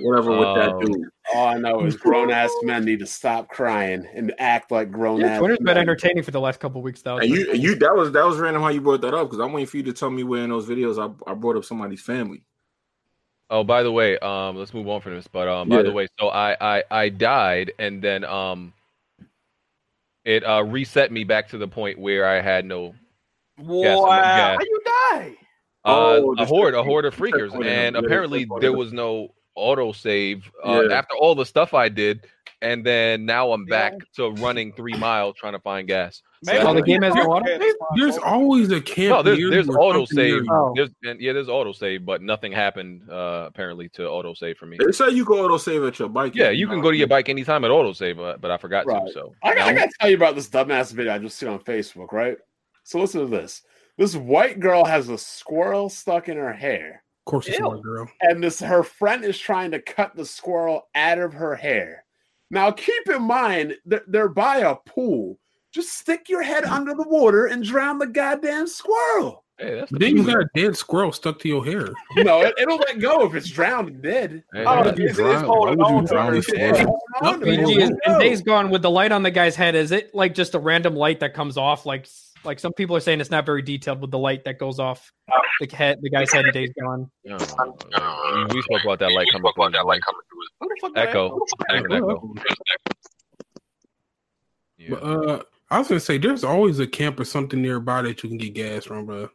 S4: Whatever with
S1: Oh.
S4: that dude.
S7: All I know is grown ass men need to stop crying and act like grown
S2: Yeah,
S7: ass.
S2: Twitter's been
S7: men.
S2: entertaining for the last couple weeks though.
S4: And Oh, you, you that was that was random how you brought that up because I'm waiting for you to tell me where in those videos I, I brought up somebody's family.
S1: Oh, by the way, um, let's move on from this. But um, by the
S4: Yeah.
S1: way, so I, I I died, and then um, it uh reset me back to the point where I had no
S10: Wow.
S1: yeah.
S10: How you die?
S1: uh,
S4: Oh,
S1: a
S4: the
S1: horde, a
S4: checkpoint-
S1: horde of freakers,
S4: checkpoint,
S1: and
S4: yeah, the
S1: apparently
S4: checkpoint.
S1: there was no auto save uh,
S4: Yeah.
S1: after all the stuff I did, and then now I'm
S10: Yeah.
S1: back to running three miles trying to find gas.
S10: Maybe-
S2: Oh, the game has no auto?
S10: Yeah, it's fine,
S8: There's
S10: bro.
S8: always a camp.
S1: No, there's
S8: near
S1: there's
S8: you or
S1: auto
S8: something near
S1: save.
S8: you.
S2: Oh.
S1: There's and yeah, there's auto save, but nothing happened uh, apparently to auto save for me.
S4: They say you can auto save at your bike.
S1: Yeah, you can go to your bike anytime at auto save, uh, but I forgot
S7: Right.
S1: to. So
S7: I, got, I
S1: now-
S7: got to tell you about this dumbass video I just seen on Facebook, right? So listen to this. This white girl has a squirrel stuck in her hair,
S8: Of course, it's
S10: Ew.
S8: my girl.
S7: and this her friend is trying to cut the squirrel out of her hair. Now keep in mind that they're by a pool. Just stick your head under the water and drown the goddamn squirrel.
S1: hey, that's the
S8: Then you
S1: truth.
S8: got a dead squirrel stuck to your hair.
S7: No, it, it'll let go if it's drowned and dead. Uh,
S1: Hey,
S10: Oh,
S18: Why
S1: hey,
S18: would you
S10: it's- it's
S18: drown- why
S10: holding
S18: would you
S10: on to
S18: drown
S10: her.
S18: the squirrel?
S7: Yeah, hold on to it.
S2: BG is,
S7: It'll
S2: in
S7: go.
S2: days gone with the light on the guy's head is it like just a random light that comes off like like some people are saying it's not very detailed with the light that goes off the head the guy's head in days gone
S1: I don't know. uh, we, we spoke about that like coming from that like
S10: Who the fuck
S1: echo.
S10: that-
S1: There's an echo. Yeah.
S8: But uh, I was gonna say there's always a camp or something nearby that you can get gas from, bro.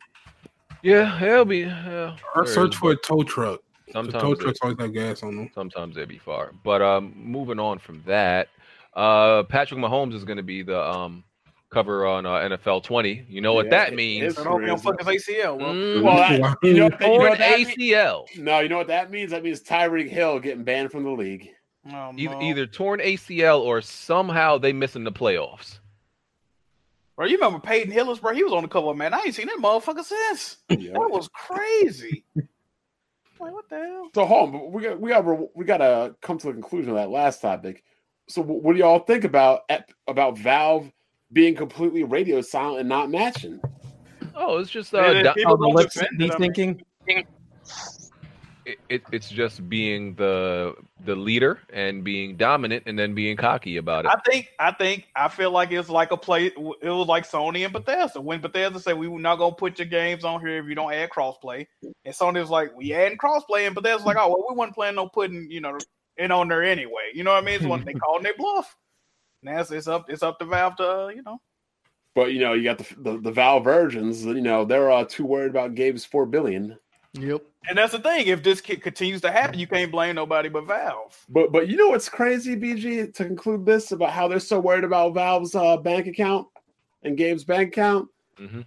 S1: Yeah, it'll be. Yeah,
S8: Or
S1: there
S8: search
S1: is,
S8: for a tow truck.
S1: but
S8: The tow
S1: sometimes. It,
S8: trucks always have gas on them.
S1: sometimes they'd be far. But um, moving on from that, uh, Patrick Mahomes is going to be the um cover on uh, NFL 20. You know what
S7: Yeah,
S1: that means?
S7: it's
S10: I hope he don't fuck his ACL, bro.
S1: Mm,
S7: Well, that, you know, you know
S1: torn
S7: what that means?
S1: ACL.
S7: No, you know what that means? That means Tyreek Hill getting banned from the league.
S10: Oh,
S1: Either,
S10: no.
S1: either torn ACL or somehow they missing the playoffs.
S10: Bro, you remember Peyton Hillis, bro? He was on the cover, man. I ain't seen that motherfucker since. That was crazy. like, what the hell?
S7: So, home, we got we got we got to come to the conclusion of that last topic. So, wh- what do y'all think about ep- about Valve being completely radio silent and not matching?
S1: Oh, it's just
S10: Yeah,
S1: uh,
S10: they-
S1: Don-
S10: people
S2: oh the
S10: don't
S2: lips
S10: defend it,
S2: he's
S10: I mean.
S2: thinking
S1: it, it, it's just being the the leader and being dominant and then being cocky about it.
S10: I think, I think, I feel like it's like a play. It was like Sony and Bethesda. When Bethesda said, "We were not gonna put your games on here if you don't add crossplay," and Sony was like, "We adding crossplay," and Bethesda's like, "Oh, well, we weren't planning on putting you know it on there anyway." You know what I mean? So when they called their bluff. Now it's, it's up, it's up to Valve to uh, you know.
S7: But you know, you got the the, the Valve virgins. You know, they're uh, too worried about Gabe's four billion.
S2: yep
S10: And that's the thing. If this kid continues to happen, you can't blame nobody but Valve.
S7: But but you know what's crazy, BG? To conclude this about how they're so worried about Valve's uh, bank account and Gabe's bank account,
S1: Mhm.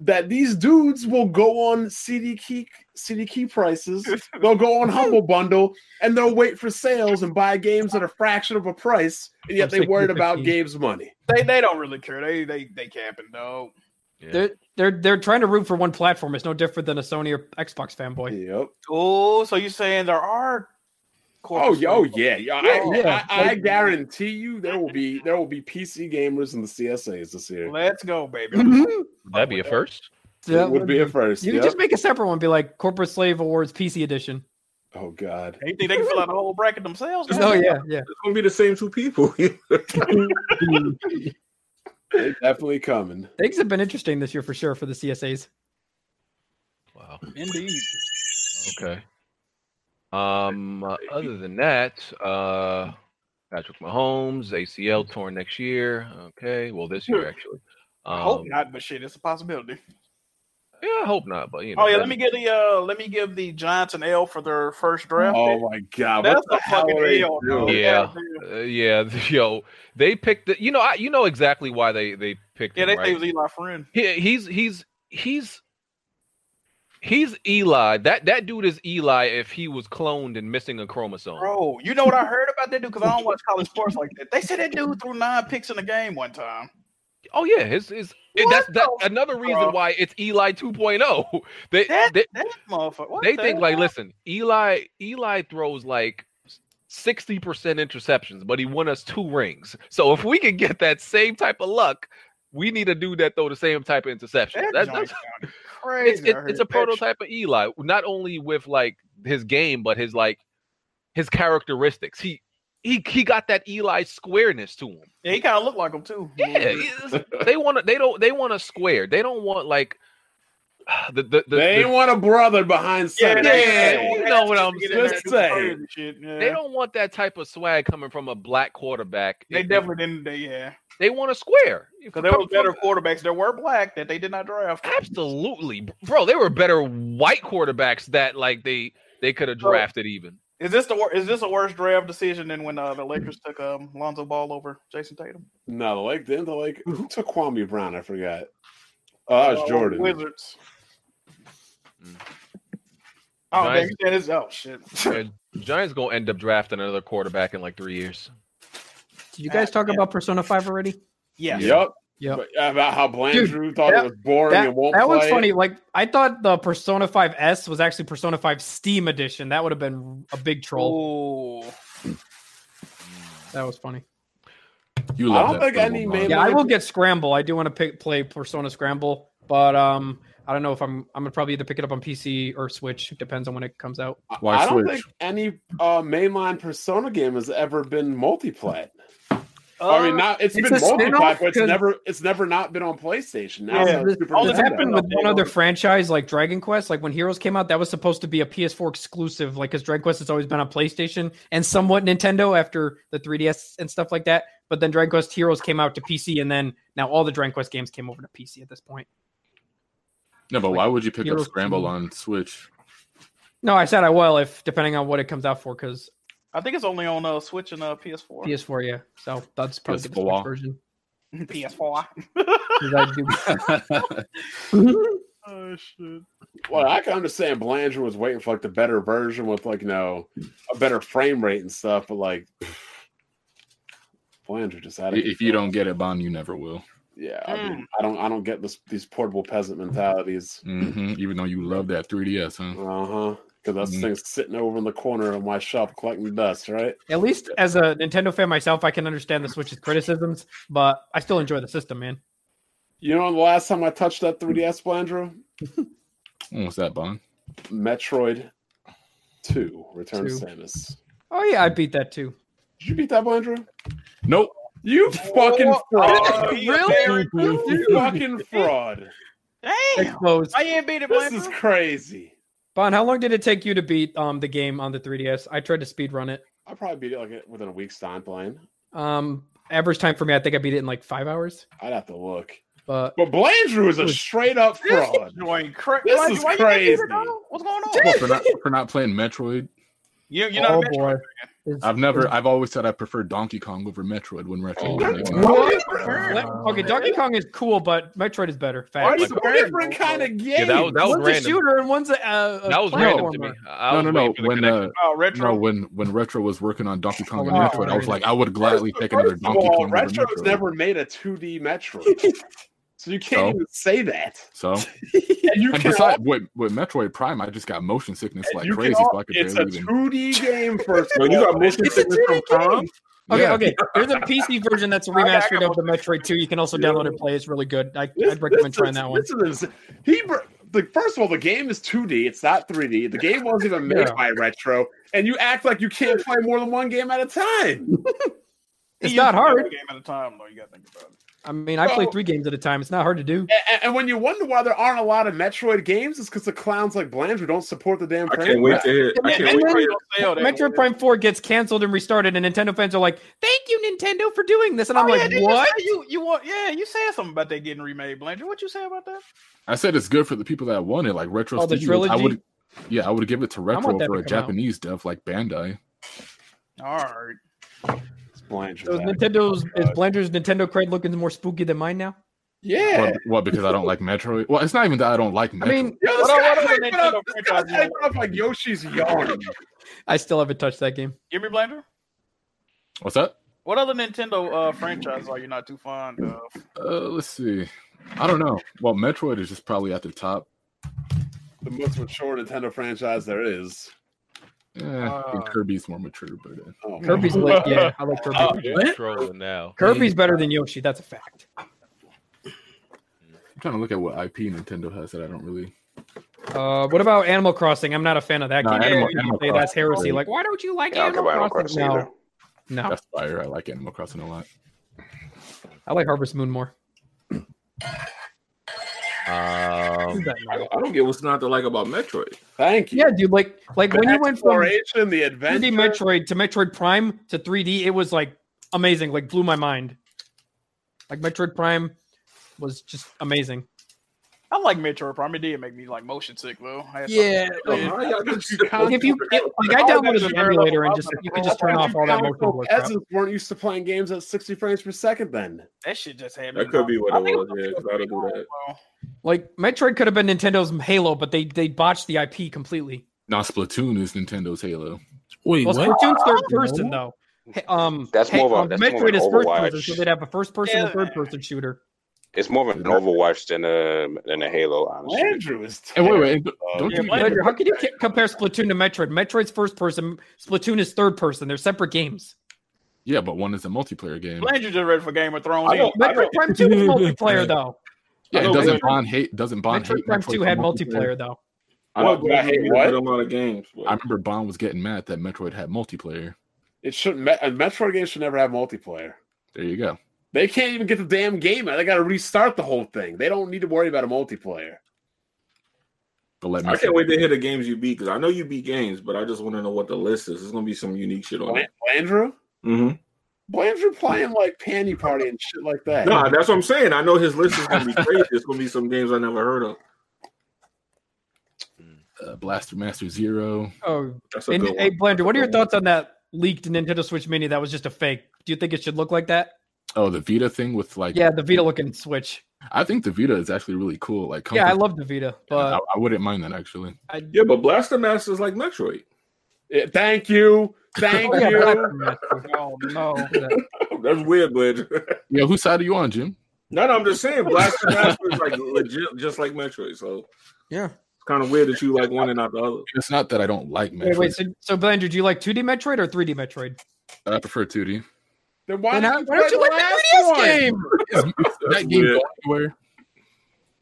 S7: that these dudes will go on CD key CD key prices. They'll go on Humble Bundle and they'll wait for sales and buy games at a fraction of a price. And yet
S2: From
S7: they worried
S2: 60 to
S7: about
S2: 50.
S7: Gabe's money.
S10: They they don't really care. They they they capping though.
S1: Yeah.
S2: they're they're they're trying to root for one platform it's no different than a sony or xbox fanboy
S7: Yep.
S10: Oh, so you saying there are
S4: Oh,
S10: Corpus
S4: yo,
S10: Christi.
S4: yeah, yeah. I, I, I guarantee you, there will be there will be PC gamers in the CSAs this year.
S10: Let's go, baby.
S1: That'd be a first.
S2: Yeah,
S4: it would be a first.
S2: You can
S4: yep.
S2: just make a separate one, be like Corporate Slave Awards PC Edition.
S4: oh God,
S10: They think they can fill out the whole bracket themselves?
S2: Oh yeah, yeah.
S9: It's gonna be the same two people.
S4: they definitely coming.
S2: Things have been interesting this year for sure for the CSAs.
S1: Wow.
S10: Indeed.
S1: Okay. Um. uh, Other than that, uh, Patrick Mahomes ACL torn next year. Okay. Well, this year actually. Um,
S10: I hope not, but shit, it's a possibility.
S1: Yeah, I hope not. But you know.
S10: Oh yeah,
S1: that-
S10: let me get the uh let me give the Giants an L for their first draft.
S4: Oh
S10: pick.
S4: my God,
S10: That's
S4: what the
S10: a
S4: hell
S10: fucking
S4: are they
S10: L.
S4: doing?
S10: bro.
S1: Yeah.
S10: dude.
S1: Uh, yeah, yo, they picked. The, you know, I, you know exactly why they they picked.
S10: Yeah,
S1: him,
S10: they
S1: right?
S10: think it was Eli Friend.
S1: He, he's he's he's he's Eli. That that dude is Eli if he was cloned and missing a chromosome.
S10: Bro, you know what I heard about that dude? Because I don't watch college sports like that. They said that dude threw nine picks in a game one time.
S1: Oh yeah, his his it,
S10: What
S1: that's that
S10: the-
S1: another reason
S10: bro?
S1: why it's Eli 2.0. They
S10: That
S1: they,
S10: that motherfucker. What
S1: they
S10: the
S1: think like
S10: hell?
S1: listen, Eli Eli throws like 60% interceptions, but he won us two rings. So if we can get that same type of luck, we need a dude that throw the same type of interception.
S10: that
S1: That's,
S10: joint
S1: that's
S10: sounded
S1: it's,
S10: crazy. I
S1: it's,
S10: heard
S1: it's a
S10: that shit.
S1: prototype of Eli, not only with like his game, but his like his characteristics. He he he got that Eli squareness to him.
S10: Yeah, he kind of looked like him too.
S1: Yeah, it's- they want to. They don't. They want a square. They don't want like the the. the,
S4: They
S1: the-
S4: ain't want a brother behind
S10: Yeah,
S4: center.
S1: yeah,
S10: they-
S1: you know what I'm
S10: Get in there and
S4: just
S10: do
S4: saying.
S10: crazy shit, yeah.
S1: they don't want that type of swag coming from a black quarterback.
S10: They definitely didn't. They, yeah,
S1: They want a square
S10: because there was better quarterbacks that were black that they did not draft.
S1: Absolutely, bro. They were better white quarterbacks that like they they could have
S10: Bro.
S1: drafted even.
S10: Is this the wor- is this a worse draft decision than when uh, the Lakers took um, Lonzo Ball over Jason Tatum?
S4: No, like then the like who took Kwame Brown? I forgot. Oh, it's
S10: Uh,
S4: Jordan.
S10: Wizards.
S1: Mm.
S10: Oh,
S1: Nice.
S10: damn, you said it's- oh shit.
S1: And Giants gonna end up drafting another quarterback in like three years.
S2: Did you guys talk about Persona 5 already?
S10: yeah.
S4: Yep.
S2: Yep.
S4: But- uh, About how Blandrew thought
S2: that-
S4: it was boring
S2: That,
S4: and
S7: Oh,
S4: won't
S2: that
S4: play.
S2: one's funny. Like I thought the Persona 5 S was actually Persona 5 Steam Edition. That would have been a big troll.
S10: Oh,
S2: That was funny.
S7: You
S4: I
S7: love
S4: don't
S7: that
S4: think
S7: double
S4: any
S7: line.
S4: man-
S2: Yeah, I
S4: like-
S2: will get Scramble. I do want to pick, play Persona Scramble, but um, I don't know if I'm I'm gonna probably either pick it up on PC or Switch. Depends on when it comes out.
S4: I-
S7: Why
S4: I don't
S7: switch?
S4: think any uh, mainline Persona game has ever been multiplat. I mean, not it's
S2: it's
S4: been
S2: a spin-off
S4: multiplat, but it's
S2: 'cause-
S4: never it's never not been on PlayStation. Now
S2: Yeah,
S4: it's on
S2: this,
S4: Super
S2: this
S4: Nintendo.
S2: happened with one other franchise like Dragon Quest. Like when Heroes came out, that was supposed to be a PS4 exclusive, like because Dragon Quest has always been on PlayStation and somewhat Nintendo after the 3DS and stuff like that. But then Dragon Quest Heroes came out to PC, and then now all the Dragon Quest games came over to PC at this point.
S7: No, but why would you pick up
S2: Heroes-
S7: Scramble on Switch?
S2: No, I said I will if depending on what it comes out for, because
S10: I think it's only on uh, Switch and uh, PS4.
S2: PS4, yeah. So that's probably the
S7: PS4.
S2: Switch version.
S10: PS4.
S2: 'Cause I do-
S10: Oh shit.
S4: Well, I can understand Blandrew was waiting for like the better version with like you know a better frame rate and stuff, but like Blandrew just had it.
S7: if you don't get it, Bon, you never will.
S4: Yeah, I, mean, I don't I don't get this these portable peasant mentalities.
S7: Mhm, Even though you love that 3DS, huh?
S4: Uh huh. Because that's
S7: Mhm.
S4: thing sitting over in the corner of my shop collecting dust, right?
S2: At least as a Nintendo fan myself, I can understand the Switch's criticisms, but I still enjoy the system, man.
S4: You know, the last time I touched that 3DS, Blandrew,
S7: What's that, Bon?
S4: Metroid Two: Return
S2: Two.
S4: of Samus.
S2: Oh yeah, I beat that too.
S4: Did you beat that, Blandrew?
S7: Nope.
S4: You fucking fraud!
S10: he
S2: Really?
S10: buried-
S4: you fucking fraud!
S10: Damn.
S2: Exposed.
S10: I ain't beat it,
S4: This is
S10: Blandrew.
S4: crazy.
S2: Bon, how long did it take you to beat um the game on the 3DS? I tried to speed run it.
S4: I probably beat it like within a week's time playing.
S2: Um, average time for me, I think I beat it in like five hours.
S4: I'd have to look.
S2: But
S4: But Blandrew is a straight up
S10: This
S4: fraud.
S10: joint cra-
S4: This
S10: Blandrew,
S4: is
S10: why you can't beat it,
S4: crazy.
S10: dog? What's going
S7: Well,
S10: on?
S7: for not for not playing Metroid,
S10: You, you're
S2: oh
S10: not a
S2: boy,
S10: Metroid.
S2: It's-
S7: I've never. I've always said I prefer Donkey Kong over Metroid when Metroid. was making it.
S4: What?
S8: Uh,
S2: Let- okay, Donkey Kong is cool, but Metroid is better.
S4: Why are
S2: Fact.
S4: you
S1: Like
S4: two different kind of games?
S1: Yeah, that was that was
S2: one's a
S1: random.
S2: shooter and one's a, uh, a
S1: That was random to me.
S2: platformer.
S1: I
S7: No,
S1: was
S7: no, no.
S1: waiting for the
S7: When
S1: connection.
S7: uh,
S10: Oh,
S7: no,
S10: retro.
S7: when when Retro was working on Donkey Kong and
S2: Oh,
S7: Metroid, I was like, I would gladly
S4: First
S7: take another
S4: of
S7: Donkey
S4: all,
S7: Kong over
S4: Retro's
S7: Metroid.
S4: never made a 2D Metroid. So you can't
S7: So?
S4: even say that.
S7: So
S4: And you
S7: and
S4: can
S7: besides, with, with Metroid Prime, I just got motion sickness
S4: al-
S7: like
S4: you can
S7: crazy.
S4: al-
S7: so I could
S4: it's a
S7: barely even.
S4: 2D game first.
S9: Yo,
S4: of
S9: you
S4: all.
S9: got motion
S2: It's a
S9: sickness from
S2: 2D
S9: Tom?
S2: Okay,
S7: Yeah.
S2: okay. There's a PC version that's a remastered of the Metroid 2. You can also download and play. It's really good. I, I'd recommend
S4: this
S2: trying
S4: is-
S2: that one.
S4: This is ins- he. br- The first of all, the game is 2D. It's not 3D. The game wasn't even made
S2: Yeah.
S4: by Retro, and you act like you can't play more than one game at a time.
S2: It's not hard.
S10: One game at a time, though. You got to think about it.
S2: I mean, I play
S4: Well-
S2: three games at a time. It's not hard to do.
S4: A- a- And, when you wonder why there aren't a lot of Metroid games, it's because the clowns like Blandrew don't support the damn
S9: I can't wait to hear. I
S2: And
S9: can't wait to oh,
S2: then-
S9: hear.
S10: Hell, they-
S2: Metroid Prime 4 gets canceled and restarted, and Nintendo fans are like, thank you, Nintendo, for doing this. And I'm
S10: Oh, yeah,
S2: like,
S10: did you
S2: what?
S10: say You, you want? Yeah, you said something about that getting remade, Blanchard. What you say about that?
S7: I said it's good for the people that want it, like retro
S2: Oh, the
S7: studios. I
S2: trilogy?
S7: would, yeah, I would give it to
S2: want
S7: retro
S2: that
S7: for
S2: to
S7: a
S2: come out.
S7: Japanese dev like Bandai.
S10: All right.
S2: So is
S4: Blandrew.
S2: Nintendo's is Blender's Nintendo cred looking more spooky than mine now?
S4: Yeah.
S7: What, what? Because I don't like Metroid. Well, it's not even that I don't like Metroid.
S2: I mean,
S4: Yo, this
S10: What-
S4: guy's
S10: what other
S4: hyping up-
S10: Nintendo
S4: this
S10: franchise
S4: guy's
S10: do you like?
S4: hyping up like Yoshi's Yarn.
S2: I still haven't touched that game.
S10: Give me Blanchard.
S7: What's that?
S10: What other Nintendo uh, franchise are you not too fond of?
S7: Uh, let's see. I don't know. Well, Metroid is just probably at the top.
S4: the most mature Nintendo franchise there is.
S7: Eh, I think
S10: Uh.
S7: Kirby's more mature, but uh,
S4: Oh,
S2: Kirby's like, yeah, I like Kirby.
S9: Oh,
S1: You're
S8: What?
S1: trolling now.
S2: Kirby's better than Yoshi. That's a fact.
S7: I'm trying to look at what IP Nintendo has that I don't really.
S2: Uh, what about Animal Crossing? I'm not a fan of that
S7: No,
S2: game.
S7: Animal-
S2: People
S7: Animal
S2: say that's
S7: Crossing.
S2: heresy. Like, why don't you like
S5: Yeah, I don't care
S2: Animal,
S5: about Animal
S2: Crossing?
S5: Crossing either.
S2: No, no.
S7: That's fire. I like Animal Crossing a lot.
S2: I like Harvest Moon more.
S1: Um,
S9: I don't- I don't get what's not to like about Metroid.
S4: Thank you.
S2: Yeah, dude. Like, like when you went from
S4: exploration, the
S2: 3D
S4: adventure.
S2: Metroid to Metroid Prime to 3D, it was like amazing. Like, blew my mind. Like Metroid Prime was just amazing.
S10: I like Metroid Prime. It did make me like motion sick though. I had
S2: Yeah.
S9: Yo, how y'all just sit
S2: Like if you if, like I
S4: Oh,
S2: downloaded
S4: that's
S2: an
S4: a
S2: emulator and
S10: level
S2: just
S10: up.
S2: you could just turn off all that motion blur crap.
S4: Peasants weren't used to playing games at 60 frames per second then.
S10: something- that shit just had me.
S9: That could be what
S10: I
S9: it
S10: think
S9: was, yeah, 'cause I don't do that.
S10: Well,
S2: Like Metroid could have been Nintendo's Halo, but they they botched the IP completely.
S7: Now Splatoon is Nintendo's Halo.
S8: Wait,
S2: Well,
S8: what?
S2: Splatoon's third person though. Hey, Um,
S5: That's
S2: hey,
S5: more of a-
S2: um,
S5: that's more of
S2: Metroid
S5: an
S2: is first
S5: Overwatch.
S2: person, so they'd have a first person and
S10: Yeah.
S2: third person shooter.
S5: It's more of an Overwatch than uh, a than a Halo, honestly.
S4: Andrew is.
S7: And Eh, wait, wait, and
S9: Uh,
S7: don't you?
S10: yeah, Blender-
S2: Andrew, how can you ca- compare Splatoon to Metroid? Metroid's first person, Splatoon is third person. They're separate games.
S7: Yeah, but one is a multiplayer game.
S10: Blanchard just ready for Game of Thrones.
S9: I
S10: He ain't-
S9: don't-
S2: Metroid Prime Two was multiplayer though.
S7: Yeah,
S9: I know
S7: doesn't
S9: Blender-
S7: Bond hate? Doesn't Bond
S2: Metroid
S7: hate?
S2: Prime
S7: Metroid
S2: Two
S7: for
S2: had multiplayer though.
S9: I
S4: What,
S9: don't
S4: but I hate
S9: get
S4: what?
S9: A lot of games. but-
S7: I remember Bond was getting mad that Metroid had multiplayer.
S4: It should. Me- a Metroid game should never have multiplayer.
S7: There you go.
S4: They can't even get the damn game out. They got to restart the whole thing. They don't need to worry about a multiplayer.
S7: But let me.
S9: I can't wait to hear the games you beat because I know you beat games, but I just want to know what the list is. There's gonna be some unique shit on it.
S4: Andrew,
S9: Mm-hmm.
S4: Andrew playing like Panty Party and shit like that.
S9: No, that's what I'm saying. I know his list is gonna be crazy. It's gonna be some games I never heard of.
S7: uh, Blaster Master Zero.
S2: Oh,
S9: That's a
S2: and,
S9: good
S2: hey
S9: one.
S2: Blender, what are your thoughts on that leaked Nintendo Switch Mini that was just a fake? Do you think it should look like that?
S7: Oh, the Vita thing with like.
S2: Yeah, the Vita looking Switch.
S7: I think the Vita is actually really cool. Like,
S2: Yeah, I
S7: comfort-
S2: love uh, the Vita,
S7: I,
S2: but
S7: I wouldn't mind that actually.
S9: Yeah, but Blaster Master is like Metroid.
S4: Eh, Thank you. Thank
S2: Oh, yeah,
S4: you.
S2: Blaster Master.
S10: Oh no.
S9: That's weird, but
S7: Yeah, whose side are you on, Jim?
S9: no, no, I'm just saying Blaster Master is like legit, just like Metroid. So
S2: Yeah.
S9: it's kind of weird that you like one and not the other.
S7: It's not that I don't like Metroid.
S2: Wait, wait. So, so Blender, do you like 2D Metroid or 3D Metroid?
S7: I prefer 2D.
S4: Then why,
S2: Then
S4: did
S2: how-
S4: you
S2: why don't
S4: play
S2: you like the 3DS
S4: last one?
S2: game?
S7: Is-
S9: That's
S7: that game
S9: weird.
S7: go anywhere?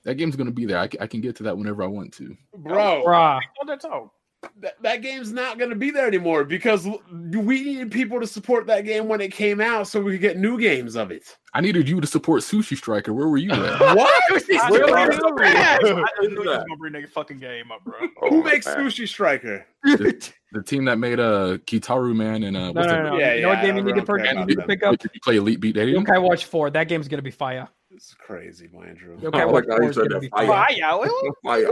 S7: That game's gonna be there. I, c- I can get to that whenever I want to.
S4: Bro,
S2: Bruh.
S10: What that talk?
S4: that, that game's not going to be there anymore because l- we needed people to support that game when it came out so we could get new games of it.
S7: I needed you to support Sushi Striker. Where were you at?
S4: What?
S10: I
S9: Where
S10: knew
S9: are
S10: you
S9: you
S10: was gonna- I
S9: at?
S10: knew you was gonna bring that fucking game up, bro.
S5: Oh,
S4: Who makes
S5: man.
S4: Sushi Striker?
S7: the, the team that made uh Kitaru Man and
S2: No,
S7: uh what's
S2: no,
S7: it-
S2: no. no.
S4: Yeah,
S2: you know
S4: yeah,
S2: what game
S4: I
S2: you need to
S4: don't care
S2: purchase?
S4: about
S2: You need to
S4: that.
S2: pick up
S7: Did you play Elite Beat Stadium?
S2: Yokai Watch 4. That game's gonna be fire.
S4: This is crazy, Andrew.
S2: Yokai
S9: Oh,
S2: Watch
S9: God,
S2: 4
S9: you
S2: is
S9: said
S2: gonna
S9: that
S2: be
S9: fire.
S2: fire.
S10: Oh,
S9: Like,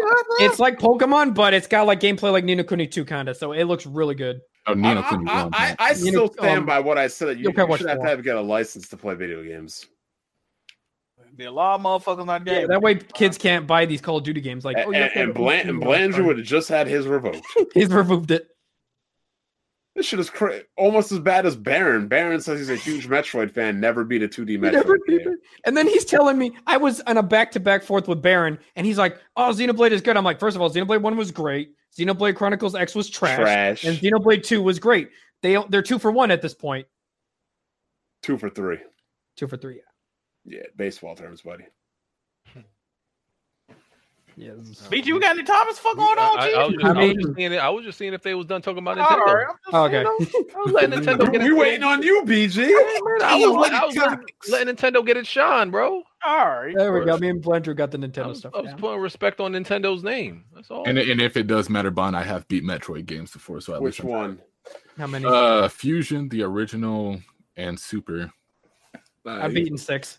S2: It's like Pokemon, but it's got like gameplay like Nino Kuni 2 kinda, so it looks really good.
S7: Oh,
S4: I,
S7: Nino couldn't
S4: I, I, I
S2: Nino-
S4: still stand
S2: um,
S4: by what I said. That you,
S2: Yokai
S4: you
S2: Watch
S4: should have to
S2: four.
S4: have get a license to play video games.
S10: Be a lot of motherfuckers not
S2: Yeah,
S10: game.
S2: that way kids can't buy these Call of Duty games. Like,
S4: And,
S2: oh,
S4: and,
S2: yeah,
S4: and, Blan- and Blandrew would have just had his revoked.
S2: he's removed it.
S4: This shit is cra- almost as bad as Baron. Baron says he's a huge Metroid fan, never beat a 2D Metroid
S2: Never
S4: game.
S2: even- And then he's telling me I was on a back to back forth with Baron, and he's like, "Oh, Xenoblade is good." I'm like, first of all, Xenoblade One was great. Xenoblade Chronicles X was trash,
S4: Trash.
S2: and Xenoblade Two was great. They they're two for one at this point.
S4: Two for three.
S2: Two for three.
S4: Yeah, baseball terms, buddy.
S2: Yeah.
S10: BG, we got any Thomas fuck going on?
S1: I,
S10: G?
S1: I was just, I,
S2: I mean-
S1: was just seeing it. I was just seeing if they was done talking about
S10: All
S1: Nintendo.
S10: right, I'm just-
S2: Okay.
S1: I was letting Nintendo get
S4: We
S1: its
S4: waiting on you, BG.
S1: I was, I was letting, letting Nintendo get its shine, bro.
S10: all right.
S2: There we go. Me and Blender got the
S1: I
S2: Nintendo
S1: was,
S2: stuff.
S1: I was
S2: down.
S1: putting respect on Nintendo's name. That's all.
S7: And and if it does matter, Bond, I have beat Metroid games before, so I
S4: Which one?
S2: How many?
S7: Uh, Fusion, the original, and Super. Uh,
S2: I've beaten six.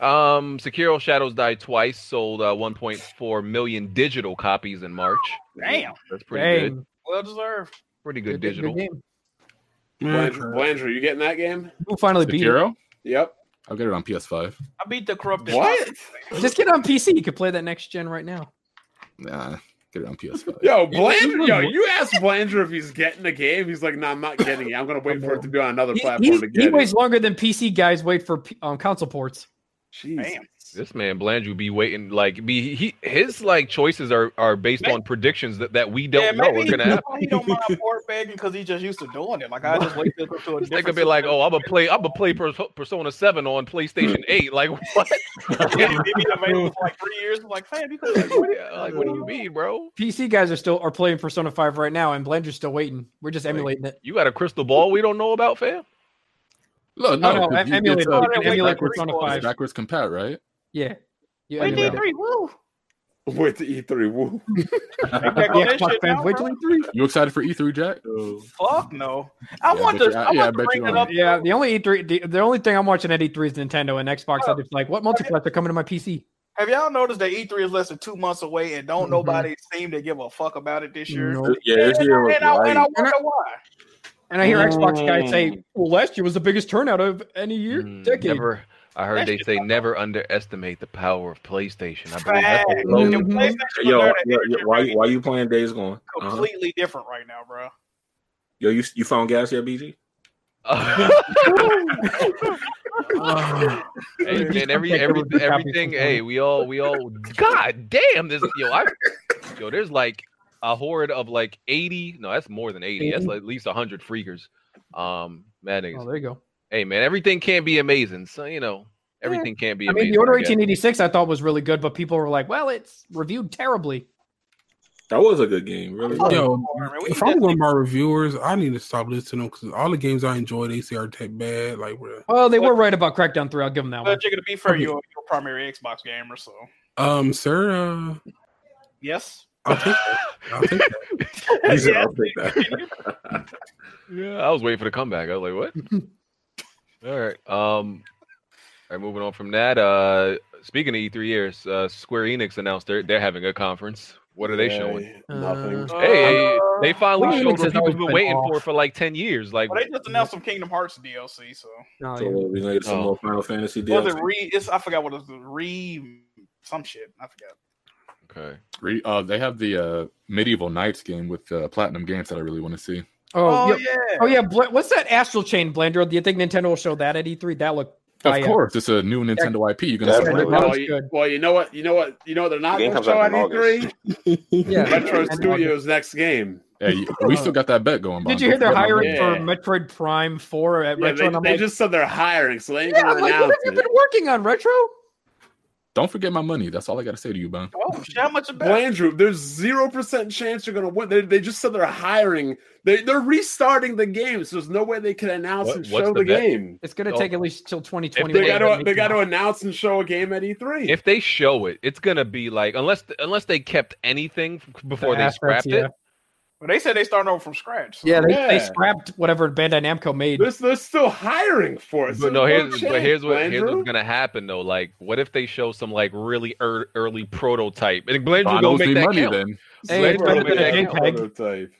S1: Um, Sekiro Shadows Die Twice sold uh, 1.4 million digital copies in March.
S10: Damn.
S1: That's pretty
S2: Dang.
S1: good.
S10: Well deserved.
S1: Pretty good
S2: Good- good
S1: digital.
S2: game.
S4: Blandrew, Blandrew, you getting that game?
S2: Who finally beat it?
S7: Sekiro.
S4: Yep.
S7: I'll get it on PS5.
S10: I beat the corrupted.
S4: What?
S2: Just get it on PC. You could play that next gen right now.
S7: Nah, get it on PS5.
S4: Yo, Blandrew, yo, you asked Blandrew if he's getting the game. He's like, no, I'm not getting it. I'm gonna wait for it to be on another
S2: He,
S4: platform
S2: he-
S4: to
S2: he
S4: get
S2: waits
S4: it.
S2: longer than PC guys wait for P- um, console ports.
S4: Jeez.
S10: Damn.
S1: This man Blandrew be waiting like be he his like choices are are based on predictions that, that we don't
S10: yeah,
S1: know
S10: maybe
S1: are gonna happen.
S10: he don't mind port begging because he just used to doing it. Like I just wait till it to
S1: They
S10: a
S1: could
S10: different
S1: be like,
S10: system.
S1: oh, I'm gonna play I'm gonna play Perso- Persona Seven on PlayStation Eight. Like what?
S10: Maybe available for like three years. Like, fam, you could
S1: like, what do you, like what do you mean, bro?
S2: PC guys are still are playing Persona 5 right now, and Blender's still waiting. We're just emulating it.
S1: You got a crystal ball we don't know about, fam?
S7: Look,
S2: No,
S7: no,
S2: Oh, no,
S7: 'cause
S2: em-
S7: you-
S2: emulate
S7: it's,
S2: it.
S7: uh,
S2: You can
S7: it's
S2: emulate
S7: backwards,
S2: Persona
S7: it's
S2: 5.
S7: backwards compat, right?
S2: Yeah. You
S10: Wait
S2: emulate
S10: till
S2: it.
S10: three. Woo.
S4: Wait to E3. E Woo.
S10: Take that
S2: Yeah, Xbox
S10: shit now,
S2: fans, wait till
S10: bro.
S2: E E3.
S7: You excited for E3, Jack?
S10: Fuck no. I
S7: Yeah,
S10: want
S7: but
S10: to.
S7: you- yeah,
S10: I,
S7: I
S10: want to
S7: bet
S10: bring
S7: you
S10: it
S7: are.
S10: up.
S2: Yeah, the only E3, the, the only thing I'm watching at E3 is Nintendo and Xbox.
S10: Oh.
S2: I'm just like, what multiplexer are coming to my PC?
S10: Have y'all noticed that E3 is less than two months away and don't
S2: Mhm.
S10: nobody seem to give a fuck about it this year?
S2: No.
S9: Yeah, this year was
S10: And I, and I
S9: light.
S10: wonder why.
S2: And I hear Xbox guys say, well, last year was the biggest turnout of any year,
S1: Mm,
S2: decade.
S1: Never. I heard
S10: That
S1: they
S10: shit
S1: say never underestimate the power of PlayStation. I believe
S10: Fact.
S1: that's a
S10: If
S1: slogan.
S2: Mhm.
S10: PlayStation
S9: Yo, yo,
S10: learned that
S9: yo,
S10: energy
S9: why
S10: rate
S9: why you playing Days Gone? Uh-huh.
S10: completely different right now, bro?
S9: Yo, you you found gas yet, BG?
S8: Uh,
S1: Hey,
S2: Please
S1: man, every
S2: come take
S1: every
S2: everyone's copy
S1: everything.
S2: from
S1: Hey,
S2: home.
S1: we all we all. God damn this yo. I yo. There's like a horde of like eighty. No, that's more than eighty. That's
S2: 80?
S1: like at least hundred freakers. Um, mad niggas.
S2: Oh, there you go.
S1: hey, man, everything can't be amazing. So you know, everything can't be
S2: I
S1: amazing.
S2: mean, the Order
S1: guess.
S2: 1886 I thought was really good, but people were like, well, it's reviewed terribly.
S9: That was a good game, really. was.
S8: yo,
S10: man, we
S8: if
S10: can
S8: I'm one of my reviewers, I need to stop listening to them because all the games I enjoy, they say are tech bad. Like, bruh.
S2: Well, they were right about Crackdown 3. I'll give them that one.
S10: But you're gonna be fair, you're your primary Xbox gamer, so
S8: um, sir, uh,
S10: yes.
S8: I'll take that. I'll take that.
S9: He said, I'll take that.
S1: Yeah, I was waiting for the comeback. I was like, what? all right. Um all right, moving on from that. Uh speaking of E three years, uh Square Enix announced they're they're having a conference. What are they showing?
S4: Yeah, Nothing.
S2: Uh,
S1: Hey, they finally
S2: Square Enix
S1: showed what
S2: has
S1: people have
S2: always
S1: been
S2: been
S1: waiting
S2: off.
S1: for for like ten years. Like
S10: Well, they just announced some Kingdom Hearts DLC, so
S2: No,
S9: so
S2: yeah.
S9: we made some
S1: Oh.
S9: more Final Fantasy
S10: was it
S9: DLC.
S10: re? It's, I forgot what it was. Re some shit. I forgot.
S1: okay.
S7: Re- Uh, they have the uh, Medieval Knights game with uh, Platinum Games that I really want to see.
S2: Oh, yeah.
S10: yeah.
S2: Oh yeah, Bla- what's that Astral Chain, Blender? Do you think Nintendo will show that at E3? That looked
S7: Of
S2: fire.
S7: course, it's a new Nintendo IP. You're gonna see
S2: Definitely.
S7: what it
S4: Well
S2: was
S4: you,
S2: good.
S4: well, you know what? You know what? You know what they're not
S5: The game
S4: going to
S5: comes
S4: show at
S5: out in
S4: E3?
S2: Yeah.
S4: Metro
S2: And-
S4: Studios' next game.
S7: Hey, you- we still got that bet going.
S2: Did you hear they're hiring
S4: Yeah.
S2: for Metroid Prime Four at
S4: Yeah,
S2: Retro?
S4: they,
S2: and I'm
S4: they
S2: like,
S4: just said they're hiring, so they ain't
S2: yeah,
S4: going
S2: I'm
S4: to
S2: like, what
S4: announce
S2: have you
S4: it.
S2: been working on Retro?
S7: Don't forget my money. That's all I got to say to you, Bon.
S10: Oh, shit, how much a bet?
S4: Blandrew, there's zero percent chance you're gonna win. They, they just said they're hiring. They they're restarting the game, so there's no way they can announce
S1: What-
S4: and
S1: what's
S4: show
S1: the
S4: the,
S1: bet?
S4: game.
S2: It's gonna
S1: Oh.
S2: take at least till 2020.
S4: They got to they got to announce and show a game at E E3.
S1: If they show it, it's gonna be like unless unless they kept anything f- before they scrapped
S2: yeah.
S1: it.
S10: Well, they said they starting over from scratch. so-
S2: Yeah, they, they
S4: Yeah.
S2: scrapped whatever Bandai Namco made.
S4: There's they're still hiring for it. so
S1: But no,
S4: there's
S1: here's but
S4: chance,
S1: here's what here's
S4: Blandrew.
S1: what's gonna happen though. Like, what if they show some like really ear early prototype and Blandrew
S7: Bond
S1: gonna
S7: owes
S1: make
S7: me
S1: that
S7: money
S1: count?
S7: then.
S2: Hey, it's better than
S1: Yeah.
S2: a JPEG.
S4: Prototype.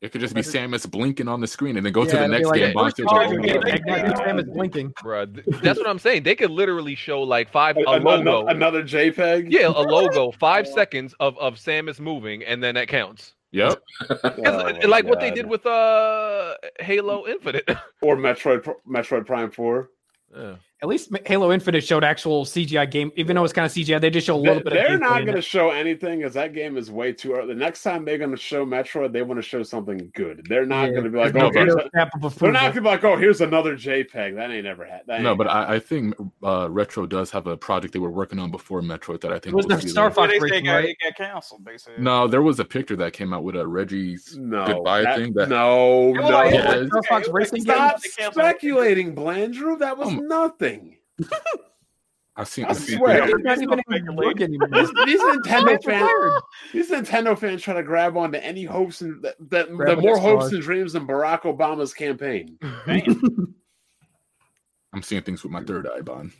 S7: It could just be Samus blinking on the screen and then go to
S2: Yeah, it'll
S7: the
S2: be
S7: next
S2: like,
S7: game.
S2: "Hey,
S7: Bond
S2: who's
S7: says,
S10: Call of
S7: "Oh,
S10: Duty?"
S7: no."
S2: Not your Sam is blinking.
S1: Bruh, th- that's what I'm saying. They could literally show like five a
S4: An- an-
S1: logo,
S4: another E JPEG.
S1: yeah, a logo, five seconds of of Samus moving, and then that counts.
S7: Yep.
S1: It's like what they did with uh Halo Infinite.
S4: or Metroid Pro- Metroid Prime Four.
S1: yeah.
S2: At least Halo Infinite showed actual CGI game, even though it's kind of CGI. They just show a little bit. of
S4: They're
S2: gameplay
S1: E
S4: not
S2: in
S4: going to
S2: it.
S4: show anything because that game is way too early. The next time they're going to show Metroid, they want to show something good. They're not
S2: Yeah.
S4: going to be like,
S7: No,
S4: oh,
S7: but-
S4: here's
S2: Video
S4: a,
S2: snap of
S4: they're
S2: approval.
S4: not going to be like, oh, here's another JPEG. That ain't ever happened.
S7: No, but I, I think uh, Retro does have a project they were working on before Metroid that I
S2: It
S7: think
S2: was
S7: we'll
S2: the
S7: see
S2: Star
S7: later.
S2: Fox
S10: they say
S2: version,
S10: got,
S2: right?
S10: it got canceled. They said
S7: No, there was a picture that came out with a Reggie's
S4: no,
S7: goodbye
S4: that-
S7: thing. That
S4: No,
S10: It
S4: no.
S10: was like-
S7: Yeah,
S10: it
S7: it's-
S10: was
S2: Star Fox
S10: like- it was like-
S2: Racing
S10: stop
S4: Stop
S10: they canceled it.
S4: speculating, Blandrew. That was
S7: Um,
S4: nothing.
S7: I've seen.
S4: I
S7: I've seen
S4: swear.
S7: pictures.
S2: It's not even in work anymore.
S4: These, these Nintendo
S2: It's
S4: fans,
S2: retired.
S4: these Nintendo fans, try to grab onto any hopes and that, that
S2: Grab
S4: the
S2: at
S4: more
S2: the
S4: hopes
S2: straws.
S4: and dreams than Barack Obama's campaign.
S7: I'm seeing things with my third eye, Bon.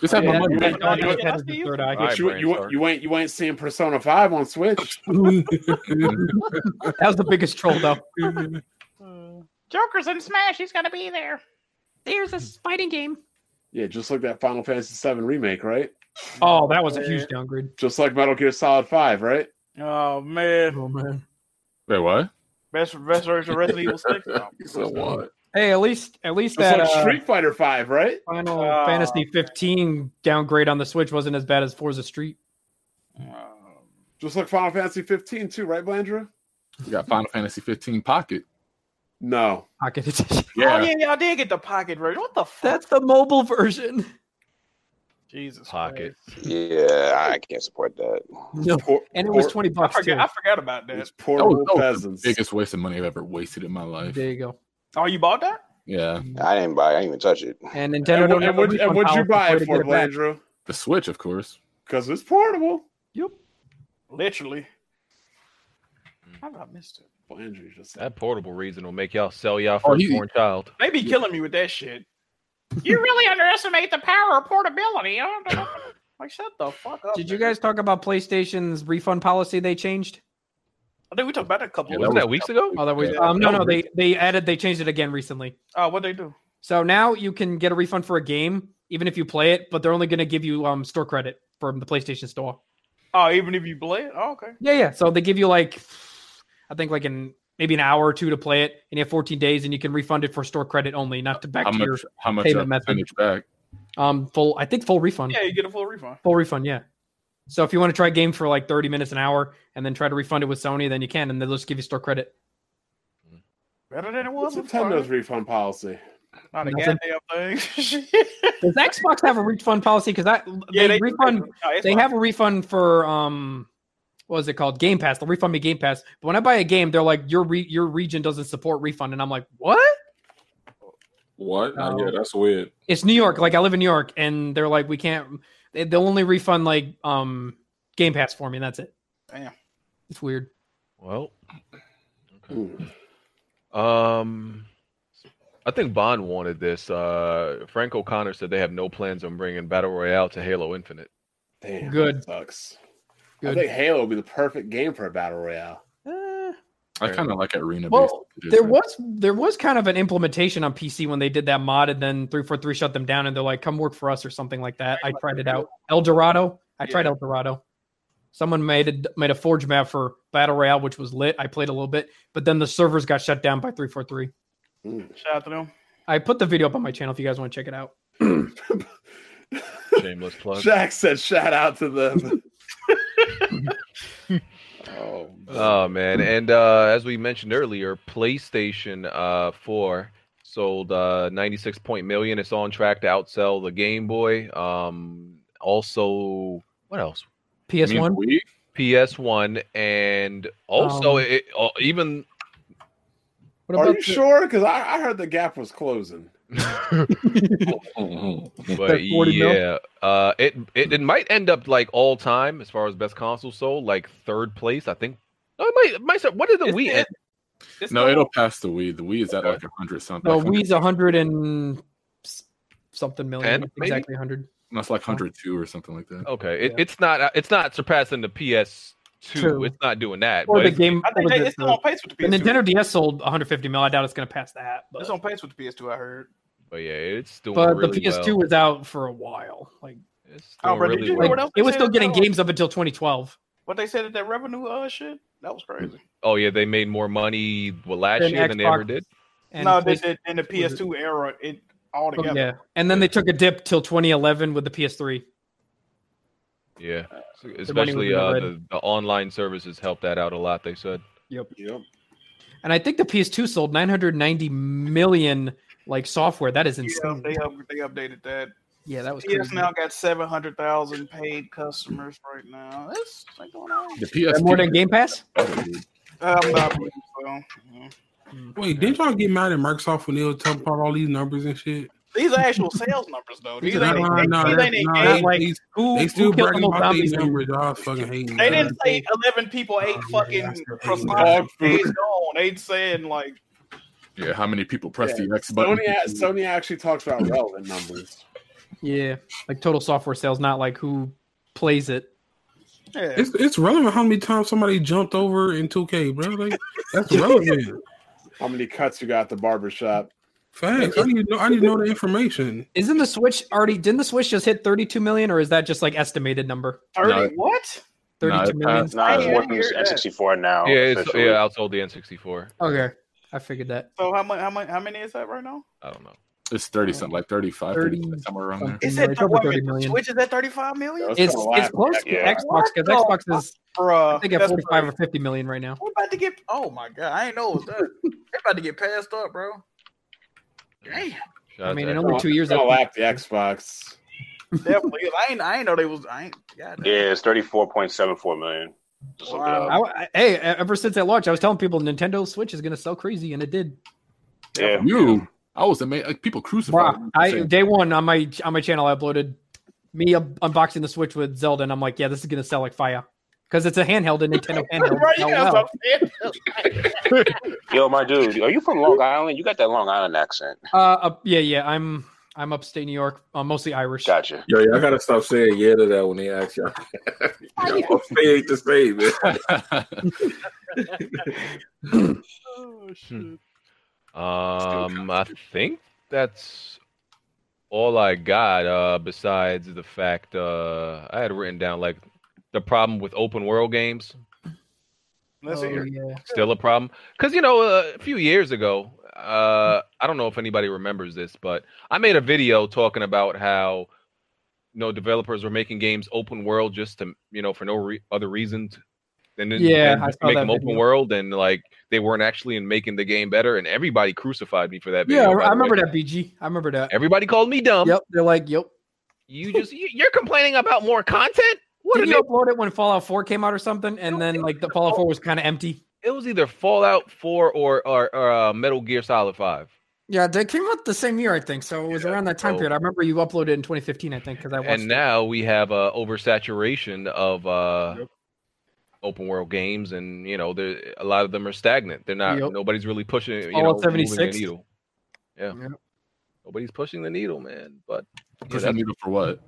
S7: Just have
S4: Yeah,
S7: my money.
S4: yeah.
S7: back.
S2: It's not even in his third eye.
S1: All right,
S4: But you,
S1: Brandon,
S4: you,
S1: sorry.
S4: you ain't you ain't seeing Persona Five on Switch.
S2: That was the biggest troll, though.
S10: Hmm.
S19: Joker's in Smash. He's gonna be there. There's a fighting game.
S4: Yeah, just like that Final Fantasy Seven remake, right?
S2: Oh, that was a huge downgrade.
S4: Just like Metal Gear Solid Five, right?
S10: Oh man,
S8: Oh man,
S7: Wait, what?
S10: best best version of Resident Evil Six. Oh,
S9: So what?
S2: Hey, at least at least
S4: Just
S2: that
S4: like
S2: uh,
S4: Street Fighter Five, right?
S2: Final
S10: Ah.
S2: Fantasy 15 downgrade on the Switch wasn't as bad as Forza Street.
S10: um,
S4: Just like Final Fantasy Fifteen too, right, Blandrew?
S7: You got Final Fantasy 15 Pocket.
S4: No,
S2: Pocket edition.
S10: Oh
S7: Yeah.
S10: yeah, y'all did get the pocket version. What the fuck?
S2: That's the mobile version.
S10: Jesus
S1: Pocket.
S10: Christ.
S5: Yeah, I can't support that.
S2: No.
S4: Por-
S2: And it was
S4: por-
S2: 20
S10: I
S2: bucks too.
S10: forgot, I forgot about that.
S4: These poor old
S7: that was the
S4: peasants.
S7: Biggest waste of money I've ever wasted in my life.
S2: There you go. Mm.
S10: Oh, you bought that?
S7: Yeah.
S5: I didn't buy. it. I didn't even touch it.
S2: And Nintendo
S4: And,
S2: don't
S4: what,
S2: have
S4: and
S2: a
S4: what, and
S2: refund
S4: what'd you
S2: policy
S4: buy
S2: way
S4: it
S2: to
S4: for,
S2: get back.
S4: Blandrew?
S7: The Switch, of course.
S4: Because it's portable.
S10: Literally. How did I missed it?
S4: Blandrew just
S1: That portable reason will make y'all sell y'all
S7: Oh, he-
S1: firstborn child.
S10: They be killing me with that shit.
S19: You really underestimate the power of portability. I don't know.
S10: Like, shut the fuck up.
S2: Did you
S10: man.
S2: guys talk about PlayStation's refund policy they changed?
S10: I think we talked about that a couple
S7: Yeah,
S10: of
S7: that
S1: Wasn't
S7: was-
S1: that weeks ago?
S2: Oh, that was um, no, no. They they added they changed it again recently.
S10: Oh, what they do?
S2: So now you can get a refund for a game even if you play it, but they're only going to give you um store credit from the PlayStation Store.
S10: Oh, even if you play it? Oh, okay.
S2: Yeah, yeah. So they give you like, I think like in maybe an hour or two to play it, and you have 14 days, and you can refund it for store credit only, not to back
S7: How
S2: to your
S7: much? How much?
S2: payment
S7: uh,
S2: method.
S7: percentage back?
S2: um full. I think full refund.
S10: Yeah, you get a full refund.
S2: Full refund. Yeah. So if you want to try a game for like 30 minutes an hour, and then try to refund it with Sony, then you can, and they'll just give you store credit.
S10: Better than it was
S4: What's
S10: before.
S4: Nintendo's refund policy?
S10: Not a
S2: Nothing.
S10: goddamn thing.
S2: Does Xbox have a refund policy? Because that
S10: yeah,
S2: they
S10: they,
S2: refund
S10: no, it's
S2: they
S10: fine.
S2: have a refund for um what is it called game pass they'll refund me game pass but when i buy a game they're like your re- your region doesn't support refund and i'm like what
S9: What?
S2: No.
S9: yeah, that's weird.
S2: it's new york like i live in new york and they're like we can't they, they'll only refund like um game pass for me and that's it
S10: Damn.
S2: it's weird
S1: Well,
S4: Hmm.
S1: um, I think Bond wanted this. Uh, Frank O'Connor said they have no plans on bringing Battle Royale to Halo Infinite.
S4: Damn,
S2: Good.
S4: that sucks.
S2: Good.
S4: I think Halo would be the perfect game for a battle royale.
S10: Eh,
S2: Uh,
S7: I kind of like arena.
S2: well
S7: based
S2: there was there was kind of an implementation on pc when they did that mod and then 343 shut them down and they're like come work for us or something like that i tried it out el dorado i tried el dorado someone made a made a forge map for battle royale which was lit i played a little bit but then the servers got shut down by 343
S10: Shout out to them.
S2: i put the video up on my channel if you guys want to check it out
S1: Shameless plug.
S4: Jack said, "Shout out to them." oh,
S1: Oh man, and uh, as we mentioned earlier, PlayStation uh, 4 sold uh, 96 point million. It's on track to outsell the Game Boy. Um, also, what else?
S2: ps1
S7: We,
S1: PS1, and also
S2: Um,
S1: it, uh, even
S2: what
S4: are
S2: about
S4: you
S2: the-
S4: sure? Because I, I heard the gap was closing.
S1: but
S2: 40 mil?
S1: yeah, uh, it, it it might end up like all time as far as best console sold, like third place, I think. No, it might, it might start, what did the
S10: It's-
S1: Wii
S10: it-
S1: end?
S10: It's
S7: no,
S10: not-
S7: it'll pass the Wii. The Wii is at like hundred something.
S2: no
S7: like
S2: we's 100 and s- something
S1: 10,
S2: million
S1: maybe?
S2: exactly 100
S7: That's like hundred two or something like that.
S1: Okay, it,
S2: Yeah.
S1: it's not uh, it's not surpassing the PS2.
S2: Two.
S1: It's not doing that.
S2: or
S1: but
S2: the
S1: it's-
S2: game
S10: I think
S2: or
S10: they,
S2: the-
S10: it's still on pace with the
S2: the
S10: PS2.
S2: Nintendo DS sold 150 mil. I doubt it's going to pass that. But,
S10: It's on pace with the PS2, I heard.
S1: But yeah, it's doing
S2: but
S1: really
S2: the PS2
S1: well.
S2: was out for a while. Like,
S1: It's
S10: Oh,
S1: doing
S10: bro, did
S1: really
S10: you know
S1: well.
S10: what else
S2: it
S10: they
S2: was
S10: said
S2: still
S10: about
S2: getting
S10: that one?
S2: games up until 2012.
S10: What they said at that revenue uh shit? That was crazy.
S1: Oh yeah, they made more money well, last
S2: Than
S1: year than they ever
S2: Xbox
S1: did.
S2: And
S10: no, they
S2: place-
S10: did in the PS2 era. It all
S2: Oh,
S10: together.
S2: yeah, and then they took a dip till 2011 with the PS3.
S1: Yeah, So
S2: money would
S1: especially
S2: be
S1: uh,
S2: already-
S1: the, the online services helped that out a lot. They said.
S2: Yep.
S4: Yep.
S2: And I think the PS2 sold 990 million like software. That is
S10: Yeah,
S2: insane.
S10: they, up, they updated that.
S2: Yeah, that was
S10: PS
S2: crazy.
S10: now got seven hundred thousand paid customers right now. That's what's going on.
S7: The
S2: Is Oh. that
S7: PS
S2: more than Game Pass?
S10: I'm not believing so.
S8: Wait, didn't y'all get mad at Microsoft when they were talking about all these numbers and shit?
S10: These are actual sales numbers though. These
S8: Nah,
S10: ain't
S8: nah,
S10: engaged-
S8: nah,
S10: these
S8: that's-
S10: ain't
S8: nah,
S10: engaged.
S8: they-
S2: like,
S8: they-
S2: who-
S8: They
S2: who
S8: still
S2: killed the
S8: bragging
S2: most
S8: about these
S2: zombies?
S8: numbers. Y'all fucking hating.
S10: They
S8: man.
S10: didn't say eleven people ate fucking croissants.
S4: Dog
S10: They
S4: food.
S10: gone. They saying like
S7: Yeah, how many people pressed
S4: Yeah.
S7: the X button?
S4: Sony, a- Sony actually talks about relevant numbers.
S2: Yeah, like total software sales, not like who plays it.
S10: yeah.
S8: It's, it's relevant how many times somebody jumped over in 2K, bro. Like that's relevant.
S4: How many cuts you got at the barber shop?
S8: Facts. I need to know. I need to know the information.
S2: Isn't the Switch already? Didn't the Switch just hit 32 million, or is that just like estimated number?
S10: thirty
S7: No.
S10: what?
S7: Nah,
S2: 32 million.
S7: it's
S12: Nah, it's
S10: Yeah,
S12: working
S10: yeah,
S12: with
S10: yeah.
S12: N64
S10: Oh,
S12: now.
S1: yeah, it's,
S12: officially.
S1: yeah, outsold the N64.
S2: okay, I figured that.
S10: So how much? How much? How many is that right now?
S1: I don't know.
S7: It's 30 something, like 35,
S2: 30
S7: 36, somewhere around there.
S10: Is
S2: Yeah,
S10: it
S2: it's over
S10: wait a
S2: 30
S10: minute,
S2: million.
S10: Switch is at thirty five million?
S2: It's
S4: gonna
S2: it's
S4: laugh.
S2: close
S12: Yeah.
S2: to Xbox because
S10: What
S2: Xbox is
S10: Bruh,
S2: I think at
S10: that's
S2: 45 or
S10: crazy.
S2: 50 million right now.
S10: We're about to get. Oh my god! I ain't know it was that. They're about to get passed up, bro. Damn,
S1: Shout
S2: I
S1: out
S2: mean,
S1: to
S2: in
S1: Xbox.
S2: only two years.
S4: Gonna
S2: that's-
S4: lap the Xbox.
S10: definitely. is. I ain't. I ain't know they was. I ain't. God, damn.
S12: Yeah, it's 34.74 million. Just look it
S10: Wow.
S12: up.
S2: I, I- hey, e, ever since that launch, I was telling people Nintendo Switch is going to sell crazy, and it did.
S12: Yeah.
S7: You, I was amazed. Like, people crucified.
S2: Bruh,
S7: me for
S2: I
S7: saying-
S2: day one on my on my channel, I uploaded me un- unboxing the Switch with Zelda, and I'm like, yeah, this is going to sell like fire because it's a handheld, a Nintendo handheld.
S10: Right,
S2: Oh,
S10: you guys
S2: wow.
S10: are-
S12: Yo, my dude, are you from Long Island? You got that Long Island accent.
S2: uh, uh, yeah, yeah, I'm I'm upstate New York, uh, mostly Irish.
S12: Gotcha.
S9: Yo, y'all gotta stop saying yeah to that when they ask y'all. y'all stay ain't the same, man.
S2: Hmm.
S1: Um, I think that's all I got. Uh, besides the fact, uh, I had written down like the problem with open world games
S10: Let's
S2: Oh,
S10: hear. it.
S2: yeah.
S1: still a problem because you know uh, a few years ago, uh, I don't know if anybody remembers this, but I made a video talking about how you know developers were making games open world just to you know for no re- other reason. t- than then
S2: Yeah, I
S1: just to
S2: saw
S1: make
S2: that
S1: them open
S2: video.
S1: world, and like they weren't actually in making the game better, and everybody crucified me for that.
S2: Yeah,
S1: Video, by the
S2: I, I
S1: way.
S2: remember that BG. I remember that.
S1: Everybody called me dumb.
S2: Yep, they're like, yep.
S1: You just you- you're complaining about more content. What
S2: Did
S1: an
S2: you upload it when Fallout 4 came out or something? And then like the Fallout 4 was kind of empty.
S1: it was either Fallout Four or or, or uh, Metal Gear Solid Five.
S2: Yeah, they came out the same year, I think. So it was around that time
S1: so-
S2: period. I remember you uploaded in 2015, I think, because I watched.
S1: And
S2: it.
S1: now we have uh, oversaturation of uh, open world games, and you know there a lot of them are stagnant. They're not.
S2: Yep.
S1: Nobody's really pushing. You know,
S2: Fallout
S1: moving
S2: 76.
S1: the needle. Yeah.
S2: Yep.
S1: Nobody's pushing the needle, man. But yeah,
S7: Pushing the
S1: that's
S7: needle for what?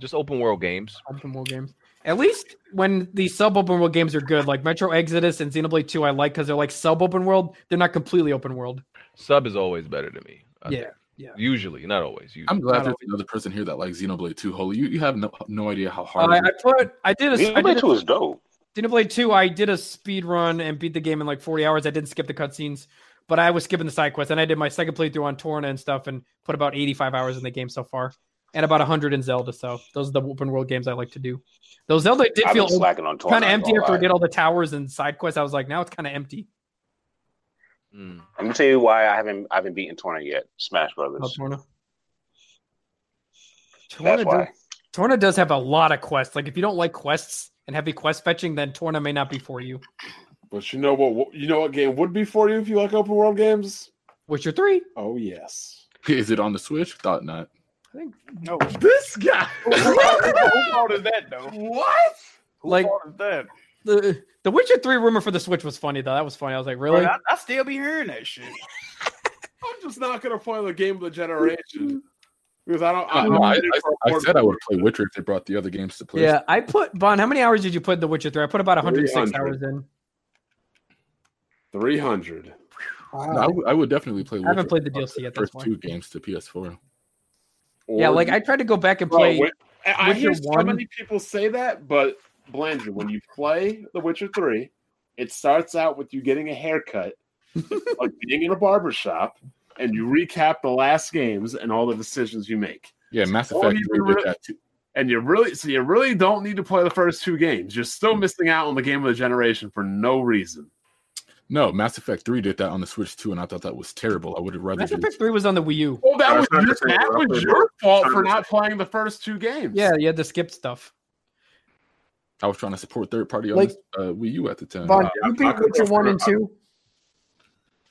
S1: just open world games.
S2: open world games. At least when the sub open world games are good, like Metro Exodus and Xenoblade 2, I like because they're like sub open world. They're not completely open world.
S1: Sub is always better to me. I
S2: Yeah,
S1: think.
S2: yeah.
S1: Usually, not always. Usually.
S7: I'm glad
S2: Not
S7: there's
S2: always.
S7: another person here that likes Xenoblade 2. Holy, you, you have no, no idea how hard
S2: I,
S7: it
S2: I put, I did a, I
S12: Xenoblade
S2: did
S12: 2
S2: a
S12: is dope.
S2: Xenoblade 2, I did a speed run and beat the game in like 40 hours. I didn't skip the cutscenes, but I was skipping the side quests. And I did my second playthrough on Torna and stuff and put about 85 hours in the game so far and about 100 in Zelda. So those are the open world games I like to do. Those Zelda did
S12: I've
S2: feel
S12: been slacking on Torn.
S2: kind of empty after I did all the towers and side quests. I was like, now it's kind of empty.
S1: Mm.
S12: Let me tell you why I haven't I haven't beaten Torna yet. Smash
S2: Oh,
S12: Brothers.
S2: Torna. Torna,
S12: That's
S2: does,
S12: why.
S2: Torna does have a lot of quests. Like if you don't like quests and heavy quest fetching, then Torna may not be for you.
S4: But you know what? You know what game would be for you if you like open world games?
S2: What's your three?
S4: Oh yes.
S7: is. Is it on the Switch? Thought not.
S2: I think
S10: No.
S4: This guy.
S10: Who who fault is that though?
S4: What?
S2: like
S10: Who fault is that?
S2: the the Witcher three rumor for the Switch was funny though. That was funny. I was like, really?
S10: Bro, I, I still be hearing that shit.
S4: I'm just not gonna play the game of the generation because I don't.
S7: I,
S4: I'm
S7: no, I,
S4: not ready for
S7: I, I
S4: open
S7: said I would
S4: world.
S7: play Witcher if they brought the other games to play.
S2: Yeah, I put Bon. How many hours did you put in the Witcher three? I put about 106
S4: 300.
S2: hours in.
S4: 300.
S7: No, I, would, I would definitely play. Witcher
S2: I haven't played the
S7: if they
S2: DLC
S7: brought
S2: yet,
S7: the First
S2: that's why.
S7: two games to PS4.
S2: Yeah,
S4: Or-
S2: like I tried to go back and
S4: Bro,
S2: play.
S4: wait- I I
S2: Witcher
S4: hear so
S2: one-
S4: many people say that, but Blandrew, when you play The Witcher 3, It starts out with you getting a haircut, like being in a barber shop, and you recap the last games and all the decisions you make.
S7: Yeah, Mass
S4: Don't
S7: Effect
S4: even
S7: did
S4: really-
S7: that too.
S4: And you really, so you really don't need to play the first two games. You're still missing out on the game of the generation for no reason.
S7: No, Mass Effect 3 did that on the Switch too, and I thought that was terrible. I would have rather
S2: Mass
S7: just
S2: Effect 3 was on the Wii U.
S4: Well, that was your, that was your fault for not playing the first two games.
S2: Yeah, you had to skip stuff.
S7: I was trying to support third party on
S2: Like-
S7: this, uh, Wii U at the time.
S2: Vaughn,
S7: Uh,
S2: you beat Witcher 1 and 2.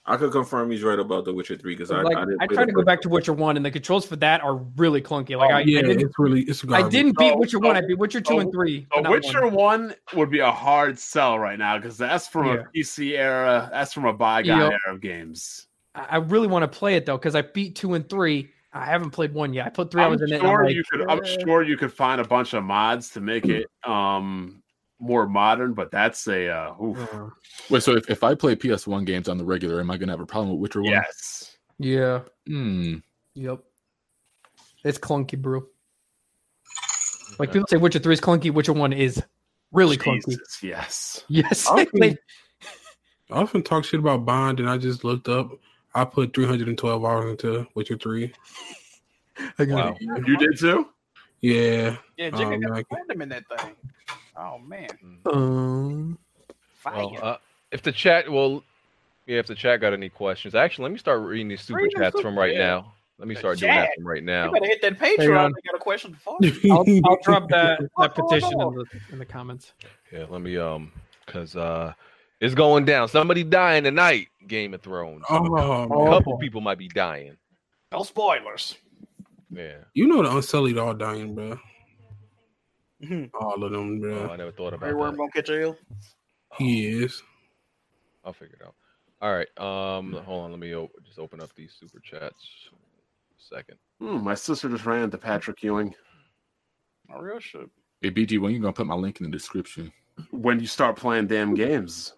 S9: I could confirm he's right about The Witcher Three because I,
S2: Like,
S9: I didn't.
S2: I,
S9: play
S2: tried
S9: the
S2: to go
S9: first-
S2: back to Witcher 1, and the controls for that are really clunky. Like, I, I
S8: Oh, yeah,
S2: didn't,
S8: it's really it's
S2: I
S8: garbage.
S2: didn't beat
S4: So-
S2: Witcher 1. I beat Witcher 2 and 3. but
S4: A
S2: not
S4: oh, Witcher
S2: one.
S4: one would be a hard sell right now because that's from
S2: Yeah.
S4: a PC era. That's from a bygone
S2: Yep.
S4: era of games.
S2: I I really want to play it, though, because I beat 2 and 3. I haven't played 1 yet. I put 3
S4: I'm
S2: hours in it. and I'm
S4: sure
S2: like,
S4: you could. I'm
S2: eh.
S4: sure you could find a bunch of mods to make it um more modern, but that's a uh, oof.
S7: Wait, so if, if I play PS1 games on the regular, am I going to have a problem with Witcher 1?
S4: yes.
S2: Yeah.
S7: Hmm.
S2: Yep. It's clunky, bro. Like people say Witcher 3 is clunky, Witcher 1 is really clunky.
S4: Jesus, yes.
S2: Yes.
S8: I don't
S2: Like,
S8: I often talk shit about Bond, and I just looked up. I put 312 hours into Witcher 3.
S2: like,
S1: Wow.
S4: You did too.
S8: Yeah.
S10: Yeah,
S8: Oh,
S10: Jigga got
S8: man.
S10: platinum in that thing. Oh man,
S2: um,
S10: fire!
S1: Well, uh, if the chat, well, yeah, if the chat got any questions, actually, let me start reading these super
S10: Read them
S1: chats
S10: super-
S1: from right
S10: yeah.
S1: now. Let me
S10: The
S1: start doing that
S10: chat.
S1: from right
S10: you
S1: now.
S10: better hit that
S2: Hang
S10: Patreon.
S2: on.
S10: They got a question for you.
S2: I'll, I'll drop that, that
S10: What's going
S2: petition in
S10: on?
S2: the, in the comments.
S1: Yeah, let me um, cause uh, it's going down. Somebody dying tonight. Game of Thrones.
S8: Oh, man.
S1: a couple people might be dying.
S10: No spoilers.
S1: Yeah.
S8: You know the Unsullied all dying, bro.
S10: Mhm.
S8: All of them,
S1: Oh,
S8: bro.
S1: I never thought about
S10: Grey Worm
S1: that.
S10: gonna catch a ill.
S8: He is.
S1: I'll figure it out. All right. Um, hold on. Let me o- just open up these super chats. Second.
S4: Hmm, my sister just ran into Patrick Ewing.
S10: Oh, real shit.
S7: Hey, BG, when you going to put my link in the description?
S4: When you start playing damn games,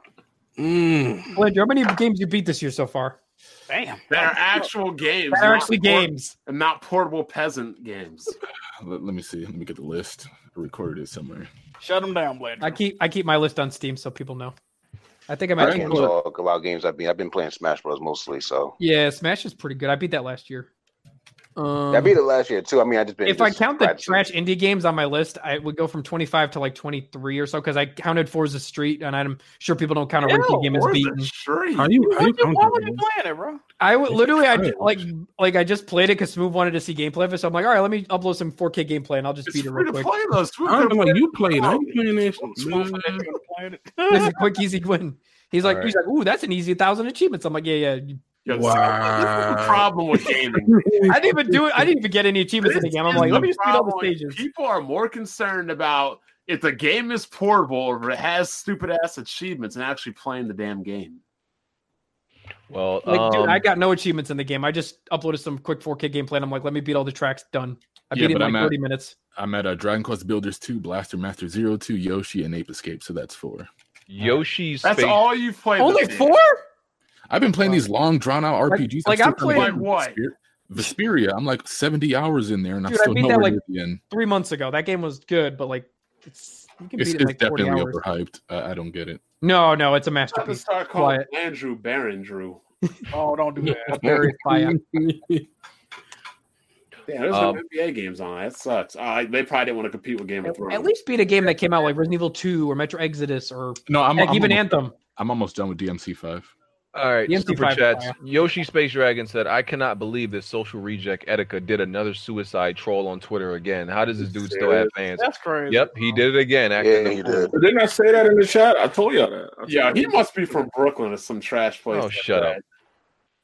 S8: Mm.
S2: Landry, how many games you beat this year so far?
S10: Damn.
S4: they are actual games.
S2: That are
S4: not
S2: actually
S4: por-
S2: games.
S4: and not portable peasant games.
S7: Uh, Let, let me see. Let me get the list. I recorded it somewhere.
S10: Shut them down, Blandry.
S2: I keep I keep my list on Steam so people know. I think I'm
S5: I
S2: actually
S5: can't talk about games I've been. I've been playing Smash Bros. mostly, so
S2: Yeah, Smash is pretty good. I beat that last year. Um,
S5: I beat it last year too. I mean, I just been.
S2: if I
S5: just
S2: count the
S5: practicing.
S2: trash indie games on my list, I would go from 25 to like 23 or so because I counted Forza Street, and I'm sure people don't count a racing game as
S4: Or the
S2: beaten.
S4: tree.
S8: How you? How you
S10: Why would you, why would you
S8: comfortable?
S10: playing it, bro?
S2: I would
S8: It's
S2: literally, I
S8: trash.
S2: like, like I just played it because Smooth wanted to see gameplay of it, so I'm like, all right, let me upload some 4K gameplay and I'll just
S4: It's
S2: beat it
S4: free
S2: real
S4: to
S2: quick.
S4: play those. We
S8: I don't
S4: could've
S8: know.
S4: played
S8: You playing? How you
S4: it.
S8: playing this?
S10: Smooth
S8: man?
S10: Blandry gonna play it.
S2: It's a quick, easy win. He's like,
S1: All
S2: he's like, ooh, that's an easy thousand achievements. I'm like, yeah, yeah. you-
S4: Yeah, This is the
S8: Wow.
S4: problem with gaming.
S2: I didn't even do it. I didn't even get any achievements in the
S4: This
S2: game. I'm
S4: is
S2: like,
S4: the
S2: let me just beat all the
S4: problem.
S2: stages.
S4: People are more concerned about if the game is portable or it has stupid ass achievements and actually playing the damn game.
S1: Well,
S2: Like, dude,
S1: um,
S2: I got no achievements in the game. I just uploaded some quick 4K gameplay. And I'm like, let me beat all the tracks. Done. I
S7: Yeah,
S2: beat it in
S7: but
S2: like
S7: I'm at-
S2: 30 minutes.
S7: I'm at uh, Dragon Quest Builders 2, Blaster Master 0, 2, Yoshi, and Ape Escape. So that's four.
S1: Yoshi's
S4: That's
S1: Space
S4: all you play.
S2: Only four?
S7: I've been playing these long, drawn out
S2: Like-
S7: RPGs.
S2: like,
S7: still
S2: I'm
S7: trying to
S2: playing-
S7: get
S4: Like what?
S7: Vesper- Vesperia. I'm like 70 hours in there and I'm
S2: Dude, I
S7: still
S2: beat that,
S7: nowhere
S2: like,
S7: near the end.
S2: Three months ago. That game was good, but like, it's you can
S7: It's,
S2: beat it
S7: it's
S2: in like 40
S7: definitely
S2: hours.
S7: overhyped. I, I don't get it.
S2: No, no, it's a
S4: Time to
S2: masterpiece.
S4: start calling
S2: Quiet.
S4: Andrew Baron Drew.
S10: Oh, don't do that.
S2: Very fire.
S4: Yeah, there's
S1: Um,
S4: no NBA games on. That sucks. Uh, they probably didn't want to compete with Game of
S2: At,
S4: Thrones.
S2: at least beat a game that came out like Resident Evil 2 or Metro Exodus or
S7: No, I'm,
S2: heck,
S7: I'm
S2: even
S7: almost,
S2: Anthem.
S7: I'm almost done with DMC5.
S1: All right,
S2: The
S1: super
S2: MC5
S1: chats.
S2: fire.
S1: Yoshi Space Dragon said, "I cannot believe this social reject Etika did another suicide troll on Twitter again. How does this dude still have fans?
S10: That's crazy.
S1: Yep, he did it again.
S5: Yeah,
S1: Acting
S5: you
S1: the
S5: did.
S9: But didn't I say that in the chat? I told y'all that. I told
S4: yeah,
S9: y'all
S4: he
S9: that.
S4: must be from Brooklyn or some trash place.
S1: Oh,
S4: like
S1: shut
S4: that.
S1: up.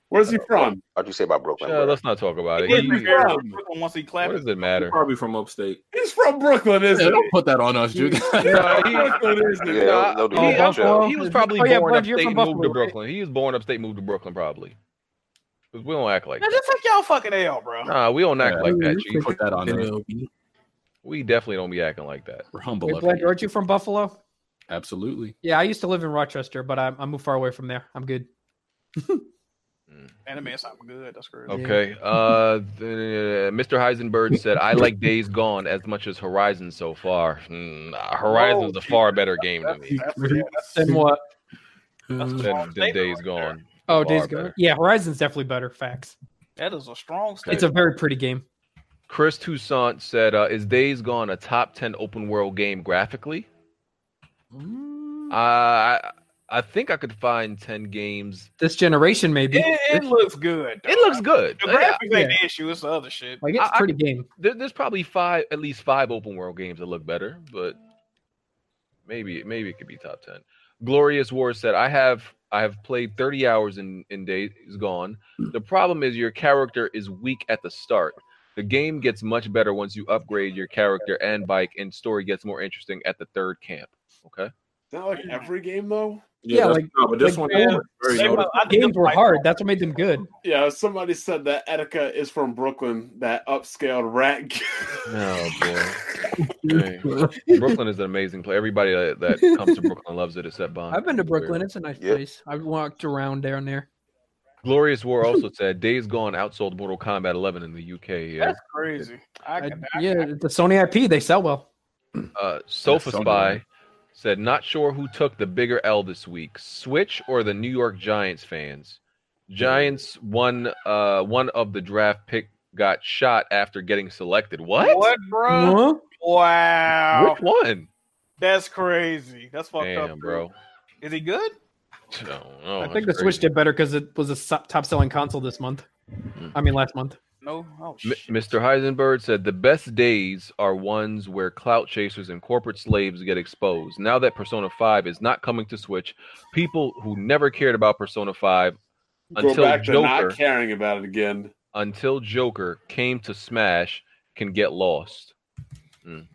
S4: Where's he from?
S5: How'd you say about Brooklyn?
S1: fool. Uh, let's not talk about it.
S10: He is
S1: He-
S4: Brooklyn.
S10: embarrassed once he
S1: what
S10: clapped.
S1: does it
S9: He
S1: matter?
S9: probably from upstate.
S4: He's from Brooklyn,
S7: Yeah,
S4: isn't
S7: don't put that on us, dude.
S1: No, he-
S4: Brooklyn, isn't
S5: yeah,
S4: he?
S5: they'll, they'll do
S1: he,
S5: that,
S2: Oh,
S5: Joe.
S2: Buffalo.
S1: he was probably
S2: Oh, yeah,
S1: born
S2: Blood, you're
S1: upstate,
S2: from
S1: and moved to
S2: Buffalo, right?
S1: Brooklyn. He was born upstate, moved to Brooklyn, probably. 'Cause we don't act like
S10: Man,
S1: that.
S10: just like y'all fucking L, bro.
S1: Nah, we don't act
S7: Yeah.
S1: like that,
S7: You
S1: Chief.
S7: put that on us.
S1: We definitely don't be acting like that.
S7: We're humble.
S2: Wait,
S7: up
S2: Blade,
S7: here.
S2: aren't you from Buffalo?
S7: Absolutely.
S2: Yeah, I used to live in Rochester, but I, I moved far away from there. I'm good.
S10: Man, that man sound good. That's crazy.
S1: Okay. Uh, the, Mr. Heisenberg said, "I like Days Gone as much as
S2: Oh,
S1: Horizon so far. Hmm, Horizon's a far better game to me.
S10: That's, yeah, that's,
S2: Then what?
S1: than, than Days Gone. Far
S2: Oh, Days Gone.
S1: better.
S2: Yeah, Horizon's definitely better. Facts.
S10: That is a strong
S2: It's a very pretty game.
S1: Chris Toussaint said, uh, "Is Days Gone a top ten open world game graphically?" Uh, I I think I could find ten games.
S2: This generation, maybe.
S10: It, it looks good.
S1: It looks good.
S10: The
S1: Yeah.
S10: graphics ain't the issue. It's the other shit.
S2: Like it's
S1: I- I-
S2: pretty game.
S1: There, there's probably five, at least five open world games that look better, but maybe maybe it could be top ten. Glorious War said, "I have I have played 30 hours in in Days Gone. The problem is your character is weak at the start. The game gets much better once you upgrade your character and bike, and story gets more interesting at the third camp." Okay.
S4: Not like every game though.
S2: Yeah, like, like old games were hard. That's what made them good.
S4: Yeah, somebody said that Etika is from Brooklyn, that upscaled rat. g-
S1: Oh boy. Dang. Brooklyn is an amazing place. Everybody that, that comes to Brooklyn loves it except Bond.
S2: I've been to
S1: It's weird.
S2: Brooklyn. It's a nice
S1: Yep.
S2: place. I've walked around down there.
S1: Glorious War also said Days Gone outsold Mortal Kombat 11 in the UK. Yeah.
S10: That's crazy. I, can- I-
S2: Yeah, the Sony IP they sell well.
S1: Uh, Sofa
S2: That's so
S1: Spy said, "Not sure who took the bigger L this week, Switch or the New York Giants fans. Giants one uh one of the draft pick got shot after getting selected. What?
S10: What, bro? Wow.
S1: Which one?
S10: That's crazy. That's fucked
S1: Damn,
S10: up,
S1: bro.
S10: Is he good?
S1: I don't know.
S2: I think the Switch did better because it was a so- top-selling console this month. I mean, last month.
S10: No. Oh,
S1: M- Mr. Heisenberg said the best days are ones where clout chasers and corporate slaves get exposed. Now that Persona 5 is not coming to Switch, people who never cared about Persona 5
S4: Go
S1: until
S4: back to not
S1: Joker
S4: caring about it again.
S1: until Joker came to Smash can get lost. Mm.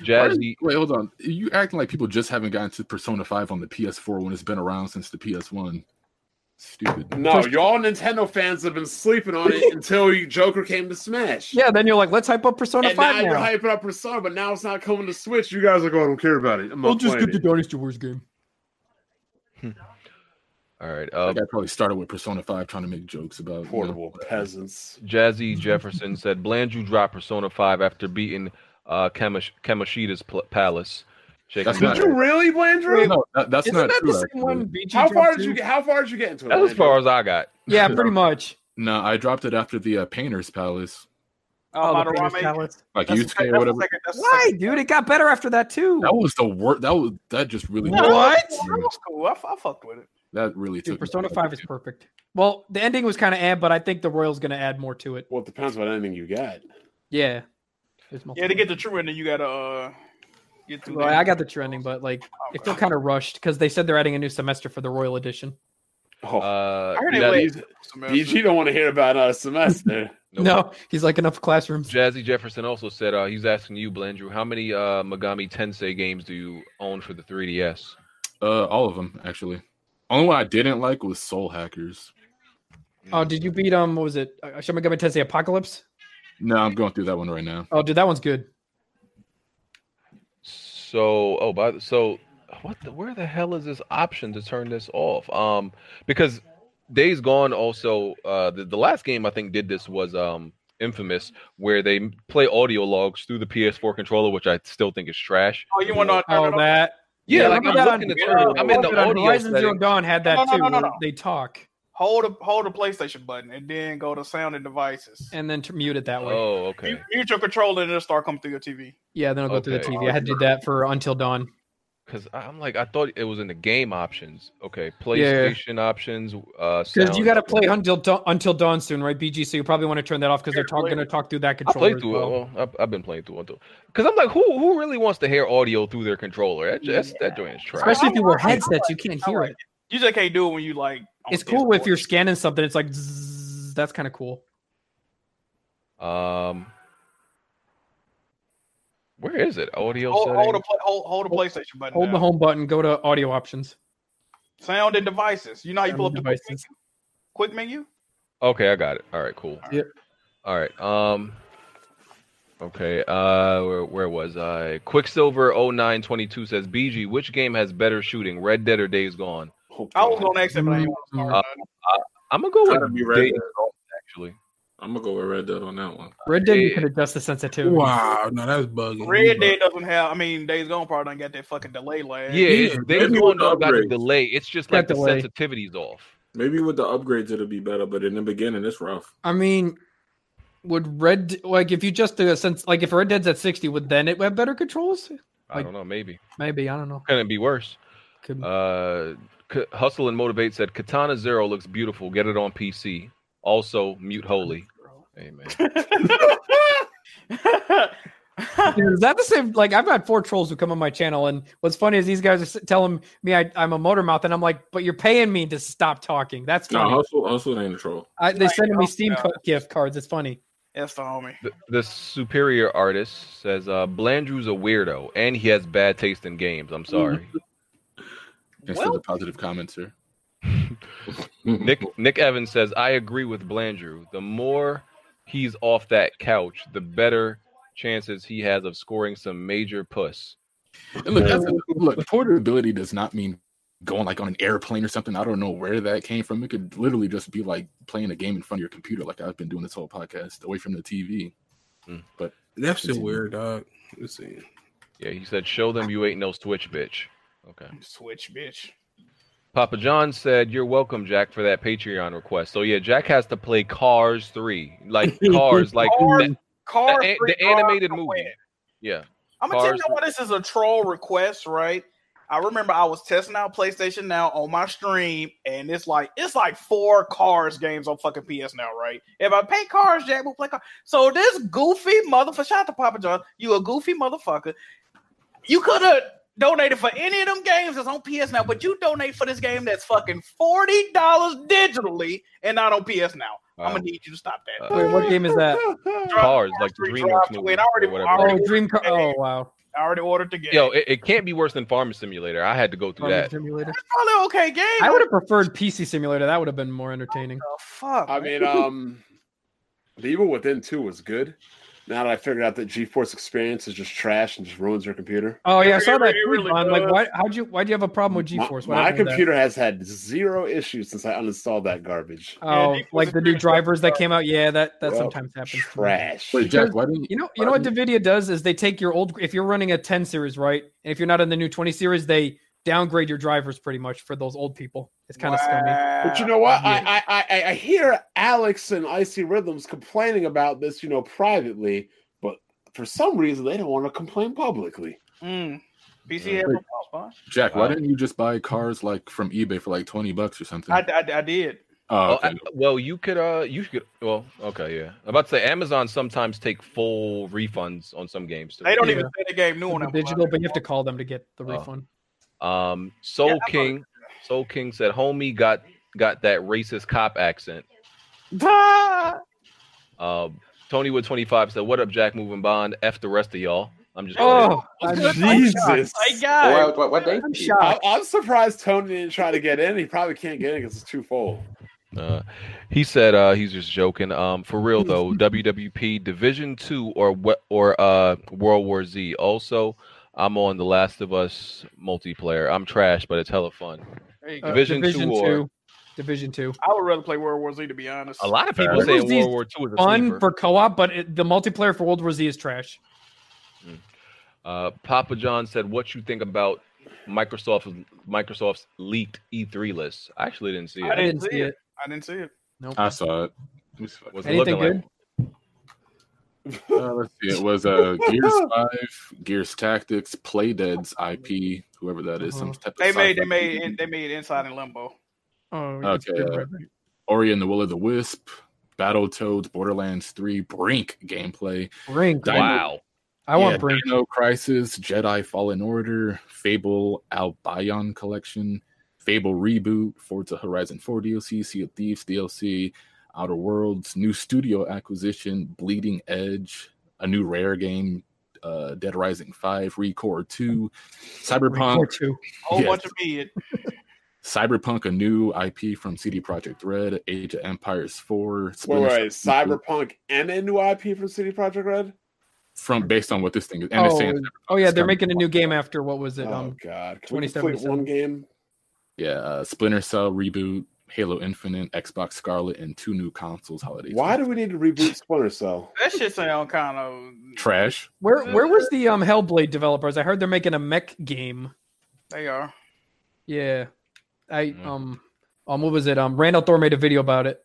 S1: Jazzy,
S7: Wait, hold on. You acting like people just haven't gotten to Persona 5 on the PS4 when it's been around since the PS1. Stupid.
S4: No, y'all Nintendo fans have been sleeping on it until you- Joker came to Smash.
S2: Yeah, then you're like, let's hype up Persona
S4: and now,
S2: Five now.
S4: you're hyping up Persona, but now it's not coming to Switch. You guys are going, I don't care about it. I'm
S2: we'll
S4: not
S2: just
S4: playing
S2: get the
S4: it."
S2: Dynasty Wars game.
S1: all right.
S7: I
S1: Uh,
S7: think I probably started with Persona 5 trying to make jokes about you know,
S4: Portable peasants.
S1: Jazzy Jefferson said Blandrew dropped Persona 5 after beating uh, Kamash- Kamoshida's pl- palace. Shaking
S7: That's
S1: my
S7: not-
S1: head.
S4: You really, Blandrew?
S7: No, that- that's
S2: Isn't
S7: not
S2: that
S7: true.
S2: the same
S7: actually.
S2: one? BG
S4: How far
S2: dropped
S4: did you
S2: too?
S4: get? How far did you get into it?
S1: That's as
S4: Blandrew?
S1: far as I got.
S2: Yeah, pretty much.
S7: No, I dropped it after the uh, Painter's Palace,
S10: Oh,
S2: the Painter's
S10: Madarame.
S2: Palace.
S7: like
S10: That's the
S7: Yusuke
S10: second-
S7: or
S10: that's the
S7: whatever.
S10: second- that's the
S2: Why,
S10: second-
S2: dude? It got better after that too.
S7: That was the worst. That was that just really
S10: No, that
S2: What?
S10: was cool. That was cool. I, f- I fucked with it.
S7: that really
S2: Dude,
S7: took
S2: Persona Five is perfect. Well, the ending was kind of add, but I think the Royal's going to add more to it.
S4: Well, it depends what ending you got.
S2: Yeah.
S10: Yeah, to get the true ending, you gotta uh, get through. Oh,
S2: Well,
S10: the-
S2: I got the trending, but like it feel kind of rushed because they said they're adding a new semester for the Royal Edition.
S4: Oh,
S1: Uh,
S10: I heard it
S1: Jazzy-
S10: late.
S4: BG don't want to hear about another semester.
S1: Nope.
S2: No, he's like enough classrooms.
S1: Jazzy Jefferson also said uh, he's asking you, Blandrew, how many uh, Megami Tensei games do you own for the 3DS?
S7: Uh, all of them actually. Only one I didn't like was Soul Hackers.
S2: Oh, did you beat um? What was it? Uh, Shin Megami Tensei Apocalypse?
S7: No, I'm going through that one right now.
S2: Oh, dude, that one's good.
S1: So, oh, by the, so what the where the hell is this option to turn this off? Um, because Days Gone also uh the, the last game I think did this was um Infamous, where they play audio logs through the PS4 controller, which I still think is trash.
S10: Oh, you want to turn it
S2: Oh,
S10: off?
S2: that.
S1: Yeah, like
S2: remember
S1: I'm
S2: that
S1: looking
S2: on-
S1: at turn, I'm in
S2: remember
S1: the
S2: that on
S1: audio
S2: Horizon Zero
S1: setting.
S2: Dawn had that
S10: No, no,
S2: too.
S10: no, no,
S2: where
S10: no.
S2: They talk
S10: Hold the hold the PlayStation button and then go to sound and devices.
S2: and then t- mute it that way.
S1: Oh,
S10: Mute,
S1: okay.
S10: mute your controller and it'll start coming through your TV.
S2: yeah, then I'll go through the
S1: okay.
S2: TV. I had to do that for Until Dawn.
S1: Because I'm like I thought it was in the game options. Okay,
S2: Yeah.
S1: PlayStation options. Uh,
S2: Because you
S1: sound.
S2: got to play Until Dawn, Until Dawn soon, right, BG? So you probably want to turn that off because they're talk- going to talk through that
S1: I
S2: controller.
S1: played
S2: as
S1: through
S2: well.
S1: it. Well, I've, I've been playing through it because I'm like, who who really wants to hear audio through their controller? That, that's, that joint is trash.
S2: Especially if you wear
S10: I like- I
S2: headsets, you can't
S10: I
S2: hear
S10: like
S2: it.
S10: You just can't do it when you like. on
S2: It's cool if
S10: Discord.
S2: you're scanning something. It's like zzz, that's kind of cool.
S1: Um, where is it? Audio
S10: hold, hold, the,
S1: settings.
S10: pla- hold, hold the PlayStation button.
S2: Hold the
S10: down.
S2: home button. Go to audio options.
S10: Sound and devices. You know how you pull up the quick menu?
S2: Devices.
S10: quick menu?
S1: Okay, I got it. All right, cool.
S2: Yep.
S1: All right. Um. Okay. Uh, where, where was I? Quicksilver 0922 says, "BG, which game has better shooting, Red Dead or Days Gone?"
S4: Oh,
S10: I was
S4: God.
S10: gonna ask him, but I didn't want to start.
S1: Uh, I'm gonna go
S9: Gotta
S1: with
S9: be Red
S1: Days
S9: Dead.
S1: Gone actually.
S9: I'm gonna go with Red Dead on that one.
S2: Red Dead, you can adjust the sensitivity.
S8: Wow, no, that's bugging.
S10: Red Dead doesn't have. I mean, Days Gone probably don't got that fucking delay lag.
S1: Yeah, it's, they
S9: maybe
S1: don't
S9: with
S1: know about the
S9: upgrades.
S1: delay. It's just
S2: That
S1: like the
S2: delay.
S1: sensitivity's off.
S9: Maybe with the upgrades it'll be better, but in the beginning it's rough.
S2: I mean, would Red like if you just do a sense like if Red Dead's at sixty, would then it have better controls?
S1: I
S2: Like-
S1: don't know. Maybe
S2: Maybe I don't know.
S1: can it be worse?
S2: Could,
S1: Uh, K- Hustle and Motivate said Katana Zero looks beautiful. Get it on PC. Also, mute holy. Amen.
S2: Dude, is that the same? Like, I've had four trolls who come on my channel, and what's funny is these guys are s- telling me I, I'm a motor mouth, and I'm like, but you're paying me to stop talking. That's
S9: No,
S2: funny.
S9: hustle, hustle ain't a troll.
S2: I, they sending me Steam
S10: yeah.
S2: co- gift cards. It's funny.
S10: That's the homie.
S1: The, the superior artist says uh, Blandrew's a weirdo and he has bad taste in games. I'm sorry.
S7: Thanks for the positive comments, sir.
S1: Nick Nick Evans says I agree with Blandrew. The more he's off that couch, the better chances he has of scoring some major puss.
S7: And look, that's, look, portability does not mean going like on an airplane or something. I don't know where that came from. It could literally just be like playing a game in front of your computer, like I've been doing this whole podcast away from the TV.
S1: Mm.
S7: But
S8: That's shit weird, dog. Let's see.
S1: Yeah, he said, show them you ain't no switch bitch. Okay.
S10: Switch, bitch.
S1: Papa John said, You're welcome, Jack, for that Patreon request. So yeah, Jack has to play Cars 3. Like Cars, like
S10: Cars
S1: that-
S10: Car
S1: the,
S10: free
S1: the
S10: car
S1: animated
S10: to
S1: movie.
S10: win.
S1: Yeah.
S10: I'm gonna tell you
S1: Cars-
S10: why this is a troll request, right? I remember I was testing out PlayStation Now on my stream, and it's like it's like four cars games on fucking PS Now, right? If I pay cars, Jack will play cars. So this goofy motherfucker, shout out to Papa John, you a goofy motherfucker. You could have donated for any of them games that's on PS Now, but you donate for this game that's fucking forty dollars digitally and not on PS Now. I'm
S1: Wow.
S10: gonna need you to stop that.
S1: Uh,
S2: Wait, what game is that?
S1: Um, Cars, like the
S10: Street
S1: DreamWorks
S10: Drive to
S1: movie.
S10: win. I already-
S1: or whatever.
S10: I
S2: Oh,
S10: already-
S2: Dream. Co- oh, wow.
S10: I already ordered the game.
S1: Yo, it, it can't be worse than Farming Simulator. I had to go through
S2: Farming
S1: that.
S2: Simulator.
S10: probably okay game.
S2: I would have preferred PC Simulator. That would have been more entertaining.
S10: the fuck?
S4: I
S10: man?
S4: mean, um, The Evil Within 2 was good. Now that I figured out that GeForce Experience is just trash and just ruins your computer.
S2: Oh yeah, I
S10: It
S2: saw that.
S10: really- it
S2: tweet,
S10: really
S2: Von. like,
S10: was.
S2: why? How'd you? Why'd you have a problem with
S4: My-
S2: GeForce? What
S4: my
S2: happened with that?
S4: computer has had zero issues since I uninstalled that garbage.
S2: Oh,
S10: Yeah, GeForce
S2: like the new
S10: Experience.
S2: drivers that came out. Yeah, that that
S4: Well,
S2: sometimes happens. to me.
S4: Trash.
S7: Wait, Jack, why didn't you?
S2: You know, you know what Nvidia does is they take your old. If you're running a 10 series, right, and if you're not in the new 20 series, they downgrade your drivers pretty much for those old people. It's kind of scummy.
S4: But you know what? I I, I I hear Alex and Icy Rhythms complaining about this, you know, privately, but for some reason they don't want to complain publicly.
S10: Mm. PC had
S7: Wait.
S10: no problem,
S7: Jack, why
S1: Wow.
S7: didn't you just buy cars like from eBay for like twenty bucks or something?
S10: huh? I, I, I did.
S7: oh,
S1: Oh,
S7: okay.
S1: I- well, you could, uh, you could, well, okay, yeah. I'm about to say Amazon sometimes take full refunds on some games. Too.
S10: They don't
S2: Yeah.
S10: even say the game new on
S2: The
S10: Amazon.
S2: digital, but you have to call them to get the
S1: Oh.
S2: refund.
S1: Um, Soul
S10: Yeah, I
S1: King, Soul King said, "Homie got got that racist cop accent."
S10: Ah!
S1: Uh, Tony with twenty five said, "What up, Jack? Moving bond. F the rest of y'all. I'm just
S2: Oh, I'm,
S4: Jesus.
S10: My God.
S5: What, what, what day?
S2: I'm
S4: I,
S2: shocked.
S4: I'm surprised Tony didn't try to get in. He probably can't get in because it's twofold.
S1: Uh, he said uh, he's just joking. Um, for real though, WWP Division Two or what or uh World War Z. Also, I'm on The Last of Us multiplayer. I'm trash, but it's hella fun.
S10: There you go.
S2: Uh,
S1: Division two or-
S2: Division two.
S10: I would rather play World War Z to be honest.
S1: A lot of people
S2: World
S1: say
S2: War Z is
S1: World War Two is a
S2: Fun
S1: sleeper.
S2: for co-op, but it, the multiplayer for World War Z is trash.
S1: Uh, Papa John said, "What you think about Microsoft Microsoft's leaked E3 list?" I actually didn't see
S10: I
S1: it.
S10: didn't see it. I didn't see it.
S7: I saw it. It was-
S1: Was it
S2: Anything
S1: looking
S2: good?
S1: like?
S7: uh, let's see. It was uh, Gears Five, Gears Tactics, Playdead's IP, whoever that is, some type of
S10: They made
S7: sci-fi
S10: they made
S7: game.
S10: they made Inside and Limbo.
S2: Oh, it's
S7: Okay,
S2: good,
S7: uh,
S2: right?
S7: Ori and the Will of the Wisp, Battletoads, Borderlands 3, Brink gameplay.
S2: Brink.
S7: Dino-
S1: Wow.
S2: I want
S7: Yeah,
S2: Brink.
S7: Dino Crisis, Jedi Fallen Order, Fable Albion Collection, Fable Reboot, Forza Horizon 4 DLC, Sea of Thieves DLC, Outer Worlds, new studio acquisition, Bleeding Edge, a new rare game, uh, Dead Rising 5, Recore 2, Cyberpunk,
S2: Or two.
S10: Whole
S7: Yes.
S10: bunch of mid.
S7: Cyberpunk, a new IP from CD Projekt Red, Age of Empires 4,
S4: Wait,
S7: Splinter
S4: wait, wait,
S7: Cell
S4: Cyberpunk and a new IP from City Project Red?
S7: from based on what this thing is. And it's
S2: Oh,
S7: saying,
S2: oh yeah, they're
S7: coming
S2: making a new game after what was it?
S4: Oh
S2: Um,
S4: God! Can we
S2: 2077?
S4: complete one game?
S7: yeah, uh, Splinter Cell reboot, Halo Infinite, Xbox Scarlet, and two new consoles holiday.
S4: Why do we need to reboot Splinter Cell?
S10: That shit sound kind of
S7: Trash.
S2: Where where was the um Hellblade developers? I heard they're making a mech game.
S10: they are.
S2: Yeah, I um um what was it? Um Randall Thor made a video about it.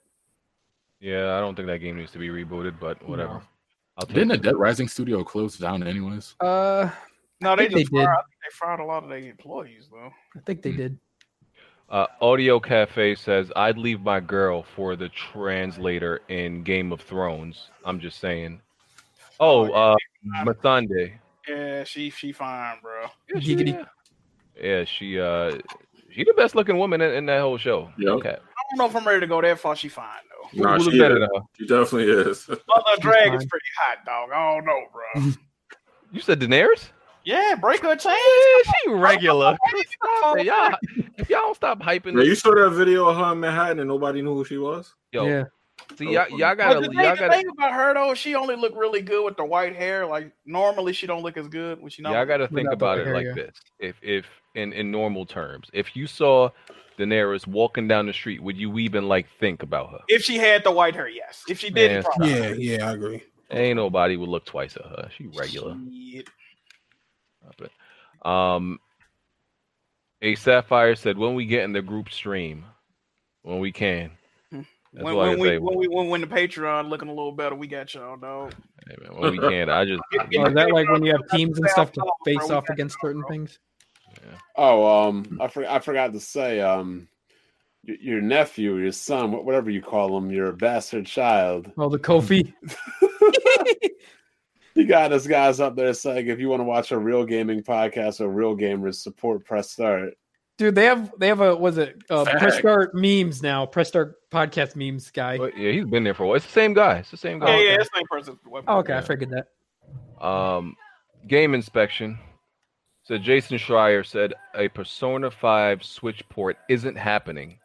S1: Yeah, I don't think that game needs to be rebooted, but whatever.
S2: No.
S1: I'll take
S7: Didn't a
S1: it.
S7: Dead Rising studio close down anyways?
S2: Uh,
S10: No, they
S2: think they
S10: just fired.
S2: did.
S10: I think they fired a lot of their employees though.
S2: I think they did.
S1: Uh, Audio Cafe says, I'd leave my girl for the translator in Game of Thrones. I'm just saying. Oh, uh, Mathande.
S10: Yeah, she she fine, bro.
S1: Yeah, she,
S2: Giggity.
S1: yeah. Yeah, she, uh, she the best looking woman in, in that whole show.
S9: Yep.
S1: Okay.
S10: I don't know if I'm ready to go that far. She fine though.
S1: Who-
S9: Nah,
S1: who
S9: she
S1: look better
S9: is.
S1: than her?
S9: She definitely is.
S10: Mother Dragon's
S2: fine.
S10: pretty hot, dog. I don't know, bro.
S1: You said Daenerys?
S10: yeah, break her chain.
S1: Yeah, she regular.
S10: Come on.
S1: y'all, if y'all don't stop hyping,
S9: Now, you saw that video of her in Manhattan and nobody knew who she was.
S1: yo,
S2: Yeah,
S1: see, y'all, y'all
S10: But
S1: gotta, y'all
S10: the, thing, the
S1: gotta,
S10: thing about her though, she only looked really good with the white hair. Like normally, she don't look as good when she not.
S1: Yeah, I gotta think
S2: not
S1: about
S2: the
S1: it
S2: hair,
S1: like
S2: yeah.
S1: this. If if in, in normal terms, if you saw Daenerys walking down the street, would you even like think about her?
S10: if she had the white hair, yes. If she
S1: Man,
S10: didn't, probably.
S8: Yeah, yeah, I agree.
S1: Ain't nobody would look twice at her. She regular.
S10: Shit.
S1: But, um A Sapphire said, When we get in the group stream, when we can. That's
S10: When,
S1: all I
S10: when,
S1: can
S10: we,
S1: say.
S10: when we when when the Patreon looking a little better, we got y'all, dog.
S1: Hey, man, when we can. I just
S2: Or is Uh, that like when you have teams and stuff to face off against certain things?
S4: Oh, um, I, for, I forgot to say, um, y- your nephew, your son, wh- whatever you call him, your bastard child.
S2: Oh, the Kofi.
S4: You got us guys up there saying if you want to watch a real gaming podcast or real gamers, support Press Start.
S2: Dude, they have they have a was it uh,
S9: Fact.
S2: press start memes now, press start podcast memes guy.
S1: but yeah, he's been there for a while. It's the same guy. It's the same
S10: Yeah,
S1: guy.
S10: yeah, it's same person.
S2: Oh, okay, I
S1: Yeah.
S2: figured that.
S1: Um, game inspection. So Jason Schreier said a Persona 5 Switch port isn't happening.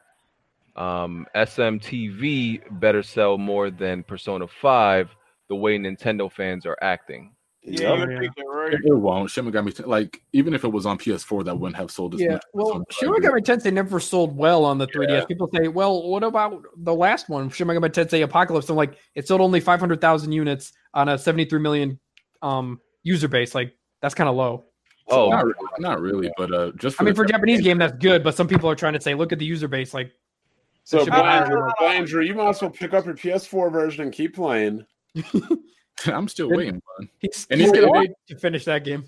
S1: Um, SMTV better sell more than Persona 5 the way Nintendo fans are acting.
S10: Yeah,
S4: Yep.
S10: you would think that, right?
S7: It, it won't. Shin Megami, Ten- like even if it was on PS4, that wouldn't have sold as
S2: Yeah,
S7: much. as
S2: well,
S7: on-
S2: Shin Megami Tensei never sold well on the 3DS. People say, "Well, what about the last one, Shin Megami Tensei Apocalypse?" I'm like, it sold only 500,000 units on a 73 million um user base. Like, that's kind of low.
S1: Oh,
S7: not, really- not really, but uh, just
S2: I mean,
S7: the-
S2: for a Japanese game, that's good, but some people are trying to say, "Look at the user base." Like,
S4: So,
S2: should be
S4: Blandrew, Blandrew, you might as well pick up your PS4 version and keep playing.
S7: I'm still waiting. Man.
S2: he's,
S7: And
S2: he's
S7: he's gonna
S2: gonna to finish that game.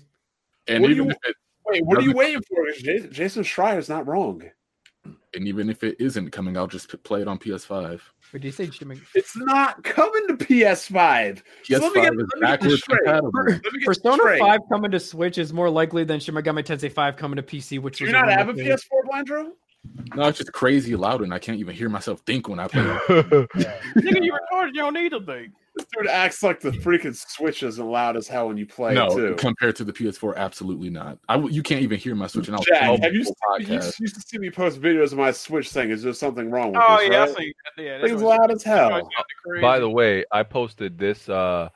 S7: And
S4: What do
S7: even
S4: you-
S7: if it,
S4: Wait, what are you
S7: Doesn't-
S4: waiting for? Ja- Jason Schreier's not wrong.
S7: and even if it isn't coming out, just p- play it on PS5.
S2: What do you say, Shin Meg-
S4: It's not coming to PS5. So let me
S7: PS5
S4: get- let me get
S7: is
S4: this
S7: backwards
S4: straight.
S7: compatible.
S4: Let me get this
S2: Persona
S4: straight.
S2: Five coming to Switch is more likely than Shin Megami Tensei Five coming to PC, which
S4: Do
S2: was
S4: you not
S2: rumor
S4: have a
S2: thing.
S4: PS4, Blandrew?
S7: No, it's just crazy loud, and I can't even hear myself think when I play. it.
S10: Nigga, you recorded. You don't need a thing.
S4: This dude acts like the freaking Switch isn't loud as hell when you play
S7: no,
S4: too.
S7: compared to the PS4, absolutely not. I w- you can't even hear my switch. And I was
S4: Jack,
S7: playing
S4: have you,
S7: the
S4: seen,
S7: whole
S4: you
S7: podcast.
S4: used to see me post videos of my Switch saying, "Is there something wrong with
S10: Oh
S4: this?"
S10: yeah, I
S4: right?
S10: see. Yeah,
S4: Thing's loud as hell.
S1: By the way, I posted this uh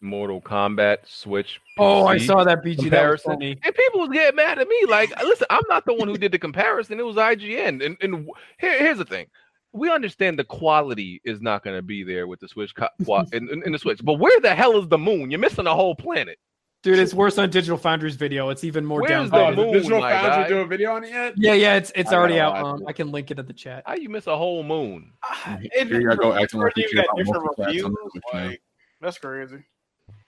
S1: Mortal Kombat Switch.
S2: Oh, I
S1: PC.
S2: saw that BG. That was
S1: Comparison.
S2: funny.
S1: And people was getting mad at me. Like, listen, I'm not the one who did the comparison. It was IGN. And and w- here, here's the thing. We understand the quality is not going to be there with the Switch co- qua- in, in, in the Switch, but where the hell is the moon? You're missing a whole planet.
S2: Dude, it's worse on Digital Foundry's video. It's even more
S1: Where's
S2: down.
S1: the
S4: Oh, did
S1: moon,
S4: Digital
S1: my
S4: Foundry
S1: guy.
S4: do a video on it yet?
S2: Yeah, yeah, it's it's
S4: I gotta
S2: already out.
S4: watch
S2: Um,
S4: it.
S2: I can link it in the chat.
S1: How you miss a whole moon?
S10: Ah,
S7: Here I go acting like we care about multiplax on the
S10: reviews.
S7: Switch now.
S10: Like, that's crazy.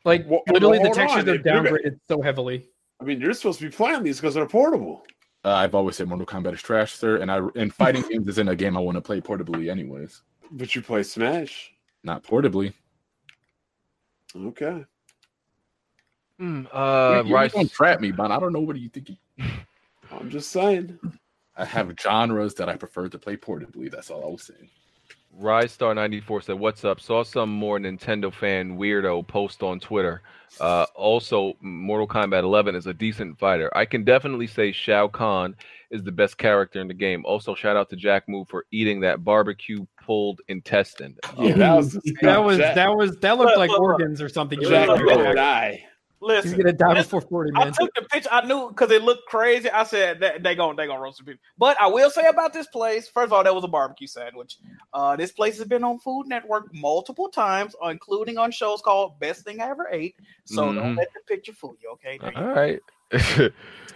S2: Like
S4: Well,
S2: literally, the
S4: hold
S2: textures
S4: on,
S2: are
S4: if you're gonna-
S2: downgraded so heavily.
S4: I mean, you're supposed to be playing these because they're portable.
S7: Uh, I've always said Mortal Kombat is trash, sir, and I and fighting games isn't a game I want to play portably, anyways.
S4: But you play Smash.
S7: Not portably.
S4: Okay.
S1: Mm, uh,
S7: You- you
S1: Rice.
S7: don't trap me, but I don't know what you think. you-
S4: I'm just saying.
S7: I have genres that I prefer to play portably. That's all I was saying.
S1: Rise Star 94 said, What's up? Saw some more Nintendo fan weirdo post on Twitter. Uh, also, Mortal Kombat 11 is a decent fighter. I can definitely say Shao Kahn is the best character in the game. Also, shout out to Jack Move for eating that barbecue pulled intestine.
S4: Yeah, Oh, that was
S2: That was
S4: Jack,
S2: that was that looked
S10: Look,
S2: like
S10: look, look.
S2: organs or something.
S4: Jack
S10: Look,
S4: will
S10: look.
S4: die.
S10: Listen,
S2: He's gonna die before forty,
S10: I
S2: man.
S10: took the picture. I knew because it looked crazy. I said that they gonna they gonna roast some people. But I will say about this place. First of all, that was a barbecue sandwich. Uh, this place has been on Food Network multiple times, including on shows called Best Thing I Ever Ate. So don't
S1: Mhm.
S10: let the picture fool you, okay? There you
S1: Oh, All
S10: go.
S1: right.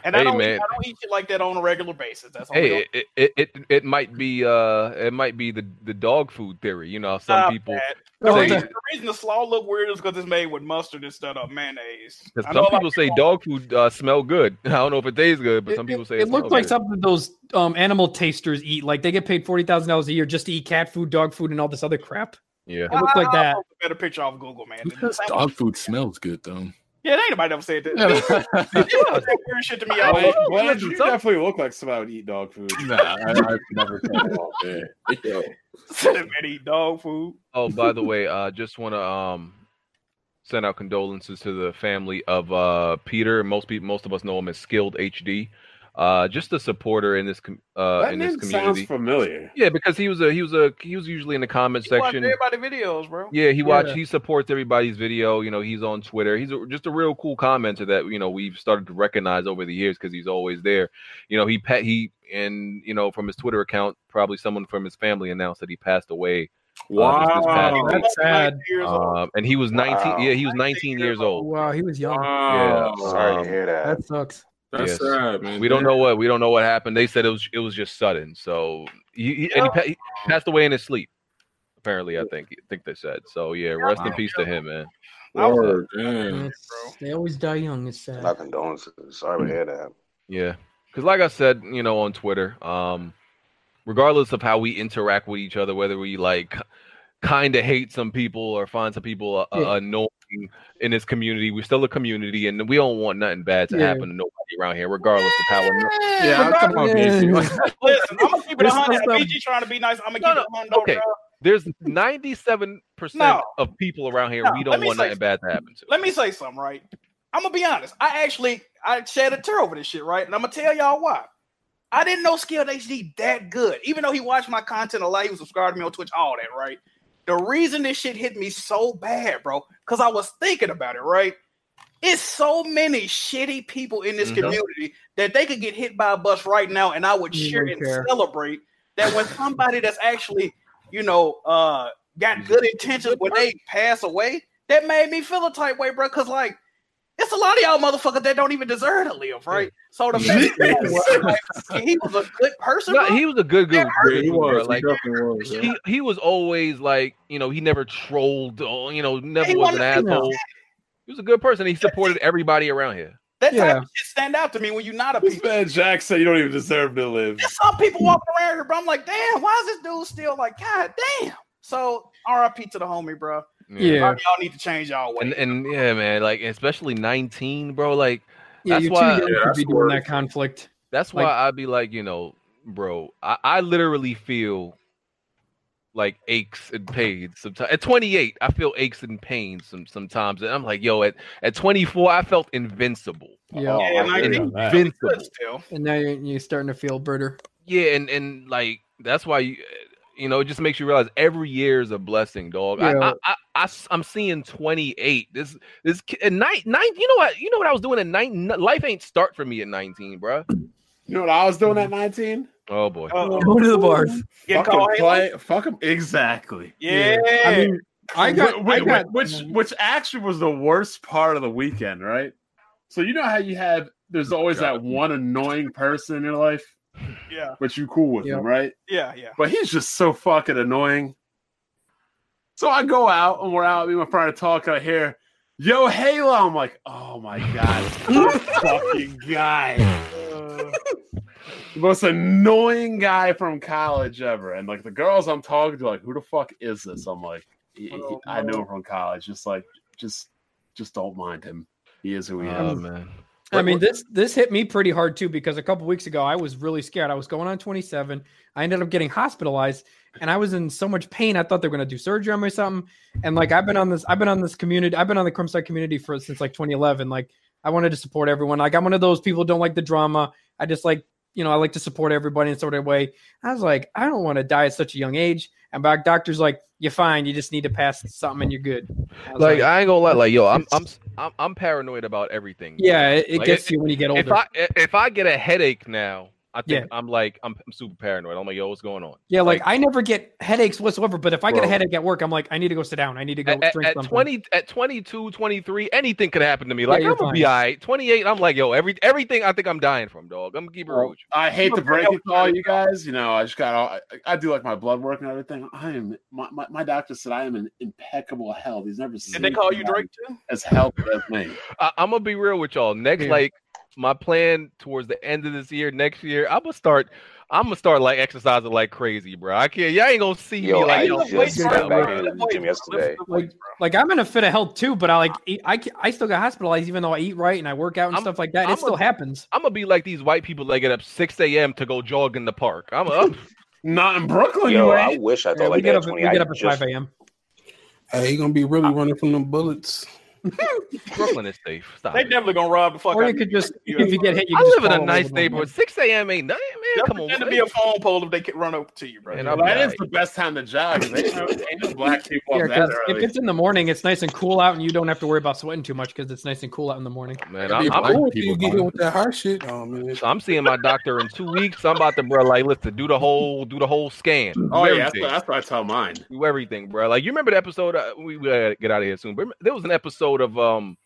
S10: And I
S1: hey
S10: don't
S1: man,
S10: Eat, I don't eat shit like that on a regular basis. That's all.
S1: hey, it, it, it it might be uh it might be the the dog food theory. You know,
S10: Ah,
S1: some people
S10: The
S1: say-
S10: reason, the reason the slaw look weird is because it's made with mustard instead of mayonnaise.
S1: 'cause
S10: I know
S1: some
S10: a lot
S1: people say dog food uh, smell good. I don't know if it tastes good, but some people say it,
S2: It looked
S1: smells
S2: like
S1: good.
S2: something those um, animal tasters eat. Like they get paid forty thousand dollars a year just to eat cat food, dog food, and all this other crap.
S1: Yeah,
S2: It looked like that.
S10: Get a picture off Google, man.
S7: Dog food smells good though.
S10: Yeah, ain't nobody never said that. That weird shit to me. all
S4: Wait,
S10: the time.
S4: Blanche, you definitely look like somebody would eat dog food.
S7: Nah, I, I've never.
S10: Cinnamon eat dog food.
S1: Oh, by the way, uh, just want to um send out condolences to the family of uh Peter. Most people, most of us know him as Skilled HD. Uh, just a supporter in this com- uh
S4: that
S1: in
S4: name
S1: this
S4: sounds
S1: community.
S4: familiar.
S1: Yeah, because he was a he was a he was usually in the comment
S10: Watch
S1: section.
S10: everybody videos, bro.
S1: Yeah, he watch
S10: Yeah.
S1: he supports everybody's video. You know, he's on Twitter. He's a, just a real cool commenter that you know we've started to recognize over the years because he's always there. You know, he pa- he and you know from his Twitter account, probably someone from his family announced that he passed away. uh, this- this past
S2: Wow,
S1: week.
S2: that's sad.
S1: Um, and he was 19.
S2: Wow.
S1: Yeah, he was 19 years old.
S2: Wow, he was young.
S1: Yeah,
S5: Sorry
S1: um,
S5: to hear that.
S2: That sucks.
S1: yes.
S9: sad, man.
S1: We don't know what we don't know what happened. They said it was it was just sudden. So he, he- and he, pa- he passed away in his sleep. Apparently, I think I think they said. So yeah, rest in peace to him, man.
S9: Word, damn.
S2: It's- They always die young. It's sad.
S5: My condolences.
S2: Mm.
S5: Sorry to hear that.
S1: Yeah, because like I said, you know, on Twitter, um, regardless of how we interact with each other, whether we like kind of hate some people or find some people uh,
S2: Yeah.
S1: annoying in this community, we're still a community, and we don't want nothing bad to
S2: Yeah.
S1: happen to nobody around here, regardless of how. anno-
S10: Yeah,
S11: come on, BC.
S10: Listen, I'm gonna keep it
S2: We're
S10: 100.
S2: supposed to-
S10: BG trying to be nice. I'm gonna
S1: No,
S10: keep
S1: no,
S10: it 100.
S1: okay.
S10: bro.
S1: There's 97 percent
S10: No.
S1: of people around here
S10: No,
S1: we
S10: let
S1: don't
S10: me
S1: want
S10: say
S1: nothing bad to happen to.
S10: Let me say something, right? I'm gonna be honest. I actually I shed a tear over this shit, right? And I'm gonna tell y'all why. I didn't know Skilled HD that good, even though he watched my content a lot. He was subscribed to me on Twitch, all that, right? The reason this shit hit me so bad, bro, because I was thinking about it, right? It's so many shitty people in this
S1: Mhm.
S10: community that they could get hit by a bus right now, and I would
S2: You
S10: cheer
S2: wouldn't
S10: and
S2: care.
S10: celebrate that when somebody that's actually, you know, uh, got good intentions when they pass away, that made me feel a type way, bro. Cause like, it's a lot of y'all motherfuckers that don't even deserve to live, right? So the fact that he was a good person,
S1: No,
S10: bro,
S1: he was a good dude.
S9: Yeah, he
S1: bro.
S9: was.
S1: Like,
S9: he definitely was. yeah.
S1: he, he was always like you know he never trolled or you know never
S10: He
S1: was an
S10: wasn't-
S1: asshole. He was a good person. He supported everybody around here.
S10: that type
S2: Yeah.
S10: of shit stand out to me when you're not a piece.
S4: This man Jack said you don't even deserve to live.
S10: There's some people
S2: Mm.
S10: walking around here, bro. I'm like, damn, why is this dude still like, god damn? So RIP to the homie, bro.
S2: Yeah.
S10: Y'all need to change y'all way.
S1: and and yeah, man, like especially nineteen, bro. Like
S2: Yeah,
S1: That's
S2: you're
S1: why-
S2: too young
S9: Yeah,
S2: to
S9: that's
S2: be doing
S9: worse.
S2: that conflict.
S1: that's why
S2: Like-
S1: I'd be like, you know, bro, I, I literally feel like aches and pains sometimes. At twenty eight, I feel aches and pains some sometimes, and I'm like, yo, at at twenty four, I felt invincible.
S2: Yeah,
S10: Yeah, and I
S1: Yeah.
S10: think
S1: Yeah.
S10: he's good still.
S2: and now you're, you're starting to feel bitter.
S1: Yeah, and and like that's why you you know it just makes you realize every year is a blessing, dog. I,
S2: Yeah.
S1: I, I I am seeing 28. This this ki- and nine nine. You know what? You know what I was doing at nine. Life ain't start for me at 19, bro.
S4: You know what I was doing at 19?
S1: Oh boy.
S10: Uh,
S2: Go to the bars.
S10: get
S4: fuck 'em,
S10: called Halo?
S4: play, fuck 'em. Exactly.
S10: Yeah.
S2: I mean, I got,
S4: Wh- wh-
S2: I
S4: wh-
S2: got
S4: which which actually was the worst part of the weekend, right? So you know how you have there's always that one annoying person in your life,
S10: yeah,
S4: but you cool with
S2: Yeah.
S4: him, right?
S10: yeah, yeah.
S4: But he's just so fucking annoying. So I go out and we're out, me and my friend are talking. I hear, "Yo, Halo!" I'm like, "Oh my god, this fucking guy, the most annoying guy from college ever." And like the girls I'm talking to, like, "Who the fuck is this?" I'm like, "He- he-
S10: Oh,
S4: "I know
S10: no.
S4: him from college." Just like, just, just don't mind him. He is who he
S1: Oh
S10: Um,
S4: is.
S1: man.
S2: I mean, this this hit me pretty hard too because a couple weeks ago I was really scared. I was going on 27. I ended up getting hospitalized, and I was in so much pain. I thought they were going to do surgery on me or something. And like I've been on this, I've been on this community, I've been on the Crimson community for since like 2011. Like I wanted to support everyone. Like I'm one of those people who don't like the drama. I just like you know, I like to support everybody in sort of way. I was like, I don't want to die at such a young age. And back doctor's like, you're fine. You just need to pass something and you're good. I was
S1: Like I ain't gonna lie, like yo, I'm I'm I'm, I'm paranoid about everything.
S2: yeah, it, it
S1: Like,
S2: gets you when you get older.
S1: If I if I get a headache now, I think
S2: Yeah.
S1: I'm like I'm, I'm super paranoid. I'm like, yo, what's going on?
S2: yeah, like, I never get headaches whatsoever. But if I get a
S1: Bro.
S2: headache at work, I'm like, I need to go sit down. I need to go
S1: At,
S2: drink
S1: at
S2: something.
S1: 20, at 22, 23, anything could happen to me. Like
S2: you're
S1: I'm gonna be
S2: fine.
S1: all right. 28, I'm like, yo, every everything I think I'm dying from, dog. I'm gonna keep it real with you.
S4: I hate to break it to all you guys. You know, I just got all. I, I do like my blood work and everything. I am. My, my, my doctor said I am in impeccable health. He's never seen.
S10: Did they call you
S4: somebody
S10: Drake too?
S4: As healthy as me.
S1: I, I'm gonna be real with y'all. Next,
S4: Yeah.
S1: like my plan towards the end of this year, next year, I'm gonna start. I'm gonna start like exercising like crazy, bro. I can't. Y'all ain't gonna see me
S12: Yo,
S1: like
S12: I
S1: yo,
S12: just
S1: wait,
S12: got
S1: bro.
S12: back in the gym yesterday.
S2: like, like I'm in a fit of health too, but I like eat, I ca- I still got hospitalized even though I eat right and I work out and stuff like that.
S1: I'm
S2: it still
S1: a-
S2: happens.
S1: I'm gonna be like these white people that get up 6 a.m. to go jog in the park. I'm up.
S4: Not in Brooklyn.
S12: Yo, I wish I thought
S2: Yeah, we
S12: like
S2: get
S12: that.
S2: up,
S12: at
S2: we
S12: 20.
S2: get
S12: I
S2: up at
S12: just,
S2: 5 a.m.
S8: Hey, you gonna be really running from them bullets.
S1: Brooklyn is safe. Stop.
S10: They
S1: it.
S10: definitely gonna rob the fuck.
S2: Or
S10: out
S2: you
S10: of
S2: could just
S10: you
S2: if
S10: as
S2: you get hit, you
S1: I
S2: can just
S1: live in
S2: fall
S1: a
S2: over
S1: nice
S2: with one,
S1: neighborhood.
S2: man.
S1: 6 a.m. ain't nothing, man.
S10: They'll
S1: Come on,
S10: pretend to
S1: man.
S10: be a phone pole if they ca- run up to you, bro.
S1: Man,
S4: Well,
S1: I'll be
S4: that
S1: all
S4: is the best time to jog. 'cause Ain't no, ain't no black people
S2: Yeah,
S4: up that
S2: 'cause if
S4: early.
S2: it's in the morning, it's nice and cool out, and you don't have to worry about sweating too much because it's nice and cool out in the morning.
S1: right. man.
S7: Be
S1: I'm,
S7: black
S1: I'm,
S8: Or if you
S7: people
S8: get hit
S7: buying
S8: with that hard shit, oh man.
S1: I'm seeing my doctor in two weeks. I'm about to, bro. Like, listen, do the whole, do the whole scan. Do
S4: Oh yeah, that's
S1: everything.
S4: what, that's what I tell mine.
S1: do everything, bro. Like you remember the episode? Uh, we we gotta get out of here soon. But there was an episode of um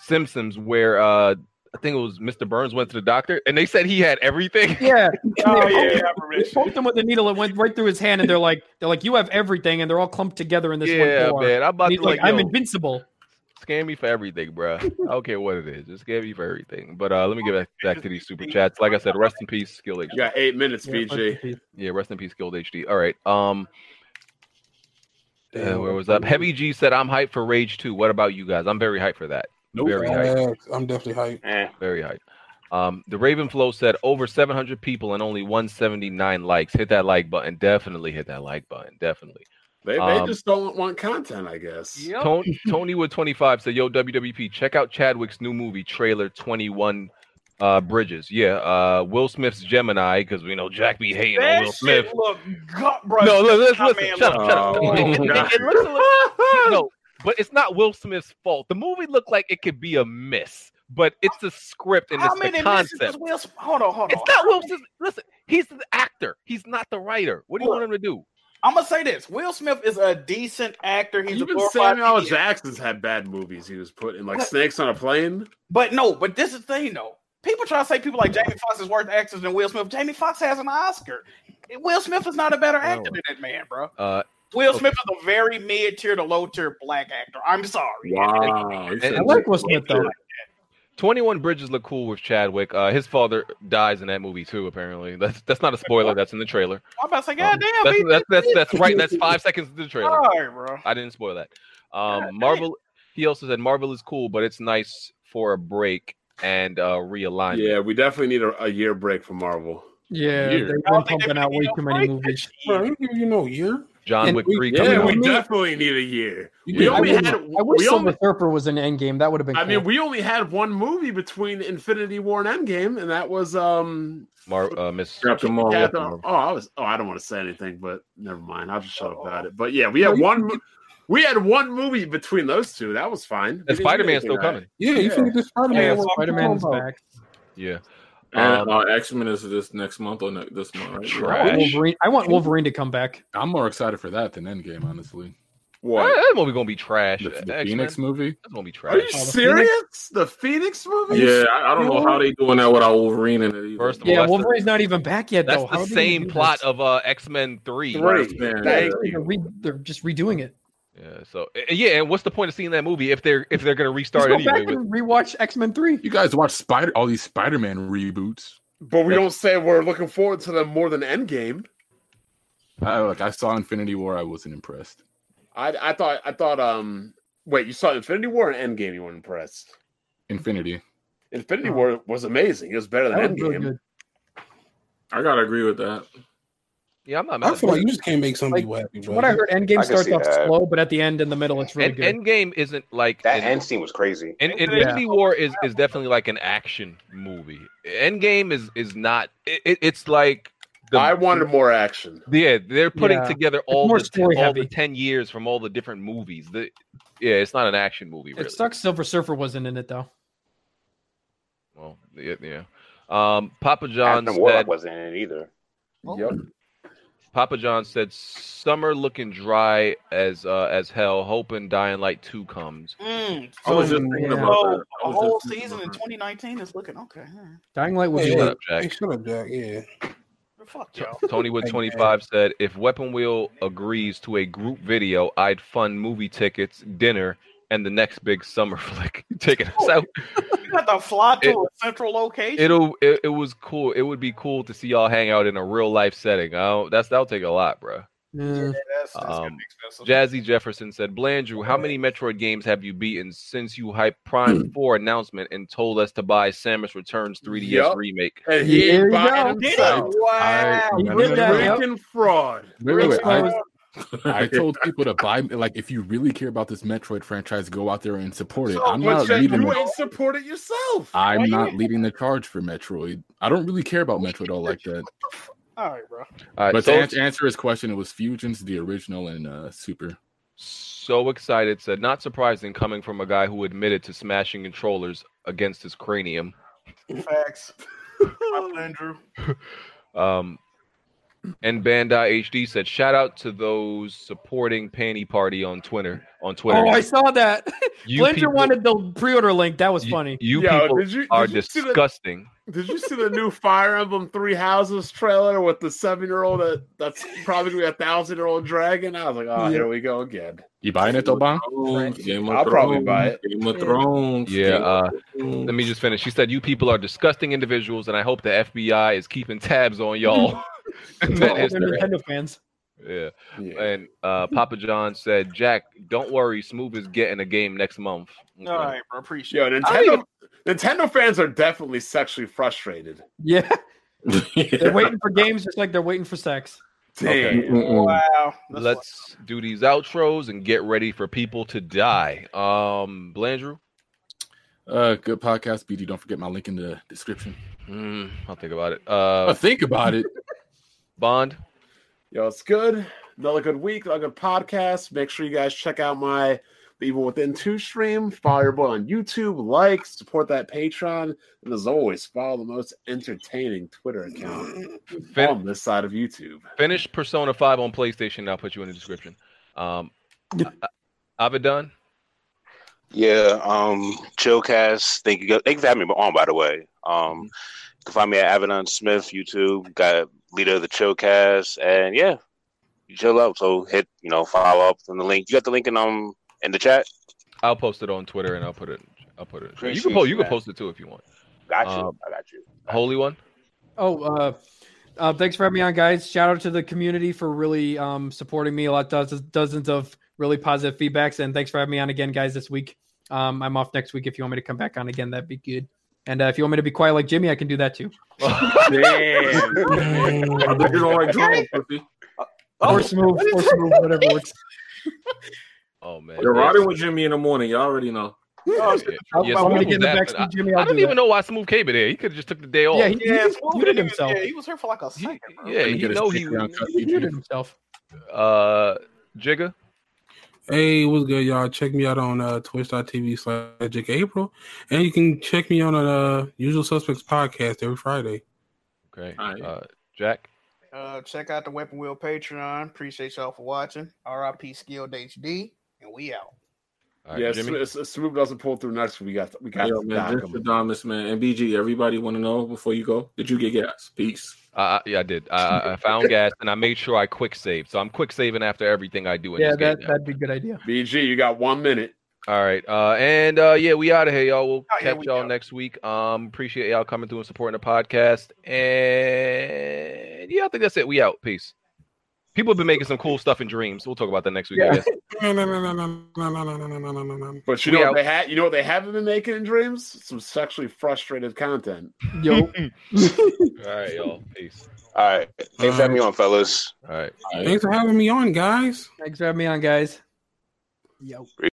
S1: Simpsons where uh I think it was Mr. Burns went to the doctor and they said he had everything.
S2: Yeah,
S10: Oh yeah, yeah, I
S2: they
S10: remember.
S2: poked him with a needle. It went right through his hand, and they're like, they're like, you have everything, and they're all clumped together in this
S1: yeah,
S2: one bar.
S1: man. I'm about
S2: And
S1: to
S2: he's like,
S1: like,
S2: I'm
S1: yo,
S2: invincible.
S1: scan me for everything, bro. I don't care what it is. Just scan me for everything. But uh let me get back, back to these super chats. Like I said, rest in peace, Skill HD.
S4: You got eight minutes, BG.
S1: Yeah, rest in peace, Guild HD. All right. Um, uh,
S8: Damn.
S1: where was up? Heavy G said, "I'm hyped for Rage 2. What about you guys? I'm very hyped for that. Very hyped.
S8: Yeah, I'm definitely hyped.
S12: eh,
S1: Very hyped." Um, the Raven Flow said, "Over 700 people and only 179 likes. Hit that like button. Definitely hit that like button. Definitely."
S4: They, they
S1: Um,
S4: just don't want content, I guess.
S10: Yep.
S1: Tony, Tony with 25 said, "Yo, WWP, check out Chadwick's new movie trailer 21 uh, Bridges. Yeah, uh, Will Smith's Gemini because we know Jack be hating on
S10: That
S1: Will Smith.
S10: shit look, gut, bro.
S1: No, look, listen,
S10: My
S1: listen.
S10: man
S1: shut
S10: look-
S1: up, shut up.
S9: Oh,
S1: It- it-
S4: God.
S1: it looks a little- no, but it's not Will Smith's fault. The movie looked like it could be a miss, but it's the script and
S10: How
S1: it's the
S10: many misses does
S1: concept.
S10: Will Smith? Hold on, hold on.
S1: It's not Will Smith. Listen, he's the actor. He's not the writer. What do you
S10: Look.
S1: want him to do?
S10: I'm gonna say this: Will Smith is a decent actor. He's a
S4: Even
S10: glorified
S4: Samuel
S10: idiot.
S4: Jackson's had bad movies. He was put in like
S10: What?
S4: Snakes on a Plane.
S10: But no, but this is the thing though. People try to say people like Jamie Foxx is worse actors than Will Smith. Jamie Foxx has an Oscar. Will Smith is not a better actor than that man, bro.
S1: Uh,
S10: Will
S1: Okay.
S10: Smith is a very mid tier to low tier black actor. I'm sorry.
S9: Wow. you said
S2: I like Will
S9: that.
S2: Smith though.
S1: 21 Bridges look cool with Chadwick. Uh, his father dies in that movie too. Apparently, that's that's not a spoiler. That's in the trailer.
S10: I'm about to say,
S1: Um,
S10: God damn,
S1: that's,
S10: BG,
S1: that's, that's that's right. That's five seconds into the trailer.
S10: sorry, bro.
S1: I didn't spoil that.
S10: Oh. God
S1: Um,
S10: damn.
S1: Marvel. He also said Marvel is cool, but it's nice for a break and uh, realignment.
S4: Yeah, we definitely need a, a year break from Marvel.
S2: Yeah,
S7: Weird.
S2: they've been
S10: I don't think
S2: pumping
S10: they
S2: out way
S10: need
S2: too
S10: no
S2: many
S10: break.
S2: movies.
S8: Bro, I don't give you no year.
S1: John
S2: And
S1: Wick
S2: we-
S1: three coming
S4: Yeah,
S1: out.
S4: we
S2: mean-
S4: definitely need a year. We
S8: You did-
S2: I
S4: only
S2: wish,
S4: had.
S2: I wish
S4: we
S2: Silver
S4: only,
S2: Surfer was in Endgame. That would have been.
S4: I
S2: cool.
S4: mean, we only had one movie between Infinity War and Endgame, and that was um.
S1: Mar- uh, Miss
S9: Captain Marvel.
S4: Captain- oh, I was. Oh, I don't want to say anything, but never mind. I'll just shut up about it. But yeah, we
S2: No,
S4: had
S2: you-
S4: one. mo- We had one movie between those two. That was fine.
S1: and Spider Man's still coming.
S8: Yeah, you can get this Spider
S2: yeah,
S8: Man.
S2: Spider Man is back.
S1: Yeah,
S9: And
S1: Um,
S9: uh, X Men is this next month or ne- this month, right?
S2: I
S1: Trash.
S2: want, Wolverine, I want Wolverine to come back.
S7: I'm more excited for that than Endgame, honestly.
S1: Eh,
S9: What?
S1: that movie gonna be trash.
S7: The, the
S1: X-Men,
S7: Phoenix movie.
S1: that's gonna be trash.
S4: Are you
S2: Oh, the
S4: serious? The Phoenix movie?
S9: Yeah, I, I don't know how they doing that without Wolverine in it. Either.
S1: First of all,
S2: Yeah,
S1: that's the-
S2: Wolverine's not even back yet,
S1: That's
S2: though. How
S1: the
S2: are they gonna
S1: same
S2: do
S1: plot
S2: this?
S1: of uh, X Men three.
S4: Three.
S9: Man,
S2: Yeah,
S4: Thank
S2: they're
S4: you.
S2: gonna re- they're just redoing it.
S1: Yeah. So eh, yeah, and what's the point of seeing that movie if they're if they're gonna
S2: Just
S1: restart
S2: go
S1: anyway?
S2: back
S1: With,
S2: and rewatch X Men Three.
S7: You guys watch Spider all these Spider Man reboots.
S4: But we don't say we're looking forward to them more than Endgame.
S7: I like I saw Infinity War, I wasn't impressed.
S4: I I thought I thought um wait you saw Infinity War and Endgame you weren't impressed.
S7: Infinity.
S4: Infinity
S2: Oh.
S4: War was amazing. It was better than
S2: That was really
S4: Endgame.
S2: good.
S9: I gotta agree with that.
S1: Yeah, I'm not mad
S8: I
S1: at
S8: feel like
S1: that.
S8: you just can't make some people happy,
S2: From
S8: bro.
S2: what I heard, Endgame
S5: I can
S2: starts
S5: see
S2: off
S5: that.
S2: slow, but at the end, in the middle, it's really
S1: And
S2: good.
S1: Endgame isn't like
S5: That
S1: an-
S5: end scene was crazy.
S1: And, and
S2: Yeah.
S1: Infinity War is, is definitely like an action movie. Endgame is is not. It, it- it's like the,
S4: I wanted more action.
S1: yeah, they're putting
S2: Yeah.
S1: together all
S2: more
S1: the
S2: story
S1: all
S2: heavy.
S1: the ten years from all the different movies. The, yeah, it's not an action movie. Really.
S2: It sucks. Silver Surfer wasn't in it though.
S1: Well, yeah, yeah. Um, Papa John
S5: Adam Warlock
S1: said.
S5: wasn't in it either.
S9: Yep.
S1: Papa John said, "Summer looking dry as uh, as hell. Hoping Dying Light two comes.
S10: Mm,
S9: I was just
S2: Oh,
S9: thinking
S2: yeah.
S9: about
S10: so
S9: that. I
S10: a
S9: was
S10: whole
S9: just thinking
S10: season
S9: about
S10: in
S9: that.
S10: 2019 is looking okay. huh.
S2: Dying Light was
S8: Hey,
S1: Shut
S2: good.
S1: up, Jack.
S8: Hey, shut up, Jack. Yeah.
S10: Fuck y'all.
S1: Tony with
S8: Hey, man.
S1: 25 said, if Weapon Wheel agrees to a group video, I'd fund movie tickets, dinner, and the next big summer flick. Taking us out.
S10: You got to fly to
S1: It-
S10: a central location.
S1: It'll it, it was cool. It would be cool to see y'all hang out in a real life setting. I don't, that's that'll take a lot, bro.
S2: Mm.
S10: Yeah, that's, that's gonna
S1: Um,
S10: be expensive.
S1: Jazzy Jefferson said, Blandrew, how many Metroid games have you beaten since you hyped Prime 4 announcement and told us to buy Samus Returns 3DS
S4: Yup.
S1: remake?
S4: And he
S2: There you
S4: ain't buying
S2: go.
S4: it.
S10: wow.
S7: I-
S2: He
S7: no, no,
S2: did
S7: no,
S2: that.
S7: no.
S2: yep.
S4: Freaking fraud.
S7: Wait, wait, wait. I, I
S9: I
S7: told people to buy like if you really care about this Metroid franchise, go out there and support it.
S4: So,
S7: I'm
S4: but
S7: not
S4: yet
S7: leading.
S4: you
S7: The,
S4: ain't support it yourself.
S10: Why
S7: I'm
S10: you-
S7: not leading the charge for Metroid. I don't really care about Metroid all like that.
S10: All right, bro.
S1: All right,
S7: But to
S1: so,
S7: ans- answer his question, it was Fusions, the original, and uh, Super.
S1: so excited said, not surprising coming from a guy who admitted to smashing controllers against his cranium.
S10: Facts. My friend Drew.
S1: Um, and Bandai HD said, "Shout out to those supporting Panty Party on Twitter. On Twitter,
S2: Oh, I saw that.
S1: you
S2: Blinger
S1: people-
S2: wanted the pre-order link. That was
S1: you-
S2: funny.
S1: You,
S4: Yo,
S1: people
S4: did you, did
S1: are
S4: you see the,
S1: disgusting.
S4: did you see the new Fire Emblem Three Houses trailer with the seven year old that, that's probably gonna be a thousand year old dragon? I was like, oh,
S2: Yeah.
S4: here we go again.
S7: You buying it, Toban?
S9: Thrones, Game of
S4: I'll probably buy
S9: Thrones, Game of Thrones.
S1: Yeah,
S9: Game of
S1: uh,
S9: Thrones.
S1: Let me just finish. She said, "You people are disgusting individuals, and I hope the FBI is keeping tabs on y'all." And
S2: They're
S1: that is the-
S2: Nintendo fans.
S1: yeah.
S4: Yeah.
S1: And uh, Papa John said, "Jack, don't worry. Smooth is getting a game next month." Mm-hmm.
S10: All right, bro. Appreciate
S4: Yo,
S10: it.
S4: Nintendo Nintendo fans are definitely sexually frustrated.
S2: Yeah, they're
S9: Yeah.
S2: waiting for games just like they're waiting for sex.
S4: Damn.
S1: Okay.
S9: Mm-mm.
S10: Wow. That's
S1: Let's do these outros and get ready for people to die. Um, Blandrew,
S7: Uh, good podcast, BD. Don't forget my link in the description.
S1: Mm, I'll think about it. Uh,
S7: But think about it.
S1: Bond,
S4: Yo, it's good. Another good week, another good podcast. Make sure you guys check out my The Evil Within 2 stream. Follow your boy on YouTube, like, support that Patreon, and as always, follow the most entertaining Twitter account
S1: fin-
S4: on this side of YouTube.
S1: finish Persona 5 on PlayStation. and I'll put you in the description. Um, Abaddon,
S12: Yeah, um, Chillcast. Thank you. Thank you for having me on. By the way,
S9: Mm-hmm.
S12: um, you can find me at Avedon Smith YouTube. Got leader of the Chillcast, and yeah, you chill out. So hit you know follow up on the link. You got the link in um in the chat.
S1: I'll post it on Twitter and I'll put it. I'll put it. You can
S12: Appreciate
S1: post. You
S12: you,
S1: can
S12: man.
S1: post it too if you want.
S12: Got you.
S9: Uh,
S1: Um,
S12: I got you.
S1: Holy one.
S2: Oh, uh, uh, thanks for having me on, guys. Shout out to the community for really um, supporting me. A lot dozens, dozens of really positive feedbacks, and thanks for having me on again, guys. This week, um, I'm off next week. If you want me to come back on again, that'd be good. And uh, if you want me to be quiet like Jimmy, I can do that too.
S1: Oh,
S4: Damn.
S9: I bet you don't like drama, pussy.
S2: or smooth, or smooth, whatever works.
S1: Oh man.
S9: You're riding with Jimmy in the morning. Y'all already know.
S1: Yeah, yeah,
S2: I'm,
S1: yeah,
S2: I'm
S1: Smooth
S2: gonna
S1: was
S2: get in the
S1: that,
S2: backseat,
S1: but I-
S2: Jimmy.
S1: I
S2: I'll
S1: don't
S2: do
S1: even
S2: that.
S1: know why Smooth came in here. He could have just took the day off.
S2: Yeah,
S1: Yeah,
S2: he,
S1: he,
S2: he,
S10: Yeah,
S2: just
S10: Smooth
S2: muted
S10: didn't even-
S2: himself.
S10: Yeah, he was here for like a second, bro.
S1: yeah,
S7: Let me
S1: he
S7: get his
S1: know he.
S7: Patreon cut,
S2: He muted
S7: BG.
S2: himself.
S1: Uh, Jigga.
S8: Hey, what's good, y'all? Check me out on uh, twitch.tv slash Jake April. And you can check me on uh, Usual Suspects podcast every Friday.
S1: Okay.
S9: All right.
S1: Uh, Jack.
S10: Uh, check out the Weapon Wheel Patreon. Appreciate y'all for watching. RIP Skilled HD, and we out.
S1: All right,
S4: yeah,
S1: Jimmy.
S4: Sm- S- Smoop doesn't pull through next. We got we got
S9: Yo,
S4: to
S9: man,
S4: knock
S9: this
S4: him.
S9: Adamas, man. And BG, everybody want to know before you go, did you get gas? Peace.
S1: I, I- yeah, I did. I, I- I found gas and I made sure I quick saved. So I'm quick saving after everything I do in
S2: Yeah,
S1: this game.
S2: that, that'd be a good idea.
S4: BG, you got one minute.
S1: All right. Uh and uh yeah, we out of here, y'all. We'll
S10: Oh, yeah,
S1: catch
S10: we
S1: y'all
S10: out.
S1: next week. Um appreciate y'all coming through and supporting the podcast. And yeah, I think that's it. We out. Peace. People have been making some cool stuff in dreams. We'll talk about that next week, I
S2: Yeah.
S1: guess.
S4: But you
S1: We
S4: know
S1: out.
S4: what they had you know what they haven't been making in dreams? Some sexually frustrated content.
S2: Yo.
S1: All right, y'all. Peace.
S5: All right. Thanks for having me on, fellas.
S1: All right.
S8: Thanks for having me on, guys.
S2: Thanks for having me on, guys.
S5: Yo.